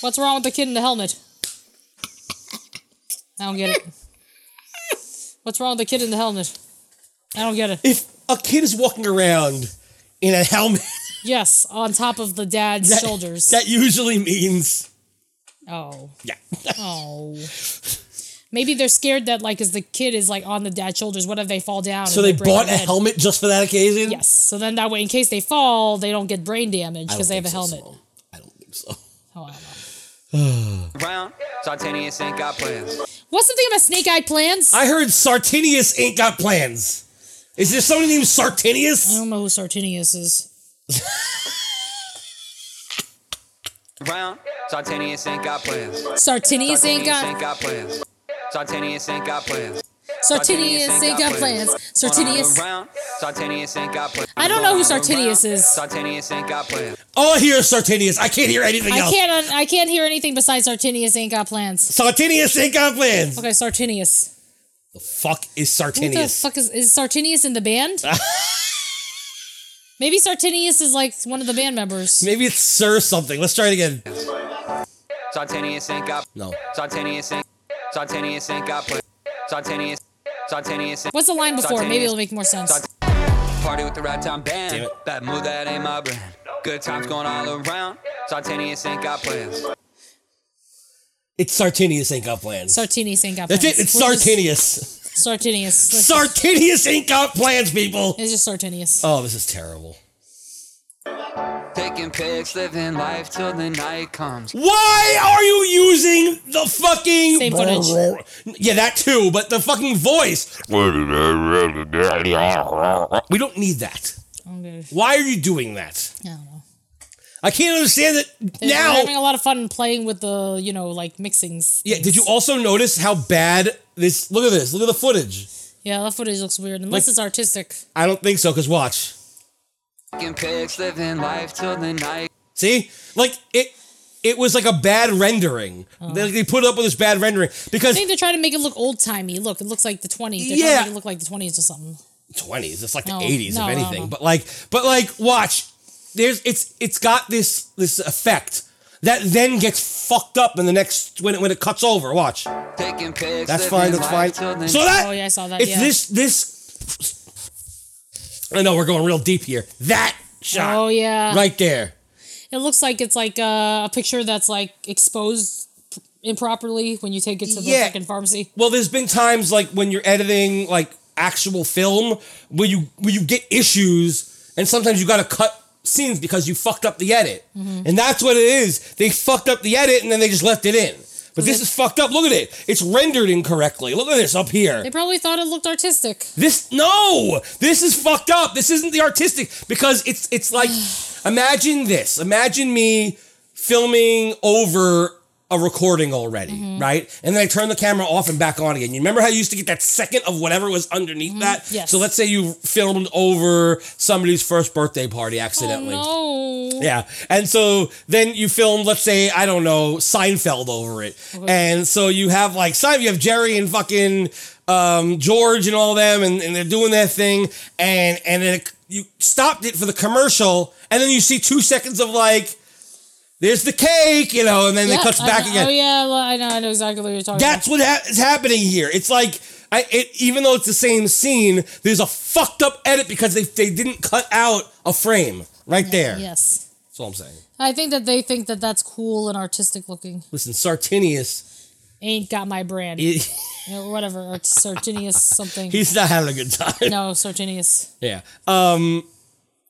Speaker 4: What's wrong with the kid in the helmet? I don't get it. What's wrong with the kid in the helmet? I don't get it.
Speaker 3: If a kid is walking around in a helmet,
Speaker 4: Yes, on top of the dad's
Speaker 3: that,
Speaker 4: shoulders.
Speaker 3: that usually means
Speaker 4: oh.
Speaker 3: yeah.
Speaker 4: Oh. Maybe they're scared that like as the kid is like on the dad's shoulders, what if they fall down?
Speaker 3: So
Speaker 4: and
Speaker 3: they
Speaker 4: break their
Speaker 3: bought a
Speaker 4: head?
Speaker 3: helmet just for that occasion.
Speaker 4: Yes. So then that way, in case they fall, they don't get brain damage
Speaker 3: I
Speaker 4: because they
Speaker 3: don't
Speaker 4: have a
Speaker 3: think so,
Speaker 4: helmet. Oh, I don't know.
Speaker 5: Round. Sartanius ain't got plans.
Speaker 4: What's something about snake eye plans?
Speaker 3: I heard Sartinius ain't got plans. Is there somebody named Sartinius?
Speaker 4: I don't know who Sartinius is.
Speaker 5: Round. Sartanius ain't got plans.
Speaker 4: Sartinius ain't got-
Speaker 5: plans. Sartanius ain't got plans.
Speaker 4: Sartinius ain't got plans. Sartinius.
Speaker 5: Round. Sartanius ain't got plans.
Speaker 4: I don't know who Sartinius is.
Speaker 5: Sartanius ain't got plans.
Speaker 3: All I hear is Sartinius. I can't hear anything
Speaker 4: I
Speaker 3: else.
Speaker 4: can't. un- I can't hear anything besides Sartinius ain't got plans.
Speaker 3: Sartinius ain't got plans.
Speaker 4: Okay, Sartinius.
Speaker 3: Fuck is
Speaker 4: Who the
Speaker 3: Sartinius.
Speaker 4: fuck is is Sartinius in the band? Maybe Sartinius is like one of the band members.
Speaker 3: Maybe it's Sir something. Let's try it again.
Speaker 5: Sartanius ain't got.
Speaker 3: No.
Speaker 5: Sartanius ain't. Sartanius ain't got plans. Sartanius. Sartanius. ain't-
Speaker 4: What's the line before? Maybe
Speaker 5: Sartanius-
Speaker 4: it'll make more sense.
Speaker 5: Party with the right time band. That move that ain't my brand. Good times going all around. Sartanius ain't got plans.
Speaker 3: It's Sartinius ain't got plans.
Speaker 4: Sartinius ain't got plans.
Speaker 3: That's it. It's
Speaker 4: We'll just-
Speaker 3: Sartinius.
Speaker 4: Sartinius. Let's-
Speaker 3: Sartinius ain't got plans, people.
Speaker 4: It's just Sartinius.
Speaker 3: Oh, this is terrible.
Speaker 5: Taking pics, living life till the night comes.
Speaker 3: Why are you using the fucking
Speaker 5: Same footage.
Speaker 3: Yeah, that too, but the fucking voice. We don't need that.
Speaker 4: Okay.
Speaker 3: Why are you doing that?
Speaker 4: I don't know.
Speaker 3: I can't understand that
Speaker 4: They're
Speaker 3: now.
Speaker 4: having a lot of fun playing with the you know like mixings.
Speaker 3: yeah, did you also notice how bad this? Look at this. Look at the footage.
Speaker 4: Yeah, that footage looks weird unless
Speaker 3: Like-
Speaker 4: it's artistic.
Speaker 3: I don't think so. Cause watch.
Speaker 5: Taking pics, living life till the night.
Speaker 3: See, like it. It was like a bad rendering. They, they put up with this bad rendering
Speaker 4: I
Speaker 3: because
Speaker 4: think they're trying to make it look old timey. Look, it looks like the 20s. They're trying
Speaker 3: Yeah.
Speaker 4: to make it look like the 20s or something.
Speaker 3: twenties. It's like
Speaker 4: No,
Speaker 3: the eighties,
Speaker 4: no,
Speaker 3: if
Speaker 4: no,
Speaker 3: anything.
Speaker 4: no.
Speaker 3: But like, but like, watch. There's it's it's got this this effect that then gets fucked up in the next when it when it cuts over. Watch.
Speaker 5: Taking pics,
Speaker 3: That's fine.
Speaker 5: living
Speaker 3: That's
Speaker 5: life
Speaker 3: fine.
Speaker 5: till the
Speaker 3: So that
Speaker 4: Oh, yeah, I saw that,
Speaker 3: It's
Speaker 4: yeah.
Speaker 3: this this. I know we're going real deep here. That shot.
Speaker 4: Oh, yeah.
Speaker 3: Right there.
Speaker 4: It looks like it's like uh, a picture that's like exposed p- improperly when you take it to the
Speaker 3: Yeah.
Speaker 4: fucking pharmacy.
Speaker 3: Well, there's been times like when you're editing like actual film where you where you get issues and sometimes you got to cut scenes because you fucked up the edit.
Speaker 13: Mhm.
Speaker 3: And that's what it is. They fucked up the edit and then they just left it in. But this is fucked up. Look at it. It's rendered incorrectly. Look at this up here.
Speaker 4: They probably thought it looked artistic.
Speaker 3: This no, this is fucked up. This isn't the artistic because it's it's like imagine this. Imagine me filming over a recording already,
Speaker 4: Mm-hmm.
Speaker 3: right? And then I turn the camera off and back on again. You remember how you used to get that second of whatever was underneath that?
Speaker 4: Mm-hmm. yes.
Speaker 3: So let's say you filmed over somebody's first birthday party accidentally.
Speaker 4: Oh, no.
Speaker 3: Yeah. And so then you film, let's say, I don't know, Seinfeld over it. And so you have like Seinfeld, you have Jerry and fucking um, George and all them, and, and they're doing their thing. And and then it, you stopped it for the commercial, and then you see two seconds of like, there's the cake, you know, and then
Speaker 4: Yeah,
Speaker 3: it cuts
Speaker 4: I
Speaker 3: back
Speaker 4: know-
Speaker 3: again.
Speaker 4: Oh, yeah, well, I know, I know exactly what you're talking
Speaker 3: That's
Speaker 4: about.
Speaker 3: what ha- is happening here. It's like I, it, even though it's the same scene, there's a fucked up edit because they, they didn't cut out a frame right there.
Speaker 4: Yes.
Speaker 3: That's all I'm saying.
Speaker 4: I think that they think that that's cool and artistic looking.
Speaker 3: Listen, Sartinius,
Speaker 4: Ain't got my brand.
Speaker 3: he-
Speaker 4: Or whatever. Or Sartinius something.
Speaker 3: he's not having a good time.
Speaker 4: No, Sartinius.
Speaker 3: Yeah. Um,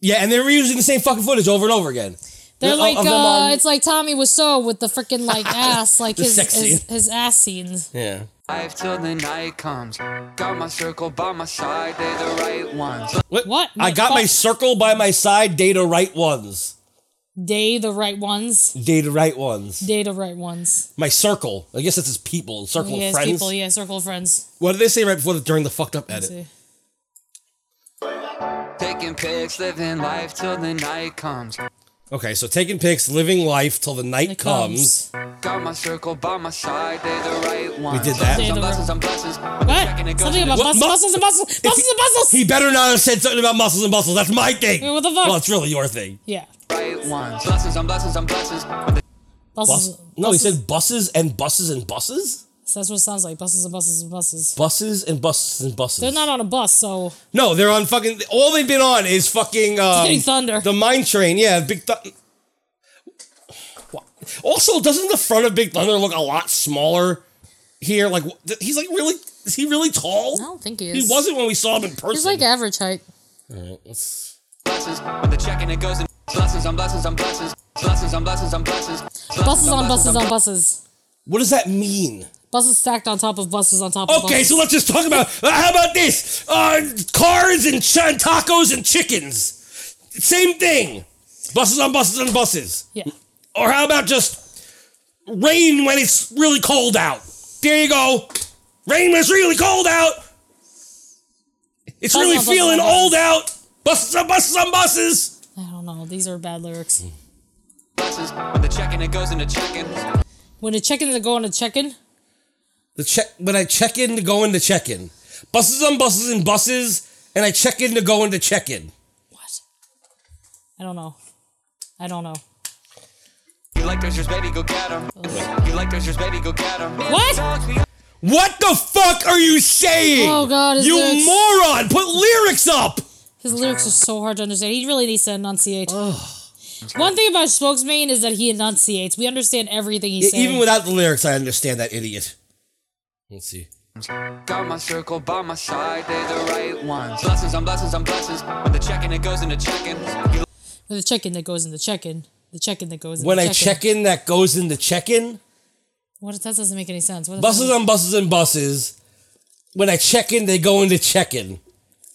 Speaker 3: yeah, and they were using the same fucking footage over and over again.
Speaker 4: They're
Speaker 3: Yeah,
Speaker 4: like,
Speaker 3: of them
Speaker 4: uh,
Speaker 3: on-
Speaker 4: it's like Tommy Wiseau with the freaking like ass, like
Speaker 5: The
Speaker 4: his,
Speaker 5: sex
Speaker 4: his
Speaker 5: scene.
Speaker 4: his ass scenes.
Speaker 3: Yeah.
Speaker 5: Life till the night comes. Got my circle by my side, they the right ones.
Speaker 3: What?
Speaker 4: what?
Speaker 3: I got my circle by my side, data right ones.
Speaker 4: They the right ones.
Speaker 3: Data right ones.
Speaker 4: They the right ones.
Speaker 3: My circle. I guess that's his people. Circle
Speaker 4: yes,
Speaker 3: of friends.
Speaker 4: people. Yeah, circle of friends.
Speaker 3: What did they say right before the, during the fucked up
Speaker 4: Let's
Speaker 3: edit?
Speaker 4: see.
Speaker 5: Taking pics, living life till the night comes.
Speaker 3: Okay, so taking pics, living life till the night
Speaker 4: um,
Speaker 3: comes.
Speaker 5: Got my circle by my side, they the right ones.
Speaker 3: did that.
Speaker 5: Some blessings, some blessings. What?
Speaker 4: Something about muscles, muscles, and muscles, muscles, and muscles.
Speaker 3: He better not have said something about muscles and muscles. That's my thing.
Speaker 4: Wait, what the fuck?
Speaker 3: Well, it's really your thing.
Speaker 4: Yeah.
Speaker 5: Right ones. Blessings, some blessings, some blessings.
Speaker 4: Buses.
Speaker 3: Bus- no, he said buses and buses and buses?
Speaker 4: So that's what it sounds like. Buses and buses and buses.
Speaker 3: Buses and buses and buses.
Speaker 4: They're not on a bus, so
Speaker 3: No, they're on fucking. All they've been on is fucking. Um,
Speaker 4: Big Thunder.
Speaker 3: The mine train, yeah. Big Thunder. Also, doesn't the front of Big Thunder look a lot smaller here? Like, wh- th- he's like really. Is he really tall?
Speaker 4: I don't think he
Speaker 3: He
Speaker 4: is.
Speaker 3: wasn't when we saw him in person.
Speaker 4: he's like average height.
Speaker 3: All right, let's.
Speaker 5: Blessings, the check and it goes in. Blessings, I'm blessings, I'm blessings. Blessings, I'm blessings, I'm blessings.
Speaker 4: Buses on buses on buses.
Speaker 3: What does that mean?
Speaker 4: Buses stacked on top of buses on top of
Speaker 3: Okay,
Speaker 4: buses.
Speaker 3: so let's just talk about uh, how about this? Uh, cars and ch- and tacos and chickens, same thing. Buses on buses on buses.
Speaker 4: Yeah.
Speaker 3: Or how about just rain when it's really cold out? There you go. Rain when it's really cold out. It's
Speaker 4: Buses on
Speaker 3: really
Speaker 4: buses on
Speaker 3: feeling
Speaker 4: buses.
Speaker 3: old out. Buses on buses on buses.
Speaker 4: I don't know. These are bad lyrics.
Speaker 5: Blessings, the check and it goes into check-in.
Speaker 4: When a chicken to go on a chicken.
Speaker 3: The check when I check in to go into check in. Buses on buses and buses, and I check in to go into check in.
Speaker 4: I don't know. I don't know.
Speaker 5: You like those, just baby, go get 'em. You like those, just baby, go get 'em.
Speaker 4: What?
Speaker 3: What the fuck are you saying?
Speaker 4: Oh, God, his
Speaker 3: you
Speaker 4: lyrics.
Speaker 3: moron! Put lyrics up.
Speaker 4: His lyrics are so hard to understand. He really needs to enunciate. One thing about Spokesman is that he enunciates. We understand everything he's
Speaker 3: Yeah,
Speaker 4: saying.
Speaker 3: E-, even without the lyrics, I understand that idiot. Let's see.
Speaker 5: Got my circle by my side, they the right ones. Blessings, I'm blessings, I'm blessings. The check and it goes into check-in. You
Speaker 4: With the chicken that goes in the chicken. The chicken that goes in
Speaker 3: When
Speaker 4: the
Speaker 3: I
Speaker 4: chicken.
Speaker 3: check in, that goes into check in.
Speaker 4: What if that doesn't make any sense? What if
Speaker 3: Buses
Speaker 4: that,
Speaker 3: on buses and buses. When I check in, they go into check in.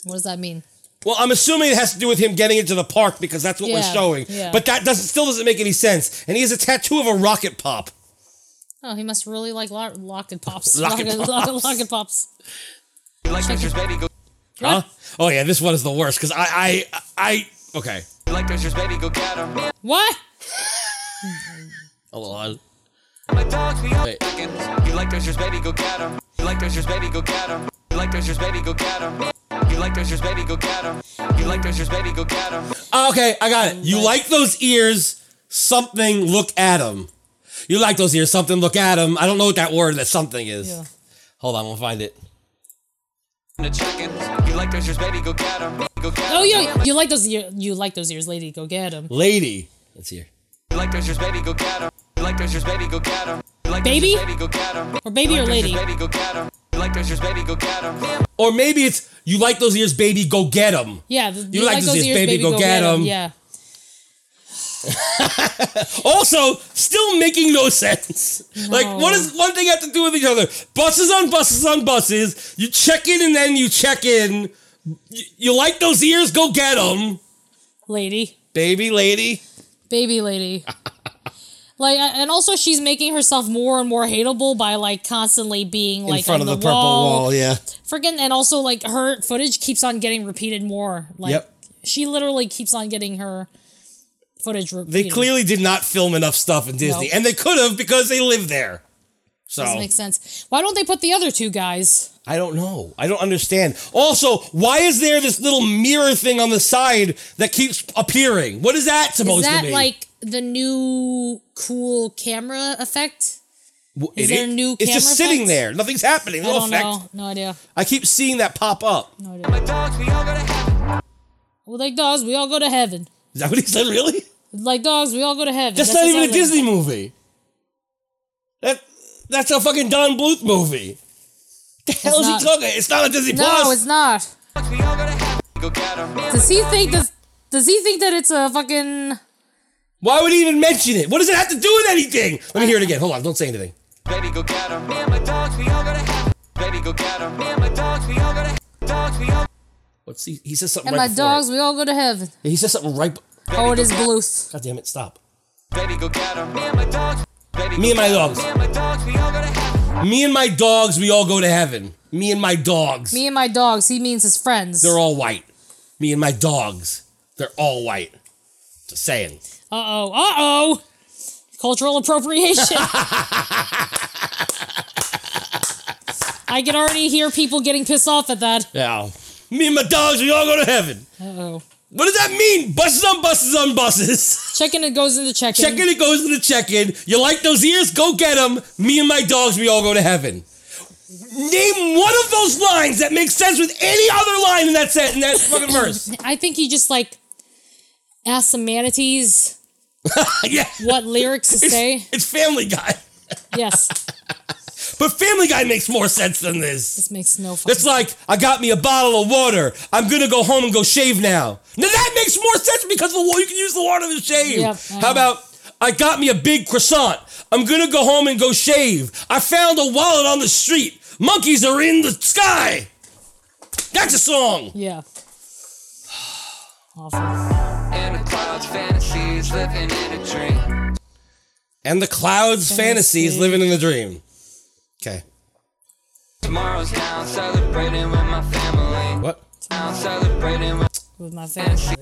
Speaker 4: What does that mean?
Speaker 3: Well, I'm assuming it has to do with him getting into the park because that's what we're
Speaker 4: Yeah,
Speaker 3: showing.
Speaker 4: yeah.
Speaker 3: But that doesn't still doesn't make any sense. And he has a tattoo of a rocket pop.
Speaker 4: Oh, he must really like lo- lock and pops.
Speaker 3: Lock and
Speaker 4: Lock,
Speaker 3: pops.
Speaker 4: lock and pops.
Speaker 5: like those, just baby, go.
Speaker 3: Huh? Oh yeah, this one is the worst because I, I I okay.
Speaker 5: You like those, just baby, go get 'em.
Speaker 4: What?
Speaker 3: Hold on.
Speaker 5: My dogs, we all
Speaker 3: Wait.
Speaker 5: checking. You like those, just baby, go get 'em. You like those, just baby, go get 'em. You like those, just baby, go get 'em. You like those, just baby, go get 'em. You like those, just baby, go get 'em.
Speaker 3: Oh, okay, I got it. You like those ears? Something. Look at them. You like those ears? Something. Look at them. I don't know what that word that something is.
Speaker 5: Yeah.
Speaker 3: Hold on, we'll find it.
Speaker 5: Into check-in. You like those, just baby, go get 'em. Go get 'em.
Speaker 4: Oh, yo, you like those ear- you like those ears, lady? Go get them.
Speaker 3: Lady. Let's hear.
Speaker 5: You like those, just baby, go get 'em. You like those, just baby, go get 'em. You like those,
Speaker 4: Baby?
Speaker 5: just baby, go get 'em.
Speaker 4: Or baby
Speaker 5: You
Speaker 4: or
Speaker 5: like those,
Speaker 4: lady?
Speaker 5: just baby, go get 'em. You like those, just baby, go get 'em.
Speaker 3: Or maybe it's you like those ears, baby. Go get them.
Speaker 4: Yeah, th-
Speaker 3: You like those ears, baby, go get 'em.
Speaker 4: Yeah.
Speaker 3: Also, still making no sense. Like, what does one thing have to do with each other? Buses on buses on buses. You check in and then you check in. You, you like those ears? Go get them,
Speaker 4: Lady.
Speaker 3: baby, lady.
Speaker 4: Baby lady. like, a- and also she's making herself more and more hateable by like constantly being like
Speaker 3: in front
Speaker 4: on
Speaker 3: of the,
Speaker 4: wall.
Speaker 3: purple wall. Yeah.
Speaker 4: Freaking, and also like her footage keeps on getting repeated more. Like
Speaker 3: Yep.
Speaker 4: she literally keeps on getting her footage repeated.
Speaker 3: They clearly did not film enough stuff in Disney,
Speaker 4: No.
Speaker 3: and they could have because they live there.
Speaker 4: doesn't
Speaker 3: So
Speaker 4: make sense. Why don't they put the other two guys?
Speaker 3: I don't know. I don't understand. Also, why is there this little mirror thing on the side that keeps appearing? What is that supposed
Speaker 4: Is that
Speaker 3: to be?
Speaker 4: like the new cool camera effect?
Speaker 3: W-
Speaker 4: is
Speaker 3: it-
Speaker 4: there a new
Speaker 3: It's just
Speaker 4: camera
Speaker 3: sitting
Speaker 4: effect?
Speaker 3: there. Nothing's happening.
Speaker 4: I
Speaker 3: No
Speaker 4: don't
Speaker 3: effect.
Speaker 4: know. No idea.
Speaker 3: I keep seeing that pop up.
Speaker 5: My dogs, we all gotta have
Speaker 4: Well, like dogs, we all go to heaven.
Speaker 3: Is that what he said? Really?
Speaker 4: Like dogs, we all go to heaven.
Speaker 3: That's, not even a
Speaker 4: exactly-
Speaker 3: Disney movie. That that's a fucking Don Bluth movie. The hell is he
Speaker 4: not.
Speaker 3: talking? It's not a Disney
Speaker 4: No,
Speaker 3: Plus.
Speaker 4: it's not. Does he think this? Does he think that it's a fucking?
Speaker 3: Why would he even mention it? What does it have to do with anything? Let me hear it again. Hold on. Don't say anything.
Speaker 5: Baby, go get 'em. Me and my dogs, we all gonna have. Baby, go get 'em. Me and my dogs, we all gonna have. Dogs, we all.
Speaker 3: What's he? He says something.
Speaker 4: And
Speaker 3: right
Speaker 4: my
Speaker 3: before
Speaker 4: dogs, we all go to heaven.
Speaker 3: it. He says something right.
Speaker 4: Oh, it is Bluth.
Speaker 3: God damn it! Stop.
Speaker 5: Baby, go get 'em. Me and my dogs. Baby,
Speaker 3: Me
Speaker 5: go
Speaker 3: and my
Speaker 5: get 'em.
Speaker 3: dogs.
Speaker 5: Me and my dogs, we all gonna have.
Speaker 3: Me and my dogs, we all go to heaven. Me and my dogs,
Speaker 4: Me and my dogs. He means his friends.
Speaker 3: they're all white. Me and my dogs, they're all white. Just saying.
Speaker 4: Uh oh. Uh oh. Cultural appropriation. I can already hear people getting pissed off at that.
Speaker 3: Yeah. Me and my dogs, we all go to heaven.
Speaker 4: Uh oh.
Speaker 3: What does that mean? Buses on buses on buses.
Speaker 4: Chicken it goes into check-in.
Speaker 3: Check-in, it goes to the check-in. You like those ears? Go get them. Me and my dogs, we all go to heaven. Name one of those lines that makes sense with any other line in that set in that fucking verse.
Speaker 4: I think he just like asked some manatees
Speaker 3: yeah.
Speaker 4: what lyrics to say.
Speaker 3: It's Family Guy.
Speaker 4: Yes.
Speaker 3: But Family Guy makes more sense than this.
Speaker 4: This makes no fucking
Speaker 3: It's like, I got me a bottle of water. I'm gonna go home and go shave now. Now that makes more sense because the wa- you can use the water to shave.
Speaker 4: Yep, I know.
Speaker 3: How about I got me a big croissant. I'm gonna go home and go shave. I found a wallet on the street. Monkeys are in the sky. That's a song.
Speaker 4: Yeah.
Speaker 5: In the clouds, fantasies, living in a dream.
Speaker 3: And the clouds fantasy is living in the dream. Okay.
Speaker 5: Tomorrow's now, celebrating with my family.
Speaker 3: What?
Speaker 5: Now, celebrating with
Speaker 4: with my family.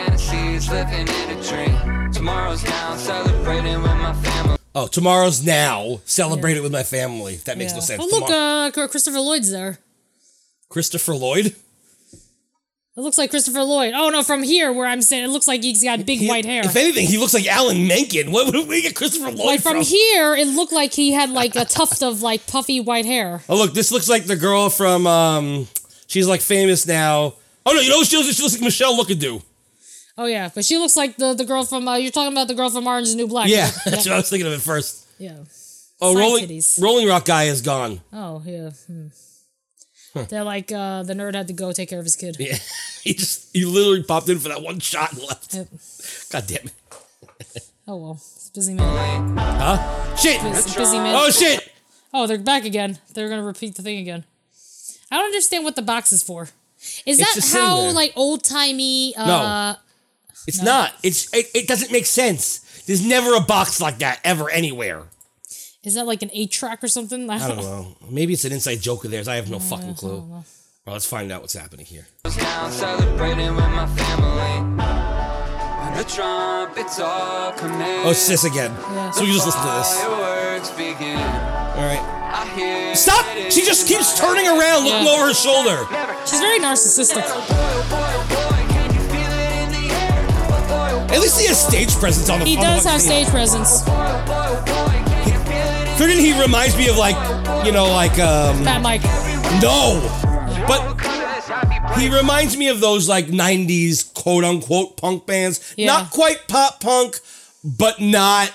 Speaker 5: Fantasies, living in a dream. Tomorrow's now, celebrating with my family.
Speaker 3: Oh, tomorrow's now. Celebrate it with my family. That makes no
Speaker 4: Yeah.
Speaker 3: sense.
Speaker 4: Oh look,
Speaker 3: Tomorrow-
Speaker 4: uh, Chr- Christopher Lloyd's there.
Speaker 3: Christopher Lloyd.
Speaker 4: It looks like Christopher Lloyd. Oh no, from here where I'm sitting, it looks like he's got big
Speaker 3: He-
Speaker 4: white hair.
Speaker 3: If anything, he looks like Alan Menken. What would we get Christopher Lloyd
Speaker 4: like from, here, it looked like he had like a tuft of like puffy white hair.
Speaker 3: Oh look, this looks like the girl from um she's like famous now. Oh no, you know who she looks like? she looks like Michelle Lookadoo.
Speaker 4: Oh yeah, but she looks like the the girl from uh, you're talking about the girl from Orange is the New Black.
Speaker 3: Yeah,
Speaker 4: Yeah.
Speaker 3: that's what I was thinking of at first.
Speaker 4: Yeah.
Speaker 3: Oh,
Speaker 4: Side
Speaker 3: Rolling
Speaker 4: titties.
Speaker 3: Rolling Rock guy is gone.
Speaker 4: Oh yeah. Hmm.
Speaker 3: Huh.
Speaker 4: They're like uh, the nerd had to go take care of his kid.
Speaker 3: Yeah. He just he literally popped in for that one shot and left.
Speaker 4: Yep.
Speaker 3: God damn it.
Speaker 4: Oh well, it's a busy man.
Speaker 3: Huh? Shit.
Speaker 4: Busy, busy man.
Speaker 3: Oh shit.
Speaker 4: Oh, they're back again. They're gonna repeat the thing again. I don't understand what the box is for. Is
Speaker 3: It's
Speaker 4: that
Speaker 3: just sitting
Speaker 4: how
Speaker 3: there.
Speaker 4: like old timey? Uh,
Speaker 3: It's not. It's it, it doesn't make sense. There's never a box like that ever anywhere.
Speaker 4: Is that like an eight track or something?
Speaker 3: I don't know. Maybe it's an inside joke of theirs. I have no fucking clue. Well, let's find out what's happening here.
Speaker 5: Now, celebrating with my family. The trumpets all command.
Speaker 3: Oh, it's this again. So we just listen to this.
Speaker 5: Fireworks begin.
Speaker 3: All right.
Speaker 5: I hear
Speaker 3: Stop!
Speaker 5: it
Speaker 3: She just keeps turning around, looking
Speaker 4: Yeah.
Speaker 3: over her shoulder.
Speaker 4: She's very narcissistic.
Speaker 3: At least he has stage presence on the.
Speaker 4: He
Speaker 3: on the
Speaker 4: does
Speaker 3: fucking
Speaker 4: have
Speaker 3: thing.
Speaker 4: stage presence.
Speaker 3: Couldn't he reminds me of like, you know, like um.
Speaker 4: Fat Mike.
Speaker 3: No, but he reminds me of those like '90s quote unquote punk bands.
Speaker 4: Yeah.
Speaker 3: Not quite pop punk, but not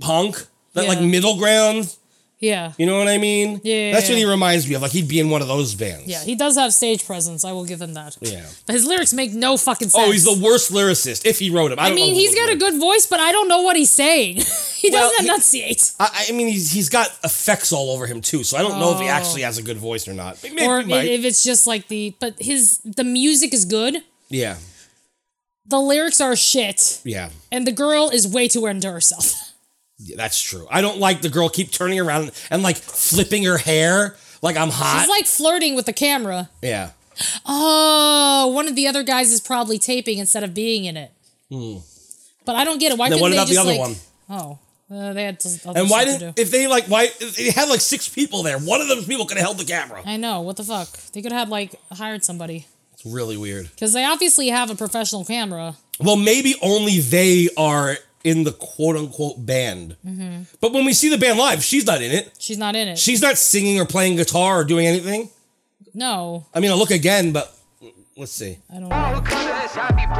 Speaker 3: punk. That like
Speaker 4: Yeah.
Speaker 3: middle ground.
Speaker 4: Yeah.
Speaker 3: You know what I mean?
Speaker 4: Yeah.
Speaker 3: That's what he reminds me of. Like he'd be in one of those bands.
Speaker 4: Yeah, he does have stage presence. I will give him that.
Speaker 3: Yeah.
Speaker 4: But his lyrics make no fucking sense.
Speaker 3: Oh, he's the worst lyricist. If he wrote him, I,
Speaker 4: I,
Speaker 3: don't
Speaker 4: mean,
Speaker 3: know who
Speaker 4: he's
Speaker 3: would
Speaker 4: got a good voice, but I don't know what he's saying. he
Speaker 3: Well,
Speaker 4: doesn't
Speaker 3: he-
Speaker 4: enunciate.
Speaker 3: I, I mean, he's he's got effects all over him too, so I don't know if he
Speaker 4: Oh.
Speaker 3: actually has a good voice or not. Maybe
Speaker 4: or
Speaker 3: he might.
Speaker 4: if it's just like the but his the music is good.
Speaker 3: yeah,
Speaker 4: The lyrics are shit.
Speaker 3: yeah,
Speaker 4: And the girl is way too into herself.
Speaker 3: yeah, that's true. I don't like the girl keep turning around and like flipping her hair like I'm hot.
Speaker 4: She's like flirting with the camera.
Speaker 3: yeah,
Speaker 4: Oh, one of the other guys is probably taping instead of being in it.
Speaker 3: Hmm.
Speaker 4: But I don't get it. Why
Speaker 3: Then
Speaker 4: couldn't
Speaker 3: what
Speaker 4: they
Speaker 3: about the
Speaker 4: just
Speaker 3: other
Speaker 4: like?
Speaker 3: one?
Speaker 4: Oh, uh, they had. To, other
Speaker 3: and why
Speaker 4: stuff to
Speaker 3: didn't
Speaker 4: do.
Speaker 3: if they like why they had like six people there? One of those people could have held the camera.
Speaker 4: I know what the fuck. They could have like hired somebody
Speaker 3: It's really weird.
Speaker 4: because they obviously have a professional camera.
Speaker 3: Well, maybe only they are in the quote unquote band.
Speaker 4: hmm
Speaker 3: But when we see the band live, she's not in it.
Speaker 4: She's not in it.
Speaker 3: She's not singing or playing guitar or doing anything.
Speaker 4: no.
Speaker 3: I mean, I look again, but let's see.
Speaker 4: I don't know.
Speaker 3: What?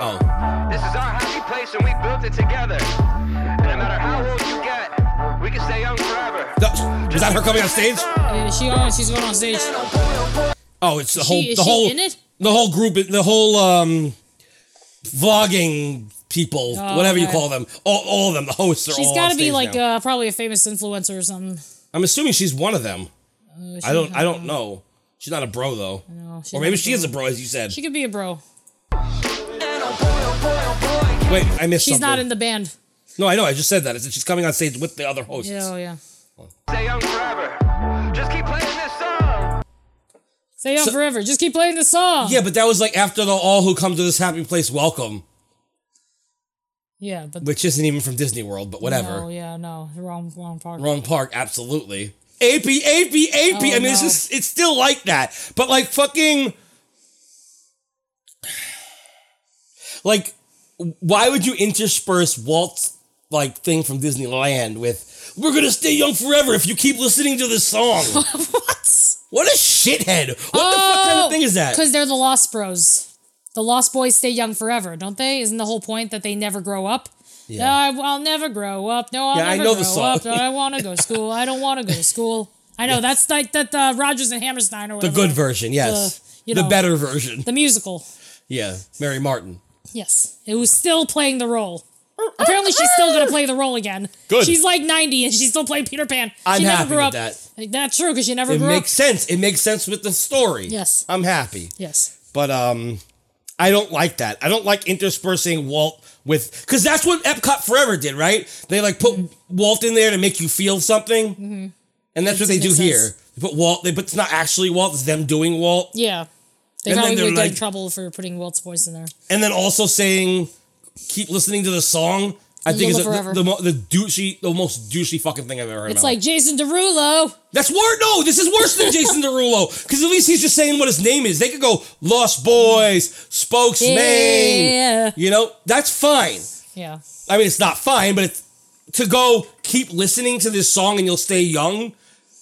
Speaker 3: Oh,
Speaker 15: This is our happy place and we built it together. And no matter how old you get, we can stay young forever.
Speaker 3: That- was that her coming on stage?
Speaker 4: Yeah, she on. She's going on stage.
Speaker 3: Oh, it's the
Speaker 4: She-
Speaker 3: whole
Speaker 4: is
Speaker 3: the
Speaker 4: she
Speaker 3: whole
Speaker 4: in it?
Speaker 3: the whole group the whole um vlogging people,
Speaker 4: Oh,
Speaker 3: whatever you
Speaker 4: okay.
Speaker 3: call them, all, all of them, the hosts are
Speaker 4: She's
Speaker 3: all
Speaker 4: got
Speaker 3: on
Speaker 4: to be
Speaker 3: stage
Speaker 4: like
Speaker 3: now.
Speaker 4: uh, probably a famous influencer or something.
Speaker 3: I'm assuming she's one of them.
Speaker 4: Uh,
Speaker 3: I don't. I don't know. She's not a bro though,
Speaker 4: No, she's
Speaker 3: or
Speaker 4: not
Speaker 3: maybe
Speaker 4: a
Speaker 3: she
Speaker 4: bro.
Speaker 3: is a bro, as you said.
Speaker 4: She could be a bro.
Speaker 3: Wait, I missed
Speaker 4: She's
Speaker 3: something.
Speaker 4: not in the band.
Speaker 3: No, I know. I just said that. I said she's coming on stage with the other hosts.
Speaker 4: Yeah, oh yeah.
Speaker 15: Stay young forever. Just keep playing this song.
Speaker 4: Stay on forever. Just keep playing the song.
Speaker 3: Yeah, but that was like after the all who come to this happy place welcome,
Speaker 4: Yeah, but
Speaker 3: which isn't even from Disney World, but whatever.
Speaker 4: No, yeah, no, wrong, wrong part.
Speaker 3: Wrong park, absolutely. AP, AP, AP. I mean, it's
Speaker 4: Oh, no.
Speaker 3: just it's still like that, but like fucking, like, why would you intersperse Walt's like thing from Disneyland with "We're gonna stay young forever" if you keep listening to this song?
Speaker 4: what? Oh,
Speaker 3: What a shithead! What the fuck kind of thing is that?
Speaker 4: Because they're the Lost Bros. The Lost Boys stay young forever, don't they? Isn't the whole point that they never grow up?
Speaker 3: Yeah.
Speaker 4: No, I, I'll never grow up. No, I'll
Speaker 3: Yeah, I
Speaker 4: never
Speaker 3: know
Speaker 4: grow
Speaker 3: the song.
Speaker 4: up. No, I want to go to school. I don't want to go to school. I know that's like that uh, Rogers and Hammerstein or
Speaker 3: The
Speaker 4: whatever.
Speaker 3: good version, yes.
Speaker 4: Uh, you
Speaker 3: the
Speaker 4: know,
Speaker 3: better version.
Speaker 4: The musical,
Speaker 3: yeah, Mary Martin.
Speaker 4: yes. It was still playing the role. Apparently, she's still gonna play the role again.
Speaker 3: Good.
Speaker 4: She's like ninety and she's still playing Peter Pan.
Speaker 3: I'm
Speaker 4: she never
Speaker 3: happy
Speaker 4: grew
Speaker 3: with
Speaker 4: up.
Speaker 3: that.
Speaker 4: Like, That's true because she never
Speaker 3: It
Speaker 4: grew
Speaker 3: makes
Speaker 4: up.
Speaker 3: sense. It makes sense with the story.
Speaker 4: Yes.
Speaker 3: I'm happy.
Speaker 4: Yes.
Speaker 3: But um I don't like that. I don't like interspersing Walt with cuz that's what Epcot Forever did, right? They like put Walt in there to make you feel something. And that's what they
Speaker 4: Doesn't
Speaker 3: do
Speaker 4: make
Speaker 3: here.
Speaker 4: Mm-hmm. sense.
Speaker 3: They put Walt, they, but it's not actually Walt, it's them doing Walt.
Speaker 4: Yeah. They
Speaker 3: And then
Speaker 4: probably
Speaker 3: they're
Speaker 4: would get in
Speaker 3: like-
Speaker 4: trouble for putting Walt's voice in there.
Speaker 3: And then also saying keep listening to the song. I think
Speaker 4: Yellow
Speaker 3: is the,
Speaker 4: Forever.
Speaker 3: the, mo- the douchey, the most douchey fucking thing I've ever heard. in
Speaker 4: It's
Speaker 3: my life.
Speaker 4: like Jason Derulo.
Speaker 3: That's wor No, this is worse than Jason Derulo because at least he's just saying what his name is. They could go Lost Boys, Spokesman.
Speaker 4: Yeah.
Speaker 3: You know, that's fine.
Speaker 4: Yeah.
Speaker 3: I mean, it's not fine, but it's, to go keep listening to this song and you'll stay young.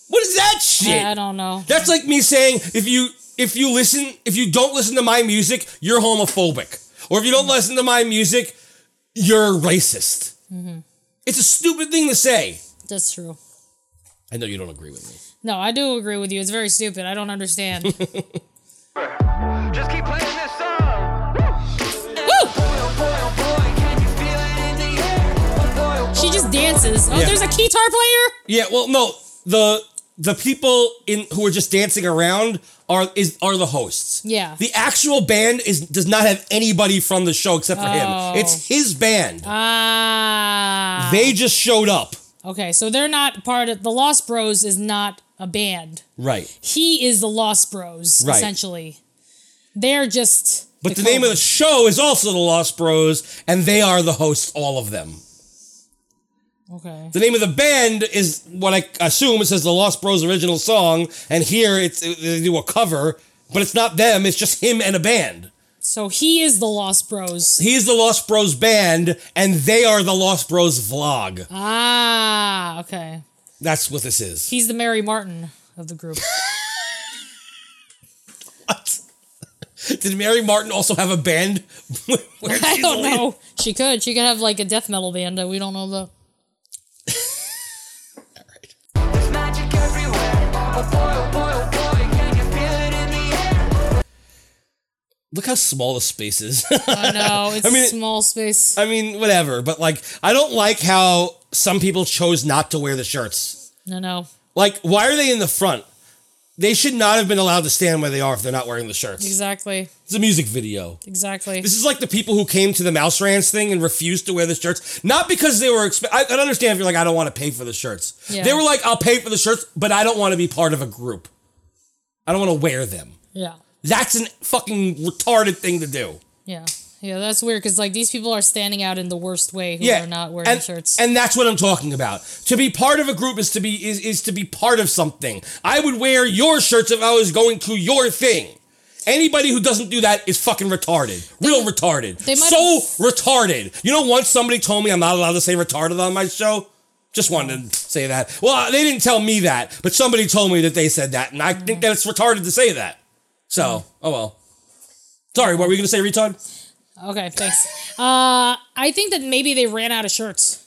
Speaker 3: What is that shit?
Speaker 4: I, I don't know.
Speaker 3: That's like me saying if you if you listen if you don't listen to my music, you're homophobic, or if you don't listen to my music, you're racist.
Speaker 4: Mhm.
Speaker 3: It's a stupid thing to say.
Speaker 4: That's true.
Speaker 3: I know you don't agree with me.
Speaker 4: No, I do agree with you. It's very stupid. I don't understand.
Speaker 15: Just keep playing this song. oh oh
Speaker 4: she just dances. Oh,
Speaker 3: Yeah.
Speaker 4: there's a guitar player.
Speaker 3: Yeah, well, no, the the people in who are just dancing around are is are the hosts.
Speaker 4: Yeah.
Speaker 3: The actual band is does not have anybody from the show except for
Speaker 4: Oh.
Speaker 3: him. It's his band.
Speaker 4: Ah.
Speaker 3: They just showed up.
Speaker 4: okay, so they're not part of the Lost Bros. Is not a band.
Speaker 3: Right.
Speaker 4: He is the Lost Bros.
Speaker 3: Right.
Speaker 4: Essentially, they're just.
Speaker 3: But the name of the show is also the Lost Bros, and they are the hosts, all of them.
Speaker 4: Okay.
Speaker 3: The name of the band is what I assume it says the Lost Bros original song, and here it's they do a cover, but it's not them, it's just him and a band.
Speaker 4: So he is the Lost Bros.
Speaker 3: He is the Lost Bros band, and they are the Lost Bros vlog.
Speaker 4: Ah. Okay.
Speaker 3: That's what this is.
Speaker 4: He's the Mary Martin of the group.
Speaker 3: Did Mary Martin also have a band?
Speaker 4: I don't know. She could. She could have like a death metal band that we don't know about.
Speaker 3: Look how small the space is.
Speaker 4: I know. It's
Speaker 3: I mean-
Speaker 4: a small space.
Speaker 3: I mean, whatever, but like, I don't like how some people chose not to wear the shirts.
Speaker 4: No, no.
Speaker 3: Like, why are they in the front? They should not have been allowed to stand where they are if they're not wearing the shirts.
Speaker 4: Exactly.
Speaker 3: It's a music video.
Speaker 4: Exactly.
Speaker 3: This is like the people who came to the Mouse Rants thing and refused to wear the shirts, not because they were. Exp- I, I understand if you're like, I don't want to pay for the shirts.
Speaker 4: Yeah.
Speaker 3: They were like, I'll pay for the shirts, but I don't want to be part of a group. I don't want to wear them.
Speaker 4: yeah.
Speaker 3: That's an fucking retarded thing to do.
Speaker 4: Yeah. Yeah, that's weird because like these people are standing out in the worst way who
Speaker 3: yeah,
Speaker 4: are not wearing
Speaker 3: and,
Speaker 4: shirts.
Speaker 3: and that's what I'm talking about. To be part of a group is to be is, is to be part of something. I would wear your shirts if I was going to your thing. Anybody who doesn't do that is fucking retarded. Real retarded.
Speaker 4: they might
Speaker 3: so retarded. You know, once somebody told me I'm not allowed to say retarded on my show. Just wanted to say that. Well, they didn't tell me that, but somebody told me that they said that, and I think that it's retarded to say that. So, oh well. Sorry, what were you gonna say, retard?
Speaker 4: Okay, thanks. uh I think that maybe they ran out of shirts.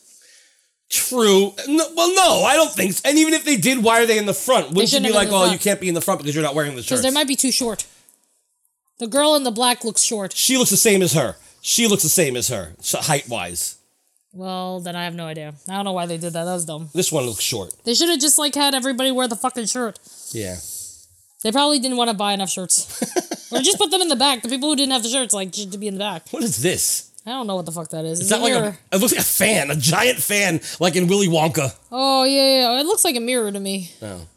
Speaker 3: True. No, well, no, I don't think. So. And even if they did, why are they in the front? Wouldn't you
Speaker 4: shouldn't
Speaker 3: be
Speaker 4: have
Speaker 3: like,
Speaker 4: been in the
Speaker 3: oh,
Speaker 4: front.
Speaker 3: you can't be in the front because you're not wearing the
Speaker 4: Because
Speaker 3: shirt?
Speaker 4: they might be too short. The girl in the black looks short.
Speaker 3: she looks the same as her. She looks the same as her, height wise.
Speaker 4: Well, then I have no idea. I don't know why they did that. That was dumb.
Speaker 3: This one looks short.
Speaker 4: They should have just like had everybody wear the fucking shirt.
Speaker 3: Yeah.
Speaker 4: They probably didn't want to buy enough shirts, or just put them in the back. The people who didn't have the shirts like just to be in the back.
Speaker 3: What is this?
Speaker 4: I don't know what the fuck that
Speaker 3: Is
Speaker 4: is. It's
Speaker 3: that
Speaker 4: a
Speaker 3: like
Speaker 4: mirror.
Speaker 3: a? It looks like a fan, a giant fan, like in Willy Wonka.
Speaker 4: Oh yeah, yeah, yeah. It looks like a mirror to me.
Speaker 3: No.
Speaker 4: Maybe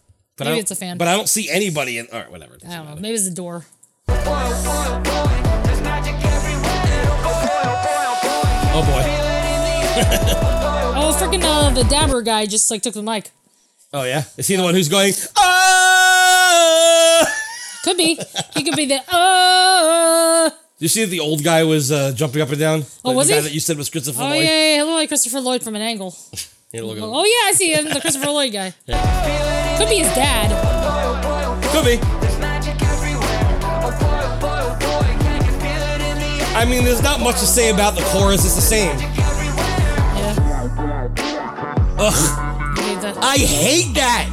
Speaker 3: I don't-
Speaker 4: it's a fan.
Speaker 3: But I don't see anybody in. All right, whatever.
Speaker 4: I don't know. Maybe it's a door.
Speaker 3: Oh boy.
Speaker 4: Oh, freaking uh, the dabber guy just like took the mic.
Speaker 3: Oh yeah. Is he the one who's going? "Ah!"
Speaker 4: Could be. He could be the oh.
Speaker 3: You see that the old guy was uh, jumping up and down.
Speaker 4: Oh,
Speaker 3: the,
Speaker 4: was
Speaker 3: the guy
Speaker 4: he?
Speaker 3: That you said was Christopher
Speaker 4: Oh yeah,
Speaker 3: Lloyd.
Speaker 4: yeah, yeah, look like Christopher Lloyd from an angle.
Speaker 3: Yeah, look at him.
Speaker 4: Oh yeah, I see him, the Christopher Lloyd guy. Could be his dad.
Speaker 3: Could be. I mean, there's not much to say about the chorus. It's the same. Ugh. I hate that.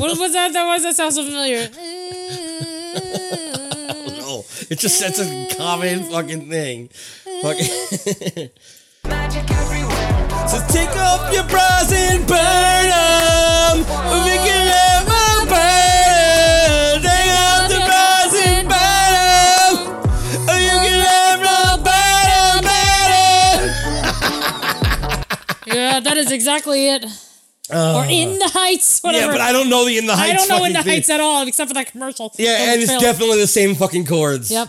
Speaker 4: what was that? That was that sounds so familiar. Oh,
Speaker 3: No, it's just that's a common fucking thing. Fuck. so take off your bras and burn 'em. We can have a burn. Take off the bras and burn 'em. You can have a burn 'em, burn 'em.
Speaker 4: yeah, that is exactly it. or
Speaker 3: Ugh.
Speaker 4: in the heights,
Speaker 3: Uh,
Speaker 4: whatever.
Speaker 3: Yeah, but I don't know the in the heights.
Speaker 4: I don't know in
Speaker 3: fucking
Speaker 4: the
Speaker 3: thing.
Speaker 4: heights at all, except for that commercial.
Speaker 3: Yeah,
Speaker 4: That
Speaker 3: and it's
Speaker 4: trailer.
Speaker 3: definitely the same fucking chords.
Speaker 4: Yep.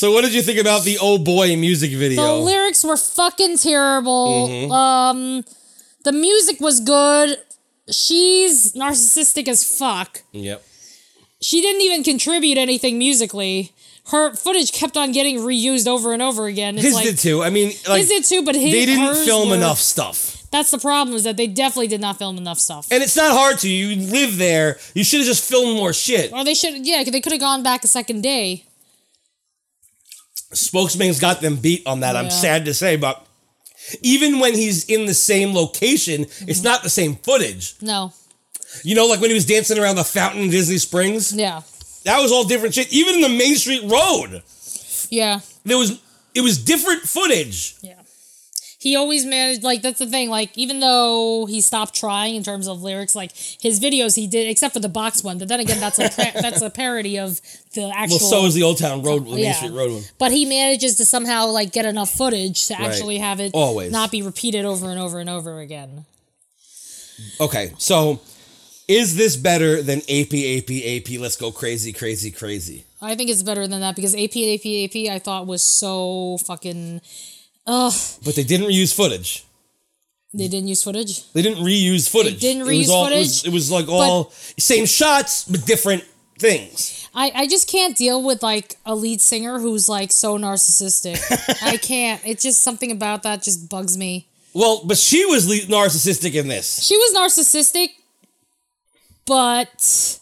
Speaker 3: So what did you think about the Oh Boy music video?
Speaker 4: The lyrics were fucking terrible.
Speaker 3: Mhm.
Speaker 4: Um, the music was good. She's narcissistic as fuck.
Speaker 3: yep.
Speaker 4: She didn't even contribute anything musically. Her footage kept on getting reused over and over again. It's
Speaker 3: His
Speaker 4: like,
Speaker 3: did too. I mean, like
Speaker 4: His did too, but his-
Speaker 3: they didn't
Speaker 4: hers
Speaker 3: film
Speaker 4: were-
Speaker 3: enough stuff.
Speaker 4: That's the problem is that they definitely did not film enough stuff.
Speaker 3: And it's not hard to. You live there. You should have just filmed more shit.
Speaker 4: Or they should, yeah, they could have gone back a second day.
Speaker 3: Spokesman's got them beat on that. I'm
Speaker 4: Yeah.
Speaker 3: sad to say, but even when he's in the same location, it's not the same footage.
Speaker 4: No.
Speaker 3: You know, like when he was dancing around the fountain in Disney Springs.
Speaker 4: Yeah.
Speaker 3: That was all different shit. Even in the Main Street Road,
Speaker 4: Yeah.
Speaker 3: there was it was different footage.
Speaker 4: he always managed like that's the thing like even though he stopped trying in terms of lyrics like his videos he did except for the box one but then again that's a pra- that's a parody of the actual
Speaker 3: Well, so is the Old Town Road, the
Speaker 4: Yeah.
Speaker 3: Main Street Road one.
Speaker 4: but he manages to somehow like get enough footage to
Speaker 3: Right.
Speaker 4: actually have it
Speaker 3: Always.
Speaker 4: not be repeated over and over and over again
Speaker 3: Okay, so is this better than AP AP AP? Let's go crazy, crazy, crazy.
Speaker 4: i think it's better than that because ap ap ap i thought was so fucking ugh
Speaker 3: But they didn't reuse footage.
Speaker 4: they didn't use footage
Speaker 3: They didn't reuse footage.
Speaker 4: didn't
Speaker 3: it was
Speaker 4: reuse
Speaker 3: all, It was,
Speaker 4: footage,
Speaker 3: it was like
Speaker 4: but-
Speaker 3: all same shots but different things.
Speaker 4: I, I just can't deal with like a lead singer who's like so narcissistic. I can't. It's just something about that just bugs me.
Speaker 3: Well, but she was le- narcissistic in this.
Speaker 4: She was narcissistic, but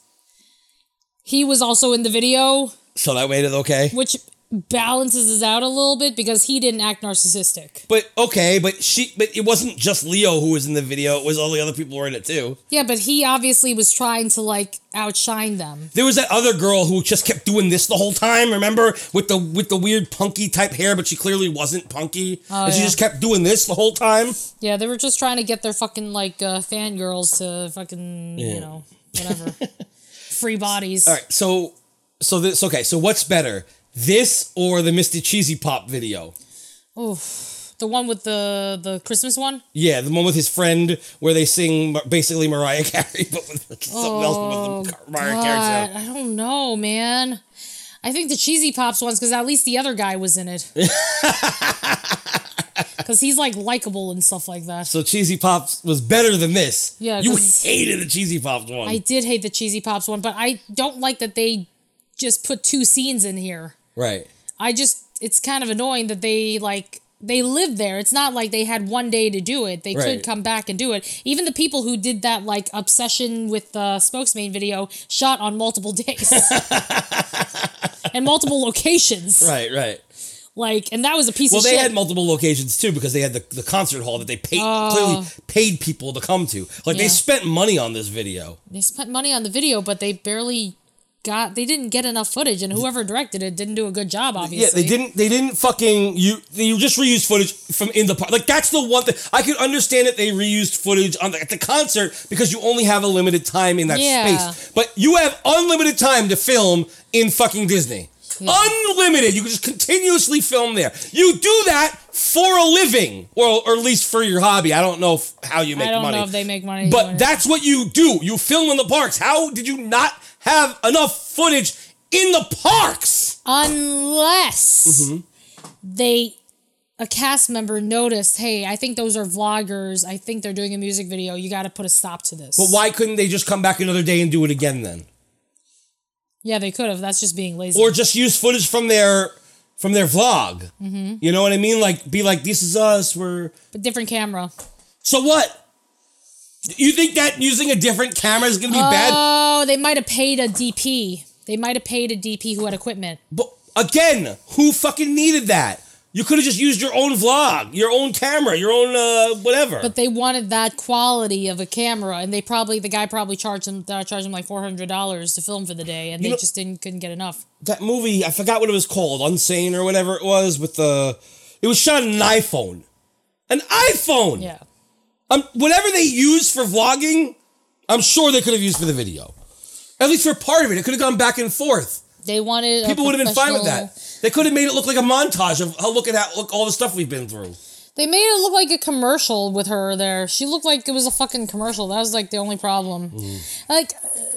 Speaker 4: he was also in the video,
Speaker 3: So that made it okay.
Speaker 4: which balances us out a little bit because he didn't act narcissistic.
Speaker 3: But okay, but she but it wasn't just Leo who was in the video, it was all the other people were in it too.
Speaker 4: Yeah, but he obviously was trying to like outshine them.
Speaker 3: There was that other girl who just kept doing this the whole time, remember? With the with the weird punky type hair, but she clearly wasn't punky.
Speaker 4: Oh,
Speaker 3: and she
Speaker 4: yeah.
Speaker 3: just kept doing this the whole time.
Speaker 4: Yeah, they were just trying to get their fucking like uh, fangirls to fucking,
Speaker 3: Yeah.
Speaker 4: you know, whatever. Free bodies.
Speaker 3: All right, so so this okay, so what's better? This or the Misty Cheesy Pop video?
Speaker 4: Oof. The one with the the Christmas one?
Speaker 3: Yeah, the one with his friend where they sing Mar- basically Mariah Carey, but with something
Speaker 4: Oh,
Speaker 3: else with the Mariah Carey
Speaker 4: God.
Speaker 3: sound.
Speaker 4: I don't know, man. I think the Cheesy Pops ones, because at least the other guy was in it. Because he's like likable and stuff like that.
Speaker 3: So Cheesy Pops was better than this.
Speaker 4: Yeah,
Speaker 3: you
Speaker 4: 'cause-
Speaker 3: hated the Cheesy Pops one.
Speaker 4: I did hate the Cheesy Pops one, but I don't like that they just put two scenes in here.
Speaker 3: right.
Speaker 4: I just, it's kind of annoying that they like they lived there. It's not like they had one day to do it. They
Speaker 3: Right.
Speaker 4: could come back and do it. Even the people who did that like obsession with the spokesman video shot on multiple days and multiple locations.
Speaker 3: Right, right.
Speaker 4: Like, and that was a piece
Speaker 3: well,
Speaker 4: of
Speaker 3: they
Speaker 4: shit.
Speaker 3: had multiple locations too because they had the, the concert hall that they paid
Speaker 4: Oh.
Speaker 3: clearly paid people to come to. Like
Speaker 4: Yeah.
Speaker 3: they spent money on this video.
Speaker 4: they spent money on the video, but they barely got. They didn't get enough footage, and whoever directed it didn't do a good job. Obviously,
Speaker 3: Yeah, they didn't. They didn't fucking you. You just reused footage from in the park. Like that's the one thing I could understand that they reused footage on the, at the concert because you only have a limited time in that
Speaker 4: Yeah.
Speaker 3: space. But you have unlimited time to film in fucking Disney. Unlimited. You can just continuously film there. You do that for a living, or or at least for your hobby. I don't know if, how you make
Speaker 4: I don't
Speaker 3: money.
Speaker 4: know if they make money. doing
Speaker 3: But
Speaker 4: it.
Speaker 3: that's what you do. You film in the parks. How did you not have enough footage in the parks?
Speaker 4: unless
Speaker 3: Mm-hmm.
Speaker 4: they a cast member noticed, hey, I think those are vloggers. I think they're doing a music video. You got to put a stop to this.
Speaker 3: But why couldn't they just come back another day and do it again then?
Speaker 4: Yeah, they could have. That's just being lazy.
Speaker 3: Or just use footage from their from their vlog.
Speaker 4: Mhm.
Speaker 3: You know what I mean? Like be like, this is us, we're
Speaker 4: but different camera.
Speaker 3: so what? You think that using a different camera is gonna be bad?
Speaker 4: Oh, they might have paid a DP. They might have paid a DP who had equipment.
Speaker 3: But again, who fucking needed that? You could have just used your own vlog, your own camera, your own uh, whatever.
Speaker 4: But they wanted that quality of a camera, and they probably the guy probably charged them uh, charged them like four hundred dollars to film for the day, and
Speaker 3: You
Speaker 4: they
Speaker 3: know-
Speaker 4: just didn't couldn't get enough.
Speaker 3: that movie, I forgot what it was called, Unsane or whatever it was, with the it was shot on an iPhone. An iPhone.
Speaker 4: Yeah.
Speaker 3: Um whatever they used for vlogging, I'm sure they could have used for the video. At least for part of it. It could have gone back and forth.
Speaker 4: They wanted a
Speaker 3: People would have been fine with
Speaker 4: professional-
Speaker 3: that. They could have made it look like a montage of oh look at that look all the stuff we've been through.
Speaker 4: They made it look like a commercial with her there. She looked like it was a fucking commercial. That was like the only problem. Like,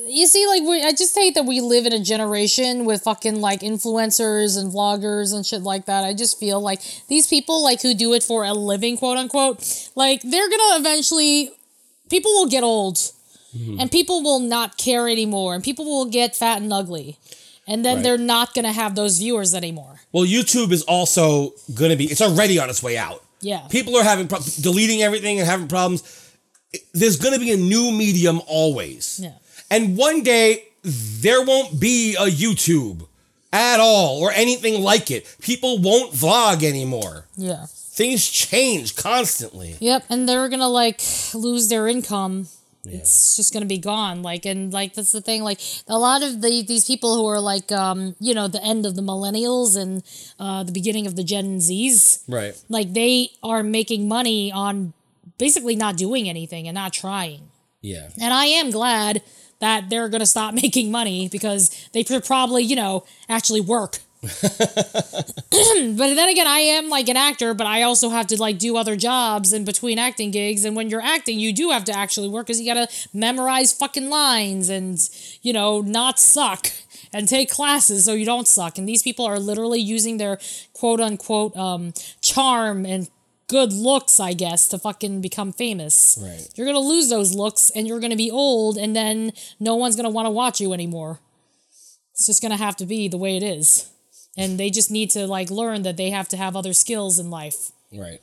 Speaker 4: you see, like, we, I just hate that we live in a generation with fucking like influencers and vloggers and shit like that. I just feel like these people, like, who do it for a living, quote unquote, like, they're gonna eventually, people will get old and people will not care anymore and people will get fat and ugly. And then
Speaker 3: Right.
Speaker 4: they're not gonna have those viewers anymore.
Speaker 3: Well, YouTube is also gonna be it's already on its way out.
Speaker 4: Yeah.
Speaker 3: People are having pro- deleting everything and having problems. There's going to be a new medium always.
Speaker 4: Yeah.
Speaker 3: And one day there won't be a YouTube at all or anything like it. People won't vlog anymore.
Speaker 4: Yeah.
Speaker 3: Things change constantly.
Speaker 4: Yep, and they're gonna like lose their income. It's just gonna be gone. Like and like that's the thing. Like a lot of the these people who are like um you know the end of the millennials and uh, the beginning of the Gen Zs,
Speaker 3: Right.
Speaker 4: like they are making money on basically not doing anything and not trying.
Speaker 3: Yeah.
Speaker 4: And I am glad that they're gonna stop making money because they could probably you know actually work. but then again, I am like an actor, but I also have to like do other jobs in between acting gigs. And when you're acting, you do have to actually work because you gotta memorize fucking lines and you know not suck and take classes so you don't suck. And these people are literally using their quote unquote um, charm and good looks, I guess, to fucking become famous.
Speaker 3: Right.
Speaker 4: You're gonna lose those looks, and you're gonna be old, and then no one's gonna want to watch you anymore. It's just gonna have to be the way it is and they just need to like learn that they have to have other skills in life
Speaker 3: Right.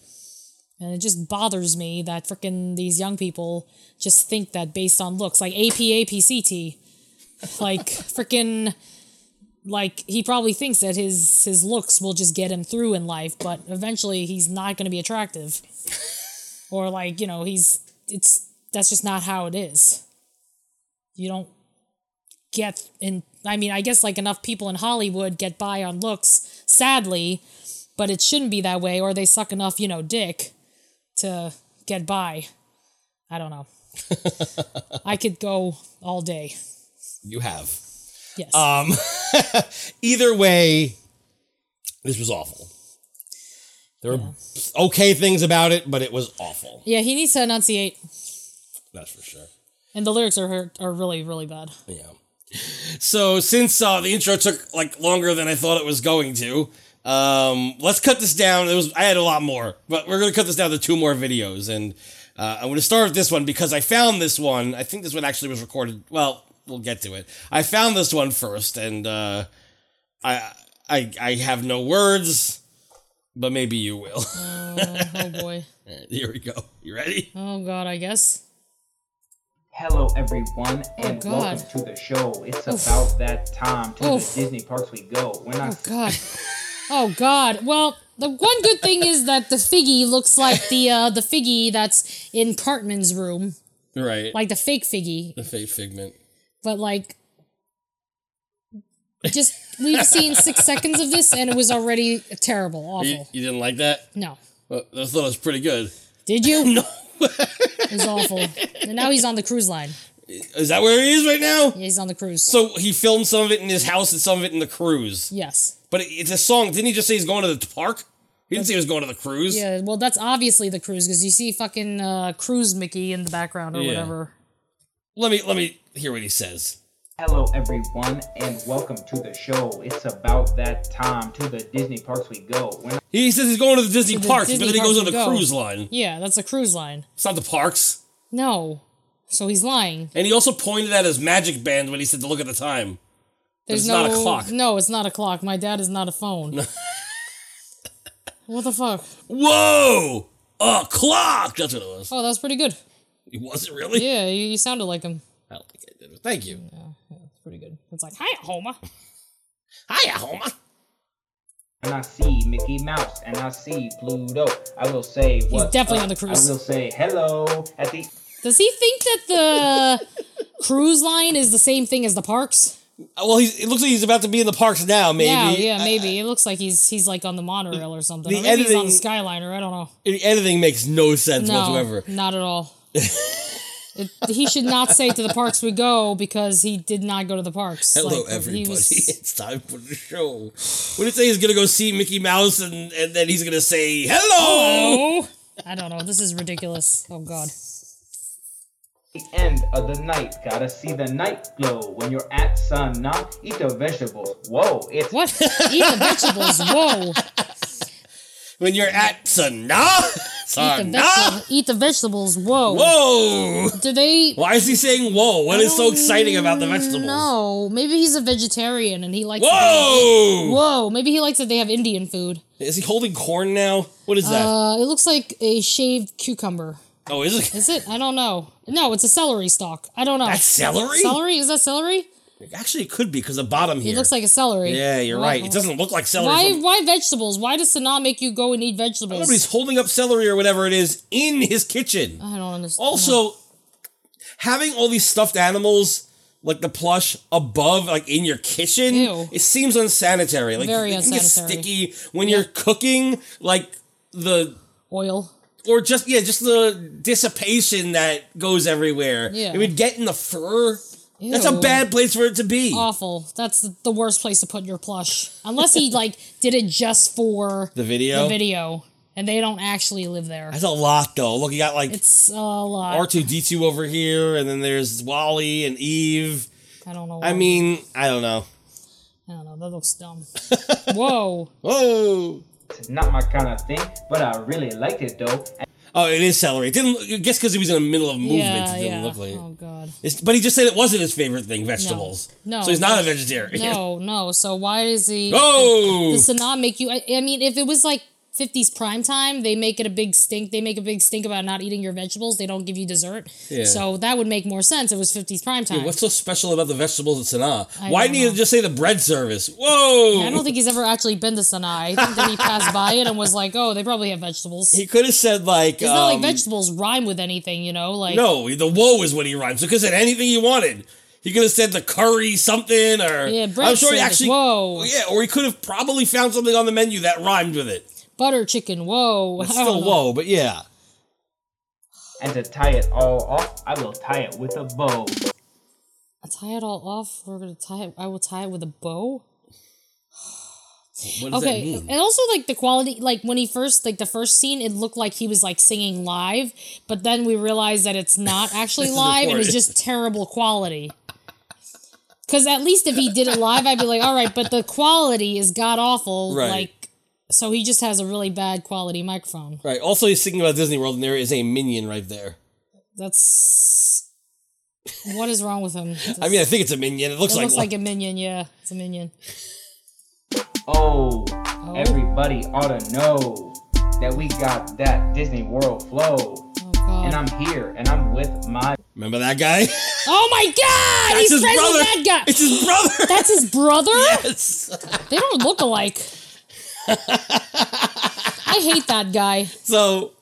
Speaker 4: and it just bothers me that freaking these young people just think that based on looks like apapct like freaking like he probably thinks that his his looks will just get him through in life but eventually he's not going to be attractive or like you know he's it's that's just not how it is you don't get in i mean i guess like enough people in hollywood get by on looks sadly but it shouldn't be that way or they suck enough you know dick to get by i don't know i could go all day
Speaker 3: You have.
Speaker 4: yes
Speaker 3: Um either way this was awful. There were okay things about it, but it was awful.
Speaker 4: yeah he needs to enunciate
Speaker 3: That's for sure.
Speaker 4: and the lyrics are are really really bad
Speaker 3: Yeah. So since uh, the intro took like longer than I thought it was going to, um, let's cut this down. It was I had a lot more, but we're gonna cut this down to two more videos, and uh, I'm gonna start with this one because I found this one. I think this one actually was recorded. Well, we'll get to it. I found this one first, and uh, I I I have no words. but maybe you will.
Speaker 4: Oh, oh boy.
Speaker 3: Here we go. You ready?
Speaker 4: Oh god, I guess. Oh,
Speaker 16: Hello, everyone, and
Speaker 4: God.
Speaker 16: welcome to the show. It's
Speaker 4: Oof.
Speaker 16: about that time to
Speaker 4: Oof.
Speaker 16: the Disney parks we go. We're not.
Speaker 4: Oh god. Oh god. Well, the one good thing is that the figgy looks like the uh the figgy that's in Cartman's room,
Speaker 3: Right.
Speaker 4: like the fake figgy,
Speaker 3: the fake figment.
Speaker 4: but like just we've seen 6 seconds of this and it was already terrible,
Speaker 3: You,
Speaker 4: awful.
Speaker 3: you didn't like that?
Speaker 4: No.
Speaker 3: Well, I thought it was pretty good.
Speaker 4: Did you? No. it was awful. And now he's on the cruise line.
Speaker 3: Is that where he is right now?
Speaker 4: Yeah, he's on the cruise.
Speaker 3: So he filmed some of it in his house and some of it in the cruise.
Speaker 4: Yes.
Speaker 3: But it- it's a song. Didn't he just say he's going to the park? He didn't say he was going to the cruise.
Speaker 4: Yeah, well, that's obviously the cruise because you see fucking uh, cruise Mickey in the background or
Speaker 3: Yeah.
Speaker 4: whatever.
Speaker 3: Let me let me hear what he says.
Speaker 16: Hello, everyone, and welcome to the show. It's about that time to the Disney parks we go. We're not.
Speaker 3: He says he's going to the Disney
Speaker 4: The
Speaker 3: parks,
Speaker 4: Disney
Speaker 3: but then he
Speaker 4: parks
Speaker 3: goes on
Speaker 4: we
Speaker 3: the
Speaker 4: go.
Speaker 3: cruise line.
Speaker 4: Yeah, that's a cruise line.
Speaker 3: It's not the parks.
Speaker 4: No, so he's lying.
Speaker 3: And he also pointed at his magic band when he said to look at the time. But
Speaker 4: There's
Speaker 3: it's
Speaker 4: no
Speaker 3: not a clock.
Speaker 4: No, it's not a clock. My dad is not a phone. what the fuck?
Speaker 3: Whoa! A clock! That's what it was.
Speaker 4: Oh, that was pretty good.
Speaker 3: It wasn't really?
Speaker 4: Yeah, you, you sounded like him.
Speaker 3: I don't think I did. Thank you.
Speaker 4: That's pretty good. It's like, hiya, Homer.
Speaker 3: Hiya, Homer. Uh,
Speaker 16: When I see Mickey Mouse and I see Pluto, I will say what.
Speaker 4: definitely
Speaker 16: up.
Speaker 4: on the cruise.
Speaker 16: I will say hello at the.
Speaker 4: Does he think that the cruise line is the same thing as the parks?
Speaker 3: Uh, Well, he's, it looks like he's about to be in the parks now, maybe. Uh,
Speaker 4: Yeah, yeah, maybe. it looks like he's he's like on the monorail or something.
Speaker 3: the
Speaker 4: or maybe he's on the
Speaker 3: editing-
Speaker 4: Skyliner. I don't know.
Speaker 3: The editing Uh, makes no sense
Speaker 4: no,
Speaker 3: whatsoever.
Speaker 4: not at all. it, he should not say to the parks we go because he did not go to the parks.
Speaker 3: Hello,
Speaker 4: Like, he
Speaker 3: everybody.
Speaker 4: was-
Speaker 3: It's time for the show. What do you say he's going to go see Mickey Mouse and, and then he's going to say, hello?
Speaker 4: Hello. I don't know. This is ridiculous. Oh God.
Speaker 16: The end of the night, gotta see the night glow. When you're at sun, not eat the vegetables. Whoa, it's
Speaker 4: what? Eat the vegetables. Whoa.
Speaker 3: When you're at Sanaa?
Speaker 4: Eat the,
Speaker 3: Sanaa?
Speaker 4: vegetable, eat the vegetables. Whoa.
Speaker 3: Uh, Whoa!
Speaker 4: Do they?
Speaker 3: Why is he saying whoa? What is so exciting about the vegetables?
Speaker 4: Oh, No, maybe he's a vegetarian and he likes.
Speaker 3: Whoa!
Speaker 4: Whoa! Maybe he likes that they have Indian food.
Speaker 3: Is he holding corn now? What is that?
Speaker 4: Uh, it looks like a shaved cucumber.
Speaker 3: oh, is it?
Speaker 4: Is it? I don't know. No, it's a celery stalk. I don't know.
Speaker 3: That's celery?
Speaker 4: Celery? Is that celery?
Speaker 3: Actually, it could be because the bottom here.
Speaker 4: It looks like a celery.
Speaker 3: Yeah, you're
Speaker 4: Wow.
Speaker 3: right. It doesn't look like celery.
Speaker 4: Why?
Speaker 3: from-
Speaker 4: Why vegetables? Why does Sanaa make you go and eat vegetables?
Speaker 3: Nobody's holding up celery or whatever it is in his kitchen.
Speaker 4: I don't understand.
Speaker 3: Also, having all these stuffed animals, like the plush above, like in your kitchen, it seems unsanitary. Like
Speaker 4: Very
Speaker 3: it can get
Speaker 4: unsanitary.
Speaker 3: sticky when you're cooking, like the
Speaker 4: oil.
Speaker 3: Or just yeah, just the dissipation that goes everywhere.
Speaker 4: Yeah.
Speaker 3: It would get in the fur. That's
Speaker 4: Ew.
Speaker 3: a bad place for it to be.
Speaker 4: awful. That's the worst place to put your plush. Unless he like did it just for
Speaker 3: The video?
Speaker 4: The video, and they don't actually live there.
Speaker 3: That's a lot though. Look, you got like
Speaker 4: It's a lot.
Speaker 3: R two D two over here, and then there's Wally and Eve.
Speaker 4: I don't know.
Speaker 3: I
Speaker 4: why.
Speaker 3: mean, I don't know.
Speaker 4: I don't know. That looks dumb. Whoa.
Speaker 3: Whoa.
Speaker 16: It's not my kind of thing, but I really like it though.
Speaker 3: Oh, it is celery. It didn't I guess because he was in the middle of movement.
Speaker 4: Yeah,
Speaker 3: it didn't
Speaker 4: yeah.
Speaker 3: look like.
Speaker 4: Oh god.
Speaker 3: It's, but he just said it wasn't his favorite thing, vegetables.
Speaker 4: No.
Speaker 3: So he's not a vegetarian.
Speaker 4: No, no. So why does he?
Speaker 3: Oh!
Speaker 4: Does Sanaa make you? I, I mean, if it was like. 50s prime time, they make it a big stink. They make a big stink about not eating your vegetables. They don't give you dessert.
Speaker 3: Yeah.
Speaker 4: So that would make more sense. It was 50s prime time.
Speaker 3: Yeah, what's so special about the vegetables at Sanaa?
Speaker 4: I
Speaker 3: Why
Speaker 4: don't
Speaker 3: didn't you just say the bread service? Whoa!
Speaker 4: Yeah, I don't think he's ever actually been to Sanaa. I think that he passed by it and was like, "Oh, they probably have vegetables."
Speaker 3: he could have said like.
Speaker 4: It's not like
Speaker 3: um,
Speaker 4: vegetables rhyme with anything, you know? Like
Speaker 3: no, the woe is what he rhymes. He could have said anything he wanted. He could have said the curry something or
Speaker 4: Yeah, bread
Speaker 3: I'm sure he
Speaker 4: service,
Speaker 3: actually
Speaker 4: whoa.
Speaker 3: yeah, or he could have probably found something on the menu that rhymed with it.
Speaker 4: butter chicken. Whoa,
Speaker 3: It's
Speaker 4: I don't
Speaker 3: still
Speaker 4: know.
Speaker 3: whoa, but yeah.
Speaker 16: And to tie it all off, I will tie it with a bow.
Speaker 4: I tie it all off. We're gonna tie it. I will tie it with a bow.
Speaker 3: What
Speaker 4: okay, and also like the quality, like when he first, like the first scene, it looked like he was like singing live, but then we realized that it's not actually
Speaker 17: This is
Speaker 4: live. It was
Speaker 17: recorded.
Speaker 4: just terrible quality. Because at least if he did it live, I'd be like, all right, but the quality is god awful.
Speaker 3: Right.
Speaker 4: Like, so he just has a really bad quality microphone.
Speaker 3: Right. Also, he's thinking about Disney World, and there is a minion right there.
Speaker 4: That's what is wrong with him.
Speaker 3: I mean, I think it's a minion. It looks
Speaker 4: it
Speaker 3: like
Speaker 4: looks like a minion. Yeah, it's a minion.
Speaker 16: Oh, everybody ought to know that we got that Disney World flow.
Speaker 4: Oh,
Speaker 16: And I'm here, and I'm with my.
Speaker 3: Remember that guy?
Speaker 4: Oh my god!
Speaker 3: That's
Speaker 4: He's
Speaker 3: his
Speaker 4: friends
Speaker 3: brother.
Speaker 4: with that guy.
Speaker 3: It's his brother.
Speaker 4: That's his brother.
Speaker 3: Yes.
Speaker 4: They don't look alike. I hate that guy.
Speaker 3: So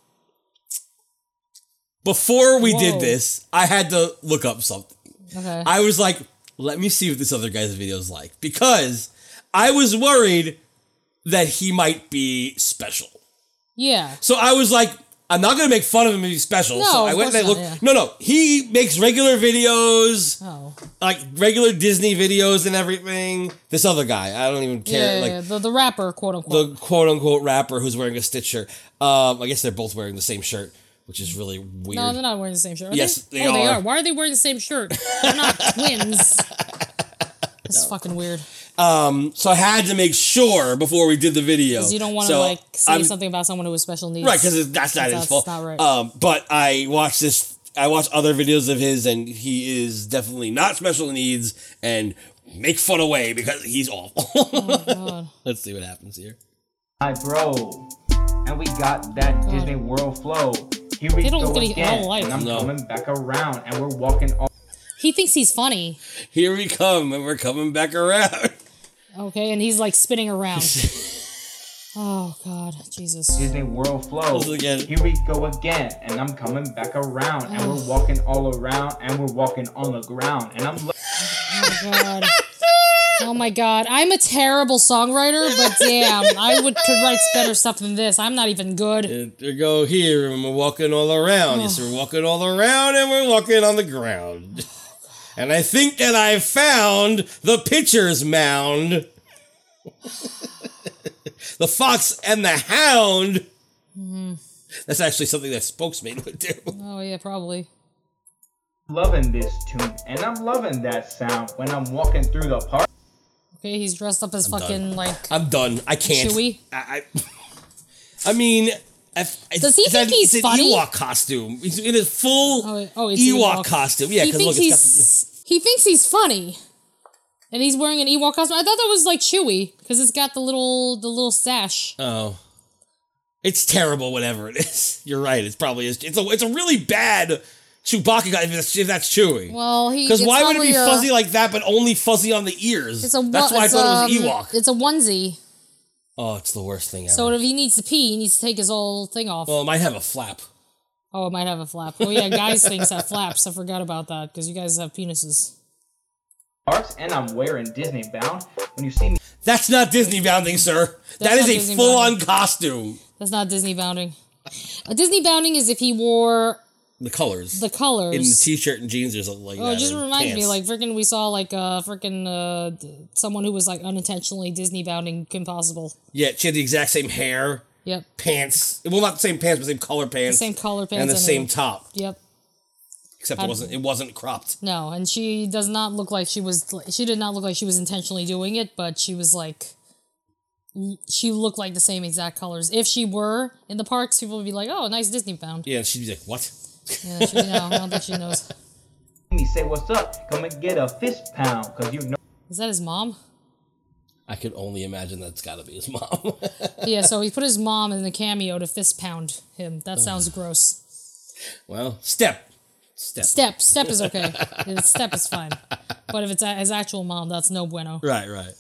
Speaker 3: before we
Speaker 4: Whoa.
Speaker 3: did this, I had to look up something.
Speaker 4: Okay.
Speaker 3: I was like, let me see what this other guy's video is like because I was worried that he might be special.
Speaker 4: yeah.
Speaker 3: So I was like, I'm not gonna make fun of him if he's special.
Speaker 4: No,
Speaker 3: so
Speaker 4: of
Speaker 3: I went and I
Speaker 4: course
Speaker 3: looked.
Speaker 4: not,
Speaker 3: No, no, he makes regular videos,
Speaker 4: Oh.
Speaker 3: like regular Disney videos and everything. This other guy, I don't even
Speaker 4: Yeah,
Speaker 3: care.
Speaker 4: yeah,
Speaker 3: like
Speaker 4: yeah, the, the rapper, quote unquote.
Speaker 3: the quote unquote rapper who's wearing a stitch shirt. Um, I guess they're both wearing the same shirt, which is really weird.
Speaker 4: No, they're not wearing the same shirt. Are
Speaker 3: Yes, they
Speaker 4: oh, they
Speaker 3: are.
Speaker 4: are. Why are they wearing the same shirt? They're not twins. That's fucking weird.
Speaker 3: Um, so I had to make sure before we did the video.
Speaker 4: Because you don't want to
Speaker 3: So
Speaker 4: like say
Speaker 3: I'm-
Speaker 4: something about someone who has special needs.
Speaker 3: Right, because that's not his fault.
Speaker 4: That's not right.
Speaker 3: Um, but I watched this. I watched other videos of his, and he is definitely not special needs, and make fun away because he's awful.
Speaker 4: Oh
Speaker 3: Let's see what happens here.
Speaker 16: my bro. And we got that Disney World flow. Here we
Speaker 4: They don't
Speaker 16: go
Speaker 4: look any- I
Speaker 16: again.
Speaker 4: don't like
Speaker 16: and I'm
Speaker 4: them.
Speaker 16: coming back around, and we're walking all.
Speaker 4: he thinks he's funny.
Speaker 3: Here we come, and we're coming back around.
Speaker 4: Okay, and he's like spinning around. oh God, Jesus.
Speaker 16: Disney World
Speaker 5: Oh.
Speaker 16: flow. Here we go again, and I'm coming back around, and we're walking all around, and we're walking on the ground, and I'm. Lo-
Speaker 4: Oh my God. Oh my God. I'm a terrible songwriter, but damn, I would could write better stuff than this. I'm not even good.
Speaker 3: And we go here, and we're walking all around. Yes, we're walking all around, and we're walking on the ground. And I think that I found the pitcher's mound. the fox and the hound.
Speaker 4: Mhm.
Speaker 3: That's actually something that spokesman would do.
Speaker 4: Oh yeah, probably.
Speaker 16: loving this tune, and I'm loving that sound when I'm walking through the park.
Speaker 4: Okay, he's dressed up as fucking like.
Speaker 3: I'm done. I can't.
Speaker 4: Chewy.
Speaker 3: I, I, I mean, if,
Speaker 4: Does he
Speaker 3: it's an-
Speaker 4: think he's
Speaker 3: it's
Speaker 4: funny?
Speaker 3: An Ewok costume. He's in his full
Speaker 4: oh, it's
Speaker 3: Ewok,
Speaker 4: Ewok.
Speaker 3: costume. Yeah,
Speaker 4: He
Speaker 3: because look,
Speaker 4: thinks
Speaker 3: it's got
Speaker 4: He thinks he's funny, and he's wearing an Ewok costume. I thought that was like Chewy because it's got the little the little sash.
Speaker 3: the. Oh, it's terrible. Whatever it is, you're right. It's probably is. It's a it's a really bad Chewbacca guy. If that's, if that's Chewy.
Speaker 4: Well, he
Speaker 3: Because
Speaker 4: it's
Speaker 3: why would it be
Speaker 4: probably a-
Speaker 3: fuzzy like that, but only fuzzy on the ears?
Speaker 4: It's a wo-
Speaker 3: That's why I
Speaker 4: it's,
Speaker 3: thought it was
Speaker 4: um,
Speaker 3: Ewok.
Speaker 4: It's a onesie.
Speaker 3: Oh, it's the worst thing ever.
Speaker 4: So if he needs to pee, he needs to take his whole thing off.
Speaker 3: well, it might have a flap.
Speaker 4: oh, it might have a flap. Oh yeah, guys' things have flaps. I forgot about that because you guys have penises.
Speaker 16: parks and I'm wearing Disney bound. When you see me
Speaker 3: That's not Disney bounding, sir. That's
Speaker 4: not
Speaker 3: a
Speaker 4: Disney
Speaker 3: full on costume.
Speaker 4: That's not Disney bounding. A Disney bounding is if he wore
Speaker 3: The colors.
Speaker 4: the colors.
Speaker 3: in the t-shirt and jeans or something like
Speaker 4: Oh,
Speaker 3: that.
Speaker 4: it just
Speaker 3: or
Speaker 4: reminds me,
Speaker 3: pants.
Speaker 4: like freaking, we saw like uh freaking uh d- someone who was like unintentionally Disney bounding Kim Possible.
Speaker 3: yeah, she had the exact same hair,
Speaker 4: Yep,
Speaker 3: pants. Well, not the same pants, but same color pants,
Speaker 4: same color pants,
Speaker 3: and the
Speaker 4: and
Speaker 3: same
Speaker 4: everything.
Speaker 3: top.
Speaker 4: Yep.
Speaker 3: Except
Speaker 4: I-
Speaker 3: it wasn't. It wasn't cropped.
Speaker 4: No, and she does not look like she was. She did not look like she was intentionally doing it, but she was like, she looked like the same exact colors. If she were in the parks, people would be like, "Oh, nice Disney bound."
Speaker 3: Yeah, and she'd be like, "What?"
Speaker 4: Yeah, she, no, I don't think she knows.
Speaker 16: me say what's up, come and get a fist pound, cause you know
Speaker 4: Is that his mom?
Speaker 3: I could only imagine that's got to be his mom.
Speaker 4: Yeah, so he put his mom in the cameo to fist pound him. That sounds gross.
Speaker 3: well, step, step,
Speaker 4: Step, step is okay. step is fine. But if it's a- his actual mom, that's no bueno.
Speaker 3: Right, right.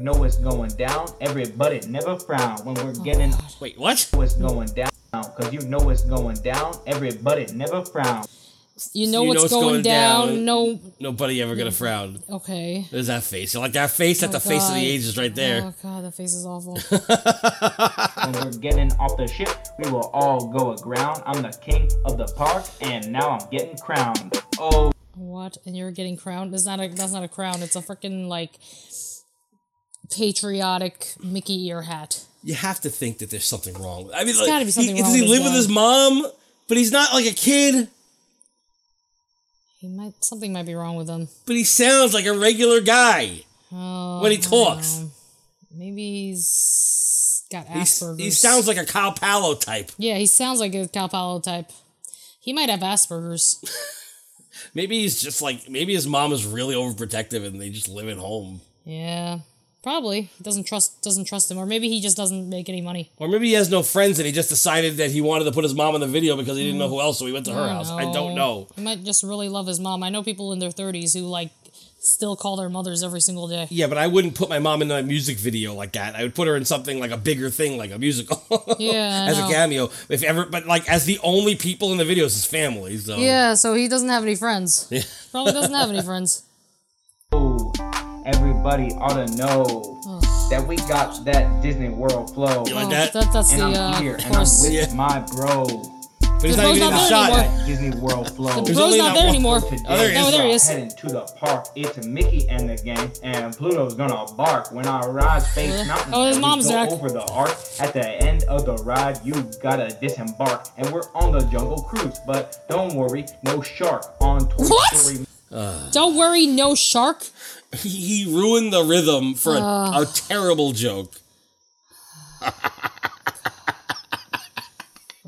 Speaker 16: know what's going down. Everybody never frown when we're getting
Speaker 3: Wait, what?
Speaker 16: What's going down? Cause you know what's going down. Everybody never frown.
Speaker 4: You know what's going, down. No.
Speaker 3: Nobody ever gonna frown.
Speaker 4: Okay.
Speaker 3: There's that face. You like that face? That's
Speaker 4: Oh,
Speaker 3: the face of
Speaker 4: God.
Speaker 3: the ages right there.
Speaker 4: Oh god, that face is awful.
Speaker 16: when we're getting off the ship, we will all go aground. I'm the king of the park, and now I'm getting crowned. Oh,
Speaker 4: What? And you're getting crowned? It's not a. That's not a crown. It's a freaking like patriotic Mickey ear hat.
Speaker 3: you have to think that there's something wrong. I mean,
Speaker 4: There's
Speaker 3: like,
Speaker 4: gotta be something
Speaker 3: he,
Speaker 4: wrong
Speaker 3: Does he
Speaker 4: with
Speaker 3: live
Speaker 4: his
Speaker 3: with his mom? But he's not like a kid.
Speaker 4: He might. Something might be wrong with him.
Speaker 3: But he sounds like a regular guy
Speaker 4: Oh,
Speaker 3: when he
Speaker 4: I don't
Speaker 3: talks.
Speaker 4: know. Maybe he's got
Speaker 3: He's-
Speaker 4: Asperger's.
Speaker 3: he sounds like a Kyle Palo type.
Speaker 4: Yeah, he sounds like a Cal Palo type. He might have Asperger's.
Speaker 3: Maybe he's just like maybe his mom is really overprotective and they just live at home.
Speaker 4: yeah. Probably doesn't trust doesn't trust him, or maybe he just doesn't make any money.
Speaker 3: Or maybe he has no friends and he just decided that he wanted to put his mom in the video because he didn't
Speaker 4: Mm.
Speaker 3: know who else, so he went to
Speaker 4: Oh,
Speaker 3: her house. I don't know.
Speaker 4: He might just really love his mom. I know people in their thirties who like still call their mothers every single day.
Speaker 3: Yeah, but I wouldn't put my mom in a music video like that. I would put her in something like a bigger thing, like a musical.
Speaker 4: Yeah, I
Speaker 3: as a
Speaker 4: know.
Speaker 3: cameo, if ever. But like as the only people in the video is his family. So
Speaker 4: Yeah, so he doesn't have any friends.
Speaker 3: Yeah.
Speaker 4: Probably doesn't have any friends.
Speaker 16: Everybody ought to know
Speaker 4: Hmm.
Speaker 16: that we got that Disney World flow.
Speaker 4: like Oh, that? that- that's
Speaker 16: and
Speaker 4: the,
Speaker 16: I'm
Speaker 4: uh,
Speaker 16: here, and I'm
Speaker 4: chorus.
Speaker 16: with my bro.
Speaker 3: But he's The not bro's even in not the there shot anymore. yet.
Speaker 16: Disney World flow.
Speaker 4: bro's There's only not that there one. anymore. Oh, there he is. No, there he is.
Speaker 16: Heading to the park. It's Mickey and the gang, and Pluto's gonna bark when I ride Space
Speaker 4: Yeah.
Speaker 16: Mountain.
Speaker 4: Oh, his
Speaker 16: We
Speaker 4: mom's
Speaker 16: go
Speaker 4: back.
Speaker 16: over the arc. At the end of the ride, you gotta disembark, and we're on the jungle cruise. But don't worry, no shark on Toy
Speaker 4: What?
Speaker 16: Story.
Speaker 4: Don't worry, no shark.
Speaker 3: he, he ruined the rhythm for a,
Speaker 4: Ah.
Speaker 3: a terrible joke.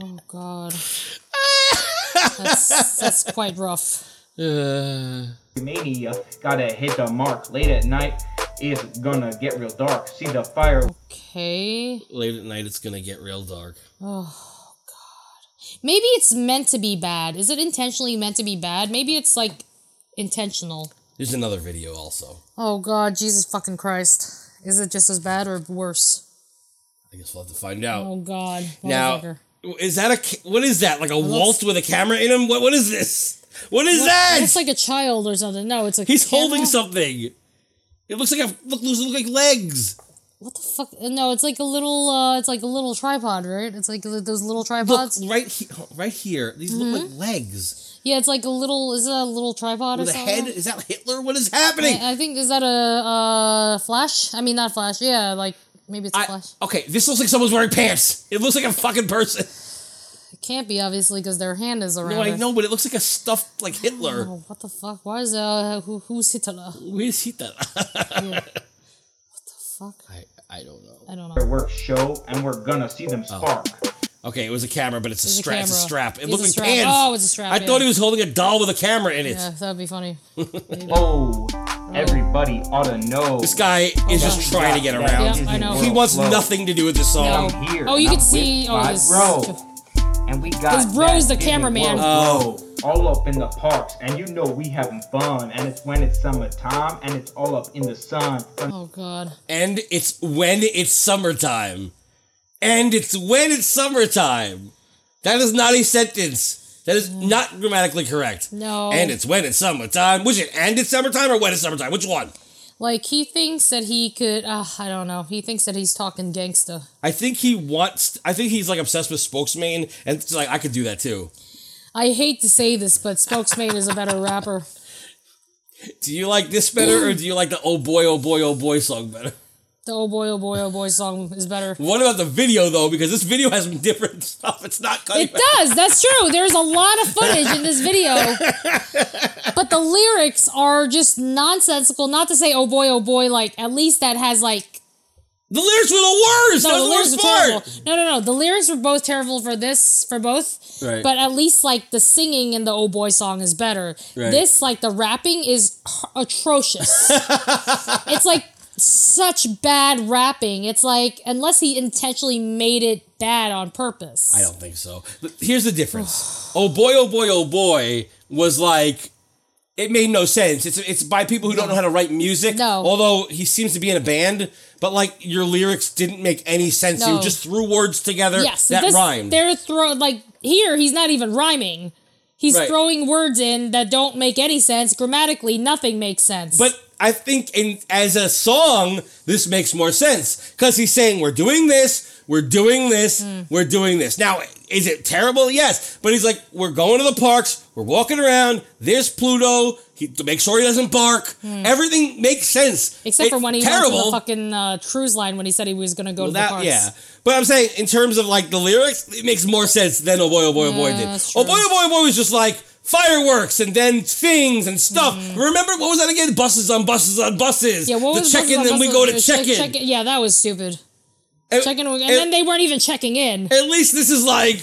Speaker 4: Oh god. that's that's quite rough.
Speaker 3: Uh,
Speaker 16: Mania gotta hit the mark late at night. It's gonna get real dark. See the fire.
Speaker 4: Okay.
Speaker 3: Late at night, it's gonna get real dark.
Speaker 4: Oh god. Maybe it's meant to be bad. Is it intentionally meant to be bad? Maybe it's like intentional.
Speaker 3: There's another video also.
Speaker 4: Oh god, Jesus fucking Christ. Is it just as bad or worse?
Speaker 3: I guess we'll have to find out.
Speaker 4: Oh god.
Speaker 3: now,
Speaker 4: Motherfucker.
Speaker 3: is that a ca- what is that like a waltz with a camera in him? What what is this? What is
Speaker 4: What-
Speaker 3: that?
Speaker 4: It's like a child or something. No, it's a
Speaker 3: He's
Speaker 4: camera?
Speaker 3: holding something. It looks like a look, those look like legs.
Speaker 4: What the fuck? No, it's like a little uh it's like a little tripod, right? It's like li- those little
Speaker 3: Look
Speaker 4: tripods.
Speaker 3: right he- oh, right here. These look like legs.
Speaker 4: Yeah, it's like a little Mm-hmm. is it a little tripod
Speaker 3: With
Speaker 4: or
Speaker 3: a
Speaker 4: something?
Speaker 3: head? Is that Hitler? What is happening?
Speaker 4: I, I think is that a uh flash? I mean not flash. Yeah, like maybe it's a flash.
Speaker 3: Okay, this looks like someone's wearing pants. It looks like a fucking person.
Speaker 4: It can't be obviously because their hand is around.
Speaker 3: No, I
Speaker 4: it.
Speaker 3: know, but it looks like a stuffed like Hitler.
Speaker 4: Oh, what the fuck? Why is uh who, who's Hitler?
Speaker 3: Where's Hitler?
Speaker 4: Fuck.
Speaker 3: I, I don't know.
Speaker 4: I don't know.
Speaker 16: Fireworks show, and we're gonna see them
Speaker 4: Oh.
Speaker 16: spark.
Speaker 3: Okay, it was a camera, but it's a
Speaker 4: It's a
Speaker 3: strap. It's a
Speaker 4: camera.
Speaker 3: strap. It
Speaker 4: It's
Speaker 3: looked
Speaker 4: a
Speaker 3: like
Speaker 4: strap.
Speaker 3: pants.
Speaker 4: Oh, it's a strap,
Speaker 3: I
Speaker 4: yeah.
Speaker 3: thought he was holding a doll with a camera in it.
Speaker 4: Yeah, that'd be funny.
Speaker 16: Oh, everybody ought to know.
Speaker 3: This guy is
Speaker 16: Oh,
Speaker 3: just
Speaker 16: God.
Speaker 3: trying to get
Speaker 16: Yeah,
Speaker 3: around.
Speaker 16: I know.
Speaker 3: He wants
Speaker 16: Whoa.
Speaker 3: nothing to do with this song.
Speaker 16: I'm here.
Speaker 4: Oh, you
Speaker 16: and
Speaker 4: can
Speaker 16: I'm
Speaker 4: see-
Speaker 16: with
Speaker 4: oh,
Speaker 16: my
Speaker 4: this-
Speaker 16: bro. And we got
Speaker 4: His bro is
Speaker 16: that
Speaker 4: the
Speaker 16: Disney
Speaker 4: cameraman.
Speaker 16: World
Speaker 3: Oh.
Speaker 16: flow all up in the parks, and you know we having fun, and it's when it's summertime, and it's all up in the sun.
Speaker 4: Oh god.
Speaker 3: And it's when it's summertime. And it's when it's summertime. That is not a sentence. That is not grammatically correct.
Speaker 4: No.
Speaker 3: And it's when it's summertime. Which it and it's summertime or when it's summertime? Which one?
Speaker 4: Like he thinks that he could. Uh, I don't know. He thinks that he's talking gangsta.
Speaker 3: I think he wants. I think he's like obsessed with spokesman, and it's like I could do that too.
Speaker 4: I hate to say this, but Spokesman is a better rapper.
Speaker 3: Do you like this better, or do you like the oh boy, oh boy, oh boy song better?
Speaker 4: The oh boy, oh boy, oh boy song is better.
Speaker 3: What about the video though? Because this video has some different stuff. It's not cutting.
Speaker 4: It does. That's true. There's a lot of footage in this video, but the lyrics are just nonsensical. Not to say oh boy, oh boy. Like at least that has like
Speaker 3: The lyrics were the worst.
Speaker 4: No, the lyrics
Speaker 3: were
Speaker 4: were terrible. No, no, no. The lyrics were both terrible for this, for both.
Speaker 3: Right.
Speaker 4: But at least like the singing in the old boy song is better.
Speaker 3: Right.
Speaker 4: This like the rapping is h- atrocious. it's like such bad rapping. It's like unless he intentionally made it bad on purpose.
Speaker 3: I don't think so. But here's the difference. oh boy, oh boy, oh boy was like it made no sense. It's it's by people who don't know how to write music. No. Although he seems to be in a band, but like your lyrics didn't make any sense. You
Speaker 4: No.
Speaker 3: just threw words together
Speaker 4: yes,
Speaker 3: that
Speaker 4: this,
Speaker 3: rhymed.
Speaker 4: They're throw like here. He's not even rhyming. He's
Speaker 3: Right.
Speaker 4: throwing words in that don't make any sense grammatically. Nothing makes sense.
Speaker 3: But I think in as a song, this makes more sense because he's saying we're doing this, we're doing this,
Speaker 4: Hmm.
Speaker 3: we're doing this. Now, is it terrible? Yes, but he's like we're going to the parks, we're walking around. There's Pluto. He, to make sure he doesn't bark. Everything makes sense
Speaker 4: Hmm. Except for
Speaker 3: It's
Speaker 4: when he went to
Speaker 3: terrible.
Speaker 4: the fucking uh, cruise line when he said he was going to go
Speaker 3: Well,
Speaker 4: to
Speaker 3: that-
Speaker 4: the parks.
Speaker 3: yeah. But I'm saying in terms of like the lyrics, it makes more sense than oh boy, oh boy, oh boy
Speaker 4: Yeah,
Speaker 3: did.
Speaker 4: that's
Speaker 3: Oh boy, oh boy, oh boy was just like fireworks and then things and stuff. Remember what was that again? Buses on buses on buses.
Speaker 4: Mm-hmm. Yeah, what was
Speaker 3: the check in?
Speaker 4: Buses
Speaker 3: Then
Speaker 4: on
Speaker 3: we
Speaker 4: Buses?
Speaker 3: go to
Speaker 4: Uh,
Speaker 3: check in.
Speaker 4: check-in. Yeah, that was stupid.
Speaker 3: And-
Speaker 4: check in, and,
Speaker 3: and-
Speaker 4: then they weren't even checking in.
Speaker 3: At least this is like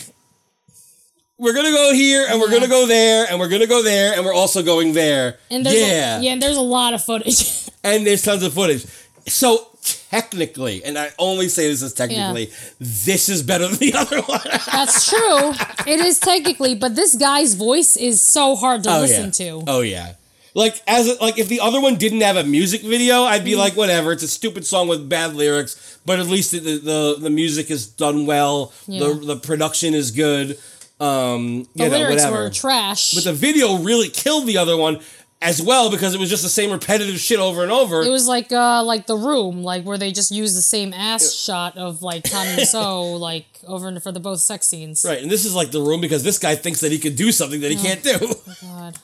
Speaker 3: we're gonna go here and we're gonna go there and we're gonna go there and we're also going there.
Speaker 4: And there's
Speaker 3: yeah,
Speaker 4: a, yeah, and there's a lot of footage.
Speaker 3: and there's tons of footage. So technically, and I only say this as technically, this is better than the other one.
Speaker 4: That's true. It is technically, but this guy's voice is so hard to
Speaker 3: oh
Speaker 4: listen
Speaker 3: yeah.
Speaker 4: to.
Speaker 3: Oh yeah. Like as a- like if the other one didn't have a music video, I'd
Speaker 4: Mm.
Speaker 3: be like, whatever. It's a stupid song with bad lyrics, but at least the the, the music is done well.
Speaker 4: Yeah.
Speaker 3: The the production is good. Um,
Speaker 4: The
Speaker 3: you know,
Speaker 4: lyrics
Speaker 3: whatever.
Speaker 4: were trash.
Speaker 3: But the video really killed the other one as well because it was just the same repetitive shit over and over.
Speaker 4: It was like uh like the room, like where they just use the same ass shot of like Tommy Wiseau, like over and for the both sex scenes.
Speaker 3: right, and this is like the room because this guy thinks that he can do something that he
Speaker 4: Oh.
Speaker 3: can't do.
Speaker 4: God.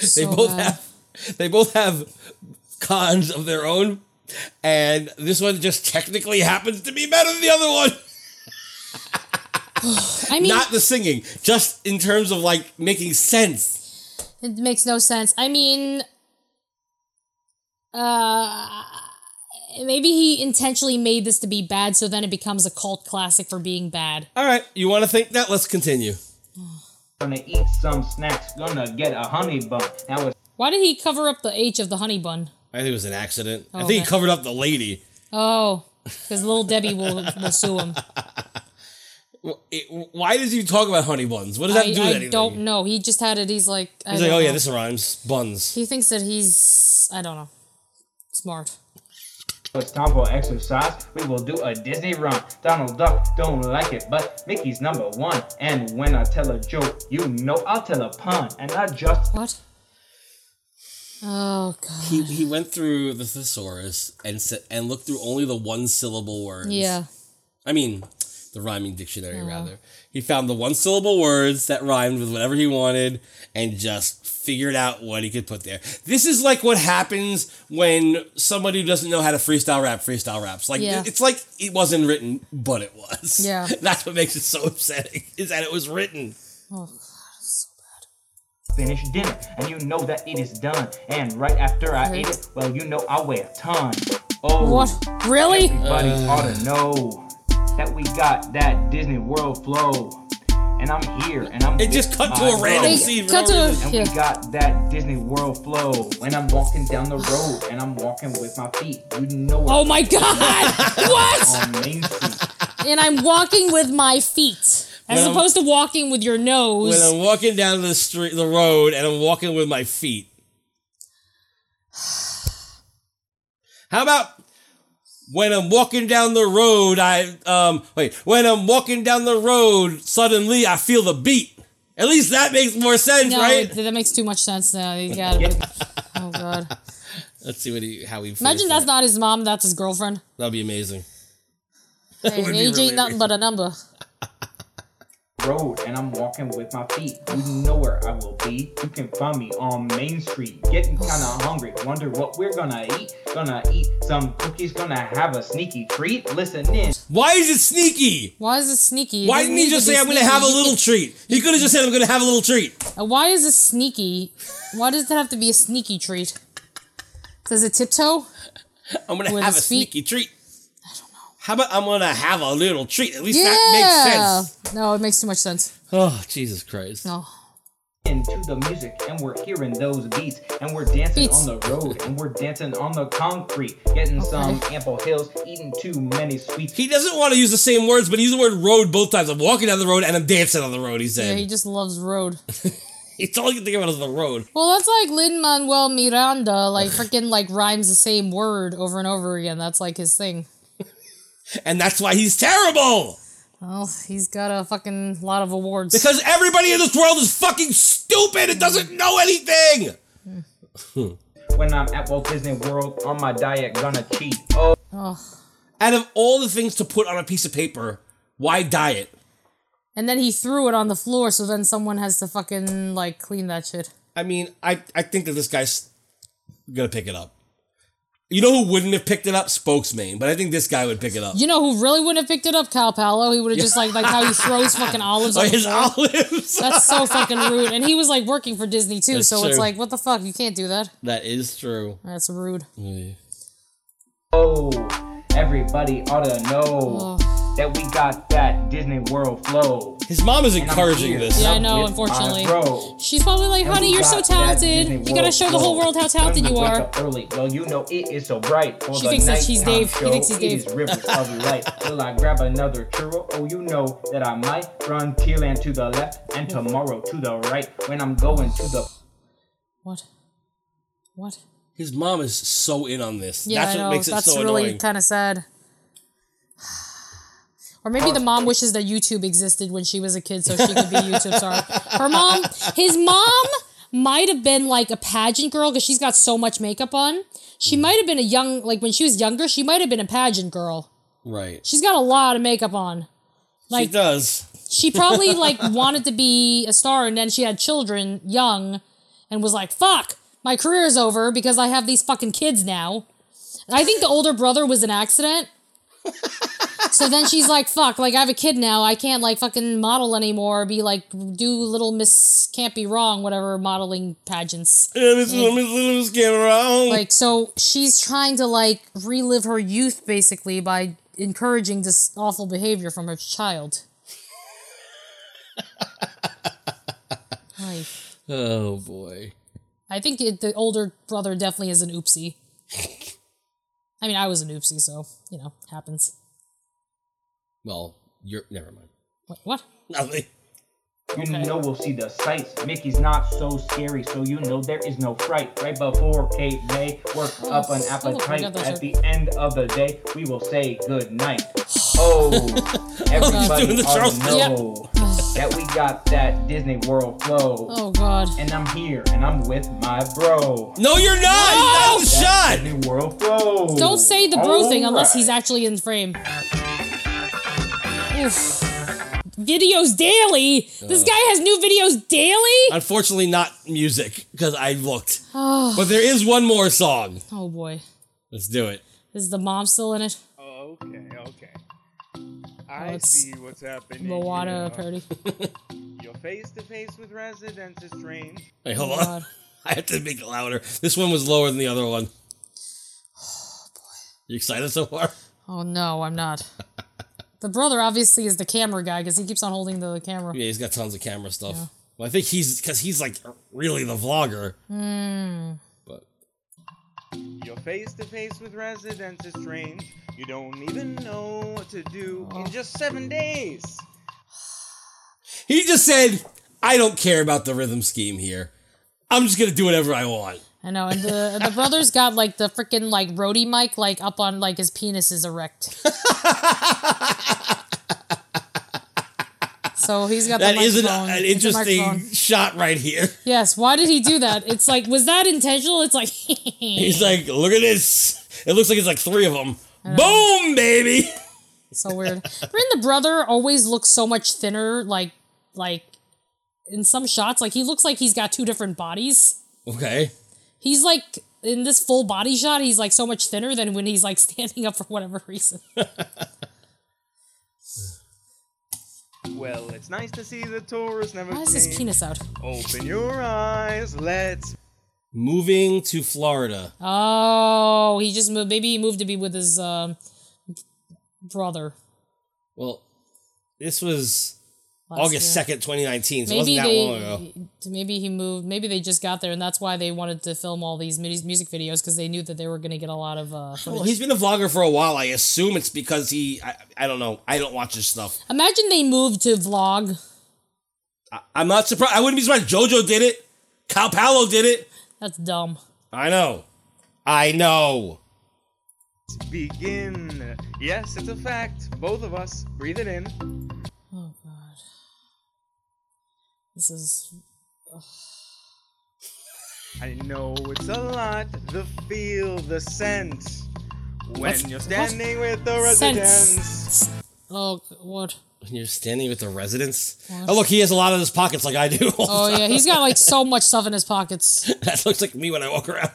Speaker 3: they
Speaker 4: So
Speaker 3: both
Speaker 4: bad.
Speaker 3: have they both have cons of their own, and this one just technically happens to be better than the other one.
Speaker 4: I mean,
Speaker 3: not the singing, just in terms of like making sense.
Speaker 4: it makes no sense. I mean, uh, maybe he intentionally made this to be bad, so then it becomes a cult classic for being bad.
Speaker 3: All right, you want to think that? Let's continue.
Speaker 16: Gonna eat some snacks. Gonna get a honey bun. Now it's
Speaker 4: Why did he cover up the H of the honey bun?
Speaker 3: I think it was an accident. I
Speaker 4: Oh,
Speaker 3: think he
Speaker 4: okay.
Speaker 3: covered up the lady.
Speaker 4: Oh, because little Debbie will, will sue him.
Speaker 3: Wh- it- Why does he talk about honey buns? What does that
Speaker 4: I,
Speaker 3: do with
Speaker 4: I
Speaker 3: anything?
Speaker 4: don't know. He just had it. He's like, I
Speaker 3: He's like,
Speaker 4: don't
Speaker 3: oh yeah,
Speaker 4: know."
Speaker 3: this rhymes. Buns.
Speaker 4: He thinks that he's, I don't know, smart.
Speaker 16: It's time for exercise. We will do a Disney run. Donald Duck don't like it, but Mickey's number one. And when I tell a joke, you know I'll tell a pun. And I just
Speaker 4: what? Oh god.
Speaker 3: He, he went through the thesaurus and sa- and looked through only the one syllable words.
Speaker 4: Yeah.
Speaker 3: I mean, the rhyming dictionary
Speaker 4: Oh.
Speaker 3: rather. He found the one syllable words that rhymed with whatever he wanted and just figured out what he could put there. This is like what happens when somebody who doesn't know how to freestyle rap freestyle raps. Like
Speaker 4: Yeah.
Speaker 3: it's like it wasn't written, but it was.
Speaker 4: Yeah.
Speaker 3: That's what makes it so upsetting is that it was written.
Speaker 4: Oh.
Speaker 16: finished dinner, and you know that it is done. And right after I ate it, well, you know I weigh a ton. Oh,
Speaker 4: What? Really?
Speaker 16: Everybody
Speaker 3: Uh.
Speaker 16: ought to know that we got that Disney World flow. And I'm here, and I'm.
Speaker 3: It just cut to a random They scene for cut no to a- reason.
Speaker 16: And we got that Disney World flow. And I'm walking down the road, and I'm walking with my feet. You know it.
Speaker 4: Oh my god!
Speaker 16: what? On Main Street.
Speaker 4: and I'm walking with my feet as
Speaker 3: When I'm-
Speaker 4: opposed to walking with your nose.
Speaker 3: When I'm walking down the street the road and I'm walking with my feet. How about when I'm walking down the road, I um wait, when I'm walking down the road, suddenly I feel the beat. At least that makes more sense,
Speaker 4: no,
Speaker 3: right?
Speaker 4: that makes too much sense now. You got it. Oh god!
Speaker 3: Let's see what he, how he
Speaker 4: Imagine that's not his mom. That's his girlfriend.
Speaker 3: That'd be amazing.
Speaker 4: Hey,
Speaker 16: would be
Speaker 4: age
Speaker 16: really
Speaker 4: ain't nothing but a number.
Speaker 16: road and I'm walking with my feet. You know where I will be. You can find me on Main Street. Getting kinda hungry. Wonder what we're gonna eat. Gonna eat some cookies. Gonna have a sneaky treat. Listen in.
Speaker 3: Why is it sneaky?
Speaker 4: Why is it sneaky? It
Speaker 3: Why
Speaker 4: doesn't
Speaker 3: didn't he
Speaker 4: need
Speaker 3: just
Speaker 4: to be
Speaker 3: say I'm gonna
Speaker 4: sneaky.
Speaker 3: have a little treat? He could have just said I'm gonna have a little treat.
Speaker 4: Uh, Why is it sneaky? Why does it have to be a sneaky treat? Does it tiptoe?
Speaker 3: I'm gonna
Speaker 4: With
Speaker 3: have a
Speaker 4: his feet?
Speaker 3: sneaky treat. How about I'm gonna have a little treat? At least that makes sense.
Speaker 4: No, it makes too much sense.
Speaker 3: Oh, Jesus Christ.
Speaker 4: No.
Speaker 16: Into the music, and we're hearing those beats, and we're dancing
Speaker 4: Beats.
Speaker 16: on the road, and we're dancing on the concrete, getting some ample hills, eating too many sweets.
Speaker 3: He doesn't want to use the same words, but he used the word road both times. I'm walking down the road and I'm dancing on the road, he
Speaker 4: Yeah,
Speaker 3: said.
Speaker 4: he just loves road.
Speaker 3: it's all you can think about is the road.
Speaker 4: Well, that's like Lin Manuel Miranda, like freaking like rhymes the same word over and over again. That's like his thing.
Speaker 3: And that's why he's terrible!
Speaker 4: Well, he's got a fucking lot of awards.
Speaker 3: Because everybody in this world is fucking stupid and doesn't know anything!
Speaker 16: When I'm at Walt Disney World on my diet, gonna cheat. Oh,
Speaker 3: Out of all the things to put on a piece of paper, why diet?
Speaker 4: And then he threw it on the floor, so then someone has to fucking like clean that shit.
Speaker 3: I mean, I, I think that this guy's gonna pick it up. You know who wouldn't have picked it up? Spokesman, but I think this guy would pick it up.
Speaker 4: You know who really wouldn't have picked it up? Cal Palo. He would have just like like how he throws fucking olives.
Speaker 3: Or
Speaker 4: on the
Speaker 3: his
Speaker 4: floor.
Speaker 3: olives.
Speaker 4: That's so fucking rude. And he was like working for Disney too,
Speaker 3: That's
Speaker 4: so it's
Speaker 3: true.
Speaker 4: like what the fuck? You can't do that.
Speaker 3: That is true.
Speaker 4: That's rude.
Speaker 16: oh, everybody ought to know. that we got that Disney World flow.
Speaker 3: His mom is
Speaker 16: And I'm
Speaker 3: encouraging
Speaker 16: here
Speaker 3: this.
Speaker 4: Yeah, I know,
Speaker 16: with
Speaker 4: unfortunately.
Speaker 16: my bro.
Speaker 4: She's probably like, honey, you're so talented. You gotta show the whole world how talented you are.
Speaker 16: Early, well, you know it is so bright. For
Speaker 4: She
Speaker 16: the
Speaker 4: thinks that she's
Speaker 16: nighttime
Speaker 4: Dave. He
Speaker 16: show,
Speaker 4: thinks he's
Speaker 16: it
Speaker 4: Dave.
Speaker 16: is rivers of light. Till I grab another churro. Oh, you know that I might run till and to the left and tomorrow to the right when I'm going to the.
Speaker 4: What? What?
Speaker 3: His mom is so in on this.
Speaker 4: Yeah,
Speaker 3: That's
Speaker 4: I
Speaker 3: what
Speaker 4: know.
Speaker 3: makes it
Speaker 4: That's
Speaker 3: so
Speaker 4: really
Speaker 3: annoying.
Speaker 4: kind of sad. Or maybe the mom wishes that YouTube existed when she was a kid so she could be a YouTube star. Her mom, his mom might have been like a pageant girl because she's got so much makeup on. She
Speaker 3: Hmm.
Speaker 4: might have been a young, like when she was younger, she might have been a pageant girl.
Speaker 3: Right.
Speaker 4: She's got a lot of makeup on. Like,
Speaker 3: she does.
Speaker 4: she probably like wanted to be a star and then she had children young and was like fuck my career's over because i have these fucking kids now i think the older brother was an accident so then she's like fuck like i have a kid now i can't like fucking model anymore be like do little miss can't be wrong whatever modeling pageants
Speaker 3: Yeah, Miss Miss Little Miss Cameron.
Speaker 4: like so she's trying to like relive her youth basically by encouraging this awful behavior from her child Like,
Speaker 3: Oh boy.
Speaker 4: I think it, the older brother definitely is an oopsie. I mean, I was an oopsie, so you know, happens.
Speaker 3: Well, you're never mind.
Speaker 4: What? what?
Speaker 3: Nothing.
Speaker 16: You know we'll see the sights. Mickey's not so scary, so you know there is no fright. Right before Kate May worked
Speaker 6: Oh,
Speaker 16: up an
Speaker 6: son of a- I got
Speaker 16: appetite,
Speaker 6: that
Speaker 16: at
Speaker 6: joke.
Speaker 16: the end of the day, we will say good night. Oh, everybody
Speaker 6: doing the
Speaker 16: ought to
Speaker 6: Charleston.
Speaker 16: know that we got that Disney World flow.
Speaker 4: Oh God.
Speaker 16: And I'm here, and I'm with my bro.
Speaker 3: No, you're not.
Speaker 4: No!
Speaker 3: You're not shot.
Speaker 16: Disney World flow.
Speaker 4: Don't say the bro
Speaker 16: All
Speaker 4: thing unless
Speaker 16: right.
Speaker 4: he's actually in frame. Oof. Videos daily. This
Speaker 3: Uh.
Speaker 4: guy has new videos daily.
Speaker 3: Unfortunately, not music because I looked.
Speaker 4: Oh.
Speaker 3: But there is one more song.
Speaker 4: Oh boy,
Speaker 3: Let's do it.
Speaker 4: is the mom still in it?
Speaker 17: Oh, okay, okay.
Speaker 4: Oh,
Speaker 17: I
Speaker 4: it's
Speaker 17: see what's happening.
Speaker 4: Moana
Speaker 17: here.
Speaker 4: parody.
Speaker 17: You're face to face with residents is strange.
Speaker 3: Wait,
Speaker 4: Oh,
Speaker 3: hold on. I have to make it louder. This one was lower than the other one. Oh boy. You excited so far?
Speaker 4: Oh no, I'm not. The brother obviously is the camera guy because he keeps on holding the camera.
Speaker 3: Yeah, he's got tons of camera stuff. Well, I think he's because he's like really the vlogger.
Speaker 4: Hmm.
Speaker 3: But
Speaker 17: You're face to face with residents is strange. You don't even know what to do
Speaker 4: Oh.
Speaker 17: in just seven days.
Speaker 3: he just said, "I don't care about the rhythm scheme here. I'm just gonna do whatever I want."
Speaker 4: I know, and the and the brother's got like the freaking like roadie mic like up on like his penis is erect. so he's got
Speaker 3: That
Speaker 4: the
Speaker 3: is an,
Speaker 4: microphone.
Speaker 3: an
Speaker 4: It's a
Speaker 3: interesting
Speaker 4: microphone.
Speaker 3: shot right here.
Speaker 4: Yes, why did he do that? It's like was that intentional? It's like
Speaker 3: He's like, "Look at this. It looks like it's like three of them. Boom, baby."
Speaker 4: so weird. Bryn the brother always looks so much thinner like like in some shots like he looks like he's got two different bodies.
Speaker 3: Okay.
Speaker 4: He's like in this full body shot, he's like so much thinner than when he's like standing up for whatever reason.
Speaker 17: Well, it's nice to see the tourists never
Speaker 4: Why is his
Speaker 17: change.
Speaker 4: penis out?
Speaker 17: Open your eyes, let's.
Speaker 3: Moving to Florida.
Speaker 4: Oh, he just moved. Maybe he moved to be with his um, brother.
Speaker 3: Well, this was
Speaker 4: Last
Speaker 3: August
Speaker 4: year.
Speaker 3: second, twenty nineteen. So it wasn't
Speaker 4: Maybe
Speaker 3: that
Speaker 4: they.
Speaker 3: long ago.
Speaker 4: Maybe he moved. Maybe they just got there, and that's why they wanted to film all these mu- music videos because they knew that they were going to get a lot of. Uh, footage.
Speaker 3: Well, he's been a vlogger for a while. I assume it's because he. I, I don't know. I don't watch his stuff.
Speaker 4: Imagine they moved to vlog.
Speaker 3: I, I'm not surprised. I wouldn't be surprised. JoJo did it. Cal Paolo did it.
Speaker 4: That's dumb.
Speaker 3: I know. I know.
Speaker 17: begin. Yes, it's a fact. Both of us. Breathe it in.
Speaker 4: Oh god. This is.
Speaker 17: I know it's a lot. The feel, the sense. When
Speaker 3: What's-
Speaker 17: you're standing with the
Speaker 4: Sense.
Speaker 17: residents.
Speaker 4: Oh what?
Speaker 3: You're standing with the residents.
Speaker 4: What?
Speaker 3: Oh look, he has a lot of his pockets like I do.
Speaker 4: Oh yeah, he's got like so much stuff in his pockets.
Speaker 3: that looks like me when I walk around.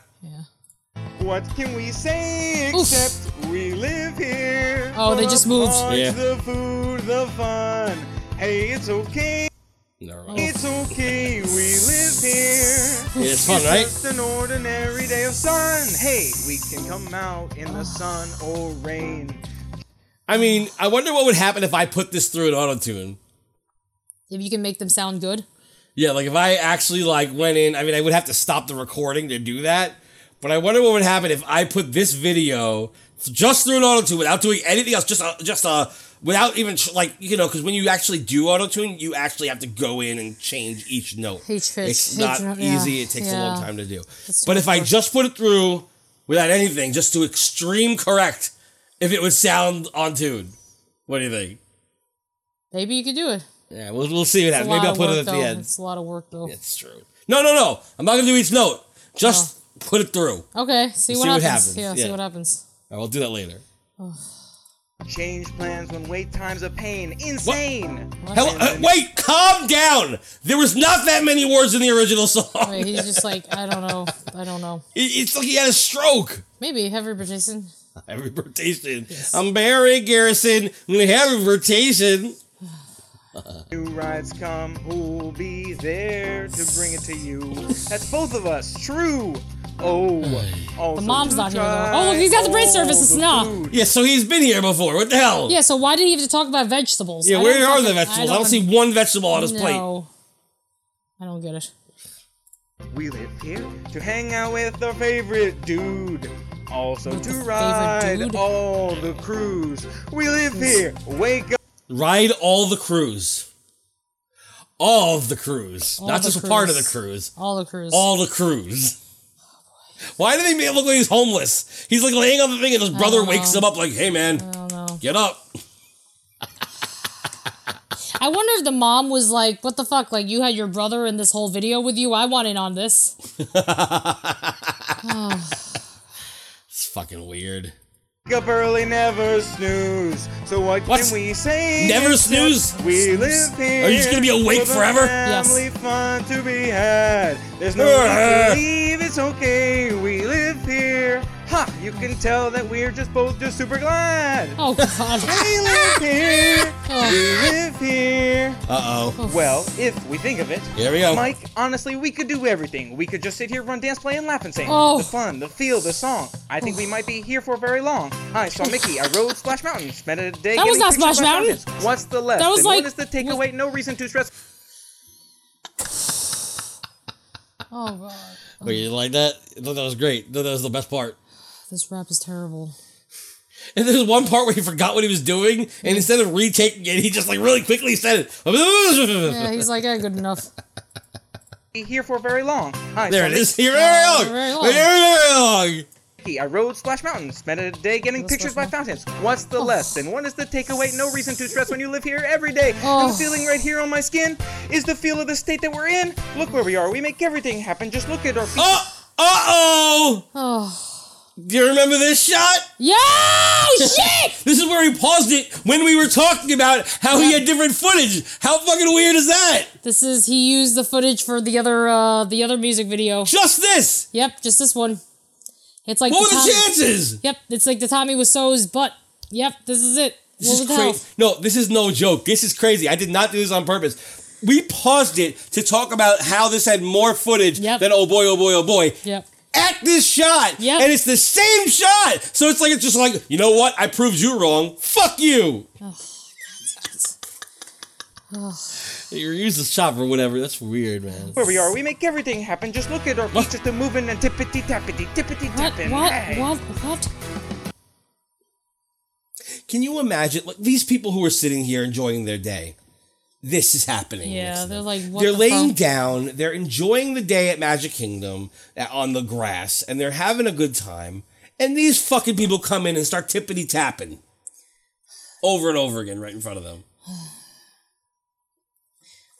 Speaker 17: What can we say
Speaker 4: Oof.
Speaker 17: except we live here?
Speaker 4: Oh, they
Speaker 17: for
Speaker 4: just
Speaker 17: the
Speaker 4: moved.
Speaker 17: parks,
Speaker 3: Yeah.
Speaker 17: The food, the fun. Hey, it's okay.
Speaker 3: Never
Speaker 4: Oh.
Speaker 3: mind.
Speaker 17: It's okay. We live here.
Speaker 3: Yeah, it's fun, right?
Speaker 17: Just an ordinary day of sun. Hey, we can come out in the sun or rain.
Speaker 3: I mean, I wonder what would happen if I put this through an auto tune.
Speaker 4: If you can make them sound good.
Speaker 3: Yeah, like if I actually like went in, I mean, I would have to stop the recording to do that. But I wonder what would happen if I put this video just through an auto tune without doing anything else, just uh, just uh, without even tr- like you know, because when you actually do auto tune, you actually have to go in and change each note.
Speaker 4: Each pitch,
Speaker 3: It's
Speaker 4: each
Speaker 3: not
Speaker 4: note, yeah.
Speaker 3: easy. It takes a long
Speaker 4: Yeah.
Speaker 3: time to do.
Speaker 4: That's
Speaker 3: but
Speaker 4: too
Speaker 3: if I
Speaker 4: much
Speaker 3: just put it through without anything, just to extreme correct, if it would sound on tune, what do you think?
Speaker 4: Maybe you could do it.
Speaker 3: Yeah, we'll, we'll see what
Speaker 4: It's a
Speaker 3: happens.
Speaker 4: lot
Speaker 3: Maybe I'll
Speaker 4: of
Speaker 3: put
Speaker 4: work,
Speaker 3: it at
Speaker 4: though.
Speaker 3: the end.
Speaker 4: It's a lot of work though.
Speaker 3: It's true. No, no, no. I'm not gonna do each note.
Speaker 4: Oh.
Speaker 3: Just put it through.
Speaker 4: Okay, see,
Speaker 3: We'll
Speaker 4: what,
Speaker 3: see what
Speaker 4: happens.
Speaker 3: happens,
Speaker 4: Yeah,
Speaker 3: yeah.
Speaker 4: see what happens.
Speaker 3: I will do that later.
Speaker 17: Change plans when wait times a pain. Insane.
Speaker 3: Hello, uh, wait, calm down. There was not that many words in the original song.
Speaker 4: Wait, he's just like, I don't know. I don't know.
Speaker 3: It- it's like he had a stroke.
Speaker 4: Maybe heavy rotation.
Speaker 3: Every rotation. I'm Barry Garrison. I'm gonna have a rotation.
Speaker 17: New rides come, who'll be there to bring it to you? That's both of us. True. Oh, also
Speaker 4: The mom's not here though.
Speaker 17: try
Speaker 4: Oh look, he's got the bread service.
Speaker 17: all
Speaker 4: It's
Speaker 17: the
Speaker 4: not.
Speaker 3: Yeah, so he's been here before. What the hell?
Speaker 4: Yeah, so why did he have to talk about vegetables?
Speaker 3: Yeah,
Speaker 4: I
Speaker 3: where
Speaker 4: don't
Speaker 3: are the
Speaker 4: fucking-
Speaker 3: vegetables? I don't, see one vegetable on his plate.
Speaker 4: No. I don't get it.
Speaker 17: We live here to hang out with our favorite dude. Also to ride all the crews. We live here. Wake up.
Speaker 3: Ride all the crews. All of the crews.
Speaker 4: All
Speaker 3: Not
Speaker 4: the
Speaker 3: just a part of the
Speaker 4: crews.
Speaker 3: crews.
Speaker 4: All the crews.
Speaker 3: All the crews. Why do they make it look like he's homeless? He's like laying on the thing and his brother
Speaker 4: don't
Speaker 3: wakes
Speaker 4: know.
Speaker 3: him up like, hey man, get up.
Speaker 4: I wonder if the mom was like, "What the fuck? Like you had your brother in this whole video with you. I want in on this." Oh,
Speaker 3: It's fucking weird.
Speaker 17: Wake up early, never snooze. So what, can we say?
Speaker 3: Never
Speaker 17: except
Speaker 3: snooze?
Speaker 17: We
Speaker 3: Snooze.
Speaker 17: live here.
Speaker 3: Are you just gonna be awake
Speaker 17: for the
Speaker 3: forever? Yes.
Speaker 17: Family fun to be had. There's no
Speaker 3: Ugh.
Speaker 17: need to leave. It's okay. We live here. Ha! You can tell that we're just both just super glad.
Speaker 4: Oh God.
Speaker 17: we live here.
Speaker 3: Oh.
Speaker 17: We live here.
Speaker 3: Uh oh.
Speaker 17: Well, if we think of it,
Speaker 3: Here we go.
Speaker 17: Mike. Honestly, we could do everything. We could just sit here, run, dance, play, and laugh and sing.
Speaker 4: Oh.
Speaker 17: The fun, the feel, the song. I think we might be here for very long. I saw Mickey. I rode Splash Mountain. Spent a day.
Speaker 4: That was
Speaker 17: getting
Speaker 4: not
Speaker 17: pictures
Speaker 4: Splash
Speaker 17: by
Speaker 4: Mountain.
Speaker 17: fountains. What's the left?
Speaker 4: That was
Speaker 17: and
Speaker 4: like-
Speaker 17: What is the takeaway? No reason to stress.
Speaker 4: oh God.
Speaker 3: Wait, you like that? I thought that was great. I thought that was the best part.
Speaker 4: This rap is terrible.
Speaker 3: And there's one part where he forgot what he was doing, and instead of retaking it, he just like really quickly said it.
Speaker 4: Yeah, he's like, "Yeah, good enough."
Speaker 17: Be here for very long. I
Speaker 3: there
Speaker 17: saw
Speaker 3: it
Speaker 17: Mickey-
Speaker 3: is. Here we are.
Speaker 17: Very long.
Speaker 3: Here we are.
Speaker 17: Mickey, I rode Splash Mountain. Spent a day getting pictures by fountains. What's
Speaker 4: Oh.
Speaker 17: the left? And what is the takeaway? No reason to stress when you live here every day.
Speaker 4: Oh.
Speaker 17: And the feeling right here on my skin is the feel of the state that we're in. Look where we are. We make everything happen. Just look at our feet.
Speaker 3: Uh oh. Do you remember this shot?
Speaker 4: Yo, shit!
Speaker 3: this is where he paused it when we were talking about how he had different footage. How fucking weird is that?
Speaker 4: This is he used the footage for the other uh the other music video.
Speaker 3: Just this.
Speaker 4: Yep, just this one. It's like
Speaker 3: What were the
Speaker 4: Tommy-
Speaker 3: chances?
Speaker 4: Yep, it's like the Tommy Wiseau's butt. Yep, this is it.
Speaker 3: This
Speaker 4: What
Speaker 3: is
Speaker 4: the hell?
Speaker 3: crazy. No, this is no joke. This is crazy. I did not do this on purpose. We paused it to talk about how this had more footage than oh boy, oh boy, oh boy.
Speaker 4: Yep.
Speaker 3: At this shot, and it's the same shot. So it's like it's just like you know what? I proved you wrong. Fuck you.
Speaker 4: Ugh.
Speaker 3: You use the shop or whatever. That's weird, man.
Speaker 17: Where we are, we make everything happen. Just look at our feet, just a moving and tippity tappity, tippity tapping.
Speaker 4: What?
Speaker 17: Hey.
Speaker 4: What? What?
Speaker 3: Can you imagine like these people who are sitting here enjoying their day? This is happening.
Speaker 4: Yeah, they're like what
Speaker 3: they're
Speaker 4: the
Speaker 3: laying
Speaker 4: fuck?
Speaker 3: down, they're enjoying the day at Magic Kingdom uh, on the grass, and they're having a good time. And these fucking people come in and start tippity tapping over and over again right in front of them.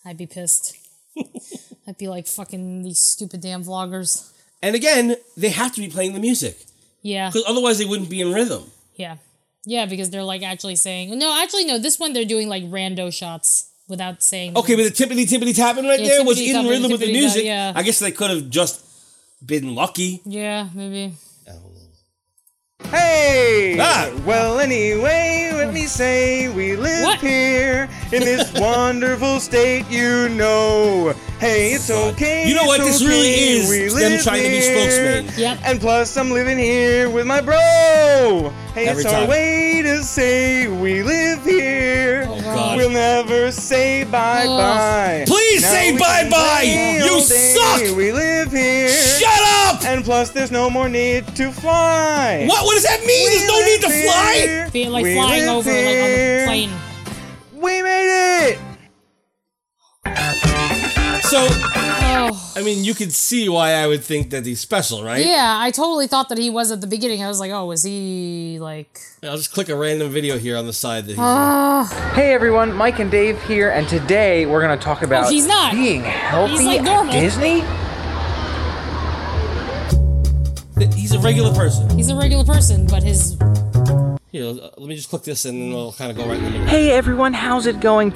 Speaker 4: I'd be pissed. I'd be like fucking these stupid damn vloggers.
Speaker 3: And again, they have to be playing the music
Speaker 4: Yeah.
Speaker 3: because otherwise they wouldn't be in rhythm.
Speaker 4: Yeah. Yeah, because they're like actually saying no, actually no, this one they're doing like rando shots without saying
Speaker 3: Okay, but the tippity tippity tapping right
Speaker 4: Yeah,
Speaker 3: there was in
Speaker 4: tippity-tapping,
Speaker 3: rhythm with the
Speaker 4: tippity-tap,
Speaker 3: music.
Speaker 4: yeah.
Speaker 3: I guess they could have just been lucky.
Speaker 4: Yeah, maybe.
Speaker 17: Hey!
Speaker 3: Ah.
Speaker 17: Well, anyway, let me say we live here in this wonderful state, you know. Hey, it's okay.
Speaker 3: You know what?
Speaker 17: it's
Speaker 3: This really
Speaker 17: okay,
Speaker 3: is
Speaker 17: we
Speaker 3: them
Speaker 17: live
Speaker 3: trying to be
Speaker 17: here.
Speaker 3: spokesmen.
Speaker 4: Yep.
Speaker 17: And plus, I'm living here with my bro. Hey,
Speaker 3: Every
Speaker 17: it's our
Speaker 3: time.
Speaker 17: way to just say we live here.
Speaker 3: Oh, God.
Speaker 17: We'll never say bye bye.
Speaker 3: Please say bye-bye. You suck.
Speaker 17: We live here.
Speaker 3: Shut up!
Speaker 17: And plus, there's no more need to fly.
Speaker 3: What? What does that mean? There's no need to fly?
Speaker 4: Be like
Speaker 17: We
Speaker 4: flying
Speaker 17: live
Speaker 4: over like on the
Speaker 17: here.
Speaker 4: plane.
Speaker 17: We made it.
Speaker 3: So,
Speaker 4: Oh,
Speaker 3: I mean, you could see why I would think that he's special, right?
Speaker 4: Yeah, I totally thought that he was at the beginning. I was like, oh, is he like?
Speaker 3: I'll just click a random video here on the side that he's.
Speaker 16: Hey everyone, Mike and Dave here, and today we're gonna talk
Speaker 3: Uh,
Speaker 16: about
Speaker 4: Oh, he's not.
Speaker 16: being healthy
Speaker 4: He's like
Speaker 16: at
Speaker 4: normal.
Speaker 16: Disney.
Speaker 3: Th- He's a regular person.
Speaker 4: He's a regular person, but his
Speaker 3: Here, uh, let me just click this and then we'll kind of go right in the middle.
Speaker 16: Hey everyone, how's it going?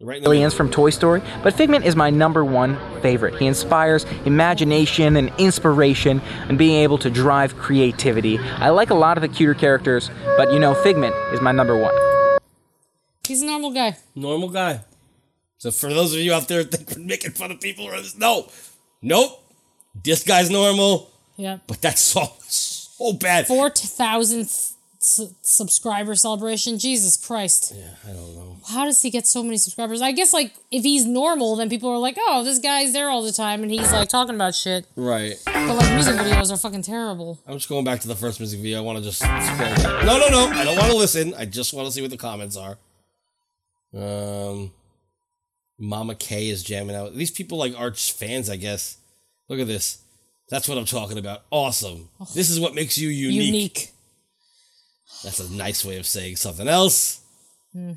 Speaker 3: Right in the
Speaker 16: Aliens from Toy Story, but Figment is my number one favorite. He inspires imagination and inspiration and being able to drive creativity. I like a lot of the cuter characters, but you know, Figment is my number one.
Speaker 4: he's a normal guy.
Speaker 3: Normal guy. So for those of you out there that think we're making fun of people or this, no, nope. This guy's normal,
Speaker 4: Yeah.
Speaker 3: but that song was so bad.
Speaker 4: Four thousand s- subscriber celebration. Jesus Christ.
Speaker 3: Yeah, I don't know.
Speaker 4: How does he get so many subscribers? I guess like if he's normal, then people are like, oh, this guy's there all the time and he's like talking about shit.
Speaker 3: Right.
Speaker 4: But like music videos are fucking terrible.
Speaker 3: I'm just going back to the first music video. I want to just scroll. Back. No, no, no. I don't want to listen. I just want to see what the comments are. Um, Mama K is jamming out. These people like are just fans, I guess. Look at this. That's what I'm talking about. Awesome. This is what makes you unique.
Speaker 4: Unique.
Speaker 3: That's a nice way of saying something else.
Speaker 4: Hmm.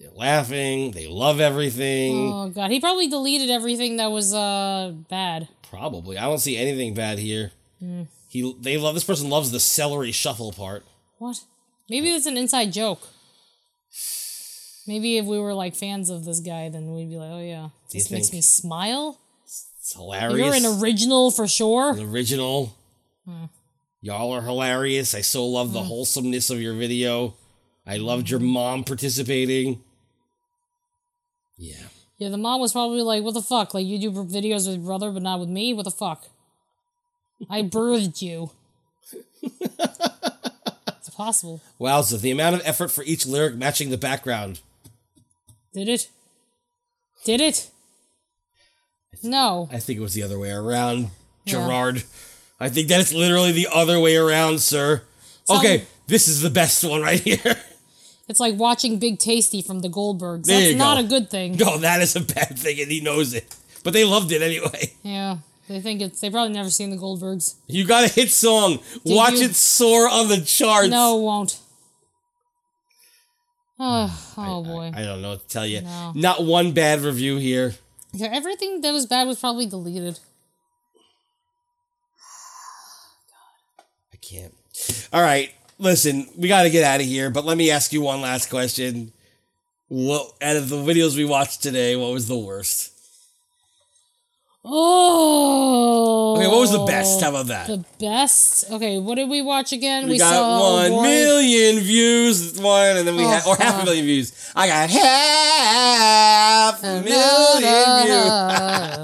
Speaker 3: They're laughing. They love everything.
Speaker 4: Oh god, he probably deleted everything that was uh bad.
Speaker 3: Probably. I don't see anything bad here.
Speaker 4: Mm.
Speaker 3: He. They love. This person loves the celery shuffle part.
Speaker 4: What? Maybe that's an inside joke. Maybe if we were like fans of this guy, then we'd be like, oh yeah,
Speaker 3: Do you
Speaker 4: this makes
Speaker 3: think-
Speaker 4: me smile.
Speaker 3: It's hilarious.
Speaker 4: You're an original for sure.
Speaker 3: An original.
Speaker 4: Hmm.
Speaker 3: Y'all are hilarious. I so love the
Speaker 4: Mm.
Speaker 3: wholesomeness of your video. I loved your mom participating. Yeah.
Speaker 4: Yeah, the mom was probably like, what the fuck? Like, you do videos with your brother, but not with me? What the fuck? I birthed you. it's possible.
Speaker 3: Wowza, the amount of effort for each lyric matching the background.
Speaker 4: Did it? Did it? No.
Speaker 3: I think it was the other way around,
Speaker 4: Yeah.
Speaker 3: Gerard. I think that it's literally the other way around, sir. okay,
Speaker 4: Some-
Speaker 3: this is the best one right here.
Speaker 4: It's like watching Big Tasty from the Goldbergs.
Speaker 3: There
Speaker 4: That's
Speaker 3: you
Speaker 4: not
Speaker 3: go.
Speaker 4: a good thing.
Speaker 3: no, that is a bad thing, and he knows it. But they loved it anyway.
Speaker 4: Yeah. They think it's, they probably never seen the Goldbergs.
Speaker 3: You got a hit song.
Speaker 4: Did
Speaker 3: Watch
Speaker 4: you-
Speaker 3: it soar on the charts.
Speaker 4: No, it won't. Oh, oh boy.
Speaker 3: I don't know what to tell you.
Speaker 4: No.
Speaker 3: Not one bad review here.
Speaker 4: Yeah, everything that was bad was probably deleted.
Speaker 3: I can't. All right, listen, we got to get out of here, but let me ask you one last question. What out of the videos we watched today, what was the worst?
Speaker 4: Oh.
Speaker 3: Okay, what was the best? How about that?
Speaker 4: The best. Okay, what did we watch again?
Speaker 3: we, got one
Speaker 4: Roy-
Speaker 3: million views, one, and then we
Speaker 4: Oh,
Speaker 3: had or half
Speaker 4: God.
Speaker 3: a million views. I got half a million views.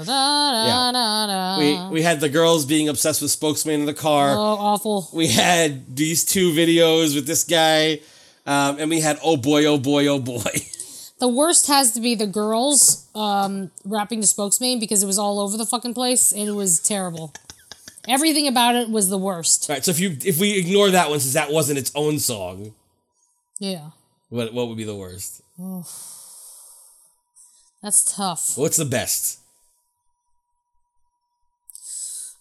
Speaker 4: Da, da, da.
Speaker 3: we we had the girls being obsessed with spokesman in the car.
Speaker 4: Oh, awful.
Speaker 3: we had these two videos with this guy, um, and we had oh boy, oh boy, oh boy.
Speaker 4: The worst has to be the girls um, rapping to spokesman because it was all over the fucking place and it was terrible. Everything about it was the worst.
Speaker 3: All right, so if you if we ignore that one since that wasn't its own song,
Speaker 4: Yeah.
Speaker 3: what what would be the worst?
Speaker 4: Oh. That's tough.
Speaker 3: What's the best?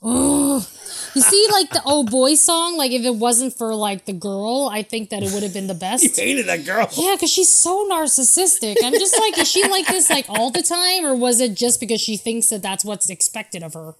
Speaker 4: Oh, you see, like the oh boy song. Like if it wasn't for like the girl, I think that it would have been the best.
Speaker 3: You hated that girl.
Speaker 4: Yeah, because she's so narcissistic. I'm just like, is she like this like all the time, or was it just because she thinks that that's what's expected of her?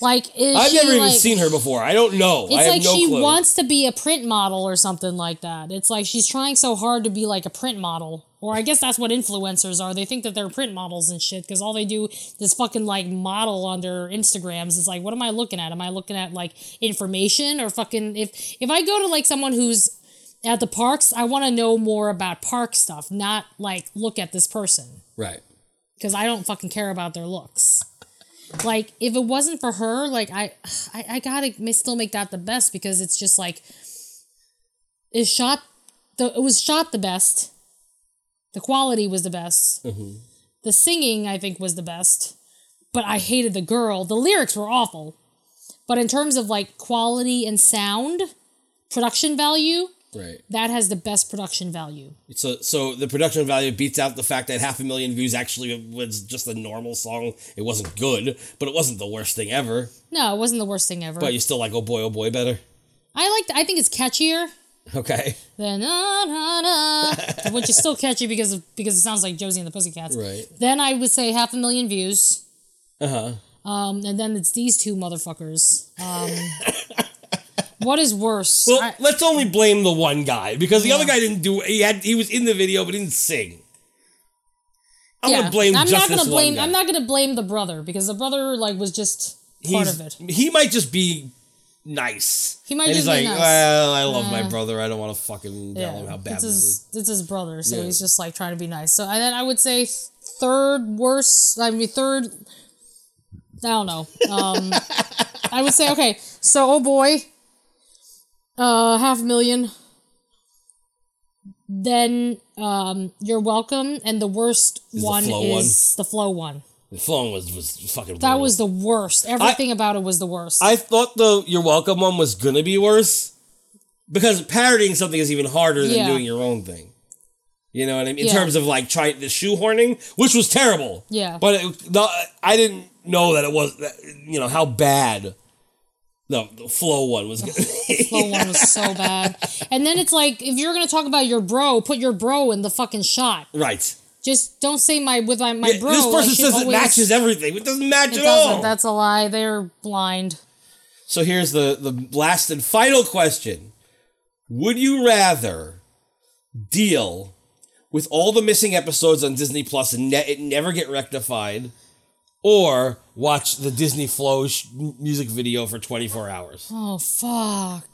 Speaker 4: Like, is
Speaker 3: I've
Speaker 4: she,
Speaker 3: never even
Speaker 4: like-
Speaker 3: seen her before. I don't know. I
Speaker 4: It's
Speaker 3: have
Speaker 4: like
Speaker 3: no
Speaker 4: she
Speaker 3: clue.
Speaker 4: wants to be a print model or something like that. It's like she's trying so hard to be like a print model. Or I guess that's what influencers are. They think that they're print models and shit because all they do is fucking like model on their Instagrams. It's like, what am I looking at? Am I looking at like information or fucking if if I go to like someone who's at the parks, I want to know more about park stuff, not like look at this person
Speaker 3: right.
Speaker 4: because I don't fucking care about their looks. Like if it wasn't for her, like I, I, I gotta ma- still make that the best because it's just like is shot. The, it was shot the best. The quality was the best.
Speaker 3: Mm-hmm.
Speaker 4: The singing, I think, was the best. But I hated the girl. The lyrics were awful. But in terms of like quality and sound, production value,
Speaker 3: Right.
Speaker 4: that has the best production value.
Speaker 3: So, so the production value beats out the fact that half a million views actually was just a normal song. It wasn't good, but it wasn't the worst thing ever.
Speaker 4: No, it wasn't the worst thing ever.
Speaker 3: But you still like, oh boy, oh boy, better.
Speaker 4: I liked. I think it's catchier
Speaker 3: Okay.
Speaker 4: than na na na, which is still catchy because of, because it sounds like Josie and the Pussycats.
Speaker 3: Right.
Speaker 4: Then I would say half a million views.
Speaker 3: Uh huh.
Speaker 4: Um, and then it's these two motherfuckers. Um, what is worse?
Speaker 3: Well, let's only
Speaker 4: Mm.
Speaker 3: blame the one guy because the other guy didn't do. He had he was in the video but didn't sing. I'm
Speaker 4: Yeah,
Speaker 3: gonna blame
Speaker 4: I'm
Speaker 3: just
Speaker 4: not gonna
Speaker 3: this one
Speaker 4: blame.
Speaker 3: guy.
Speaker 4: I'm not gonna blame the brother because the brother like was just part
Speaker 3: He's-
Speaker 4: of it.
Speaker 3: He might just be nice.
Speaker 4: He might
Speaker 3: and
Speaker 4: just
Speaker 3: he's
Speaker 4: be
Speaker 3: like, "Ah,
Speaker 4: nice.
Speaker 3: well, I love my
Speaker 4: Uh,
Speaker 3: brother. I don't want to fucking tell him how bad
Speaker 4: it's
Speaker 3: this is.
Speaker 4: his, it's his brother, so
Speaker 3: Yeah.
Speaker 4: he's just like trying to be nice. So and then I would say third worst. I mean third. I don't know. Um, I would say okay. So oh boy, uh, half a million. Then um, you're welcome, and the worst
Speaker 3: Is the
Speaker 4: one
Speaker 3: flow
Speaker 4: is the flow one.
Speaker 3: The phone was was fucking.
Speaker 4: That
Speaker 3: brutal.
Speaker 4: was the worst. Everything about it was the worst.
Speaker 3: I thought the your welcome one was gonna be worse because parodying something is even harder than
Speaker 4: Yeah.
Speaker 3: doing your own thing. You know what I mean? In
Speaker 4: Yeah.
Speaker 3: terms of like trying the shoehorning, which was terrible.
Speaker 4: Yeah.
Speaker 3: But it, the, I didn't know that it was that, you know how bad. No, the flow one was.
Speaker 4: flow one was so bad. And then it's like if you're gonna talk about your bro, put your bro in the fucking shot.
Speaker 3: right.
Speaker 4: Just don't say my with my, my
Speaker 3: Yeah,
Speaker 4: bro.
Speaker 3: this
Speaker 4: I
Speaker 3: person
Speaker 4: should
Speaker 3: says it
Speaker 4: always-
Speaker 3: matches everything. It doesn't match
Speaker 4: It
Speaker 3: at
Speaker 4: doesn't.
Speaker 3: all.
Speaker 4: That's a lie. They're blind.
Speaker 3: So here's the the last and final question. Would you rather deal with all the missing episodes on Disney Plus and ne- it never get rectified or watch the Disney Flow sh- music video for 24 hours?
Speaker 4: Oh fuck.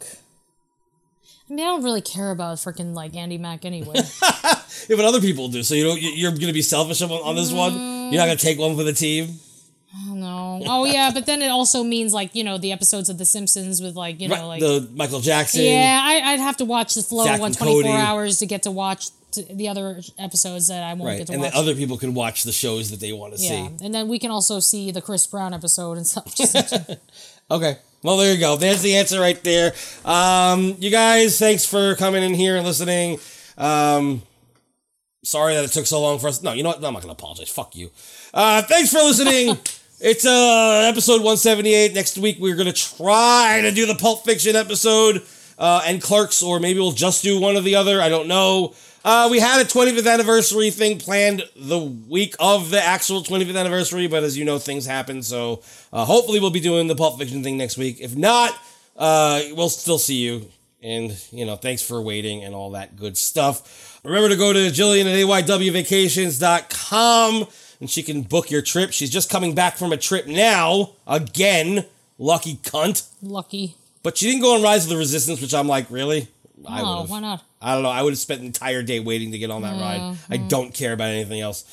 Speaker 4: I mean, I don't really care about freaking like Andy Mack anyway.
Speaker 3: Yeah, but other people do. So you don't, you- you're going to be selfish on, on this one? You're not going to take one for the team?
Speaker 4: I don't know. Oh yeah, but then it also means like you know the episodes of The Simpsons with like you know
Speaker 3: Right,
Speaker 4: like
Speaker 3: the Michael Jackson.
Speaker 4: yeah, I, I'd have to watch the flow
Speaker 3: Zack
Speaker 4: one
Speaker 3: and
Speaker 4: twenty
Speaker 3: Cody.
Speaker 4: four hours to get to watch t the other episodes that I won't
Speaker 3: Right.
Speaker 4: get to
Speaker 3: And
Speaker 4: watch.
Speaker 3: then other people can watch the shows that they want to
Speaker 4: yeah,
Speaker 3: see.
Speaker 4: and then we can also see the Chris Brown episode and stuff. Just-
Speaker 3: Okay. Well, there you go. There's the answer right there. Um, you guys, thanks for coming in here and listening. Um, sorry that it took so long for us. No, you know what? No, I'm not going to apologize. Fuck you. Uh, thanks for listening. it's uh, episode 178. Next week, we're going to try to do the Pulp Fiction episode uh, and Clerks, or maybe we'll just do one or the other. I don't know. Uh, we had a 25th anniversary thing planned the week of the actual 25th anniversary, but as you know, things happen. So uh, hopefully, we'll be doing the Pulp Fiction thing next week. If not, uh, we'll still see you. And, you know, thanks for waiting and all that good stuff. Remember to go to Jillian at aywvacations.com and she can book your trip. She's just coming back from a trip now. Again, lucky cunt.
Speaker 4: Lucky.
Speaker 3: But she didn't go on Rise of the Resistance, which I'm like, really? I
Speaker 4: No,
Speaker 3: would've.
Speaker 4: Oh, why not?
Speaker 3: I don't know. I would have spent an entire day waiting to get on that ride. I don't care about anything else.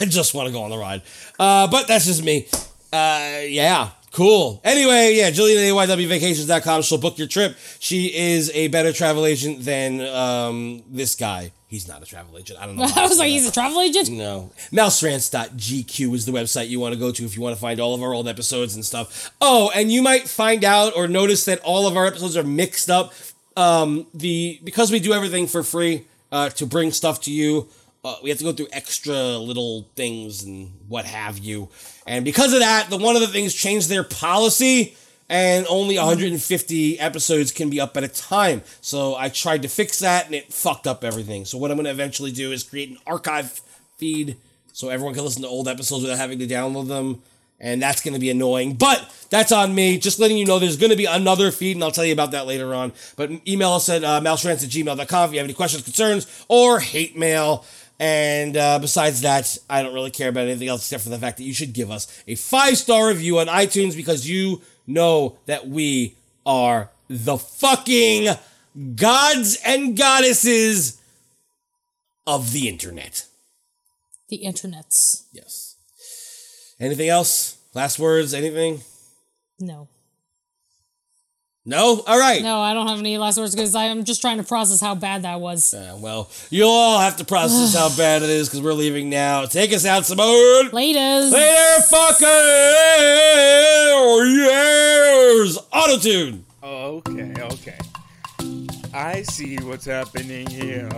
Speaker 3: I just want to go on the ride. Uh, but that's just me. Uh, yeah, cool. Anyway, yeah, Jillian at aywvacations.com. She'll book your trip. She is a better travel agent than um, this guy. He's not a travel agent. I don't know. how
Speaker 4: I
Speaker 3: to
Speaker 4: was
Speaker 3: say that.
Speaker 4: like,
Speaker 3: Mm.
Speaker 4: he's a travel agent.
Speaker 3: No. MouseRants.gq is the website you want to go to if you want to find all of our old episodes and stuff. Oh, and you might find out or notice that all of our episodes are mixed up. Um, the because we do everything for free uh, to bring stuff to you, uh, we have to go through extra little things and what have you. And because of that, the one of the things changed their policy and only 150 episodes can be up at a time. So I tried to fix that and it fucked up everything. So what I'm going to eventually do is create an archive feed so everyone can listen to old episodes without having to download them. And that's going to be annoying, but that's on me. Just letting you know there's going to be another feed, and I'll tell you about that later on. But email us at uh, mouserants at gmail.com if you have any questions, concerns, or hate mail. And uh, besides that, I don't really care about anything else except for the fact that you should give us a five star review on iTunes because you know that we are the fucking gods and goddesses of the internet.
Speaker 4: The internets.
Speaker 3: Yes. Anything else? Last words? Anything?
Speaker 4: No.
Speaker 3: No? All right.
Speaker 4: No, I don't have any last words because I'm just trying to process how bad that was.
Speaker 3: Yeah, Uh, well, you'll all have to process how bad it is because we're leaving now. Take us out, Simone.
Speaker 4: Laters.
Speaker 3: Later, fucker. Years. Autotune.
Speaker 17: Okay, okay. I see what's happening here.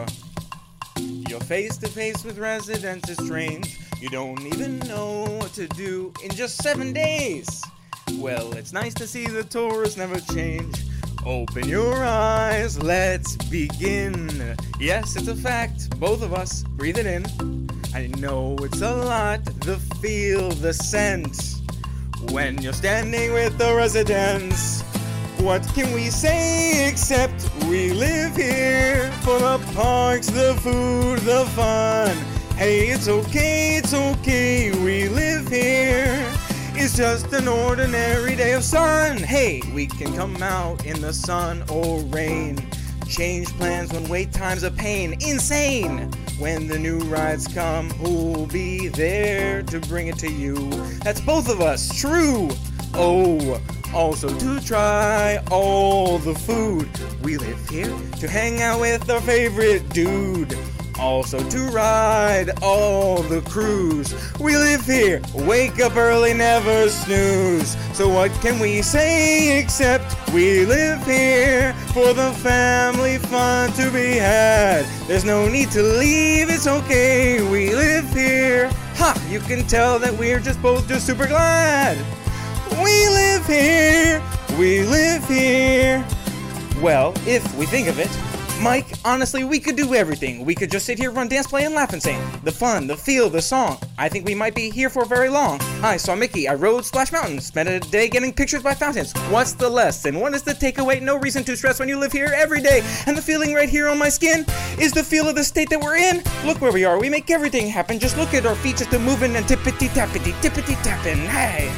Speaker 17: You're face to face with residents, it's strange. You don't even know what to do in just seven days. Well, it's nice to see the tourists never change. Open your eyes, let's begin. Yes, it's a fact, both of us. Breathe it in. I know it's a lot, the feel, the scent. When you're standing with the residents, what can we say except we live here for the parks, the food, the fun? Hey, it's okay, it's okay, we live here. It's just an ordinary day of sun. Hey, we can come out in the sun or rain. Change plans when wait times are pain. Insane! When the new rides come, who'll be there to bring it to you? That's both of us, true! Oh, also to try all the food. We live here to hang out with our favorite dude. Also to ride all the crews. We live here, wake up early, never snooze. So what can we say except we live here for the family fun to be had? There's no need to leave, it's okay, we live here. Ha! You can tell that we're just both just super glad. We live here, we live here. Well, if we think of it, Mike, honestly, we could do everything. We could just sit here, run, dance, play, and laugh and sing. The fun, the feel, the song. I think we might be here for very long. I saw Mickey. I rode Splash Mountain. Spent a day getting pictures by fountains. What's the lesson? What is the takeaway? No reason to stress when you live here every day. And the feeling right here on my skin is the feel of the state that we're in. Look where we are. We make everything happen. Just look at our feet, just a moving and tippity tappity, tippity tapping. Hey.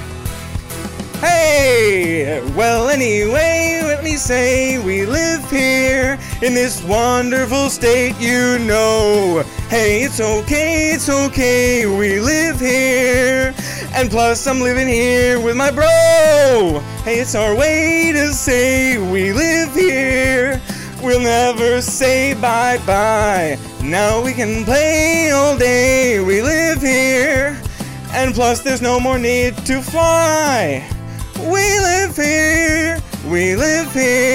Speaker 17: Hey! Well, anyway, let me say we live here in this wonderful state, you know. Hey, it's okay, it's okay, we live here. And plus, I'm living here with my bro. Hey, it's our way to say we live here. We'll never say bye bye. Now we can play all day, we live here. And plus, there's no more need to fly. We live here, we live here.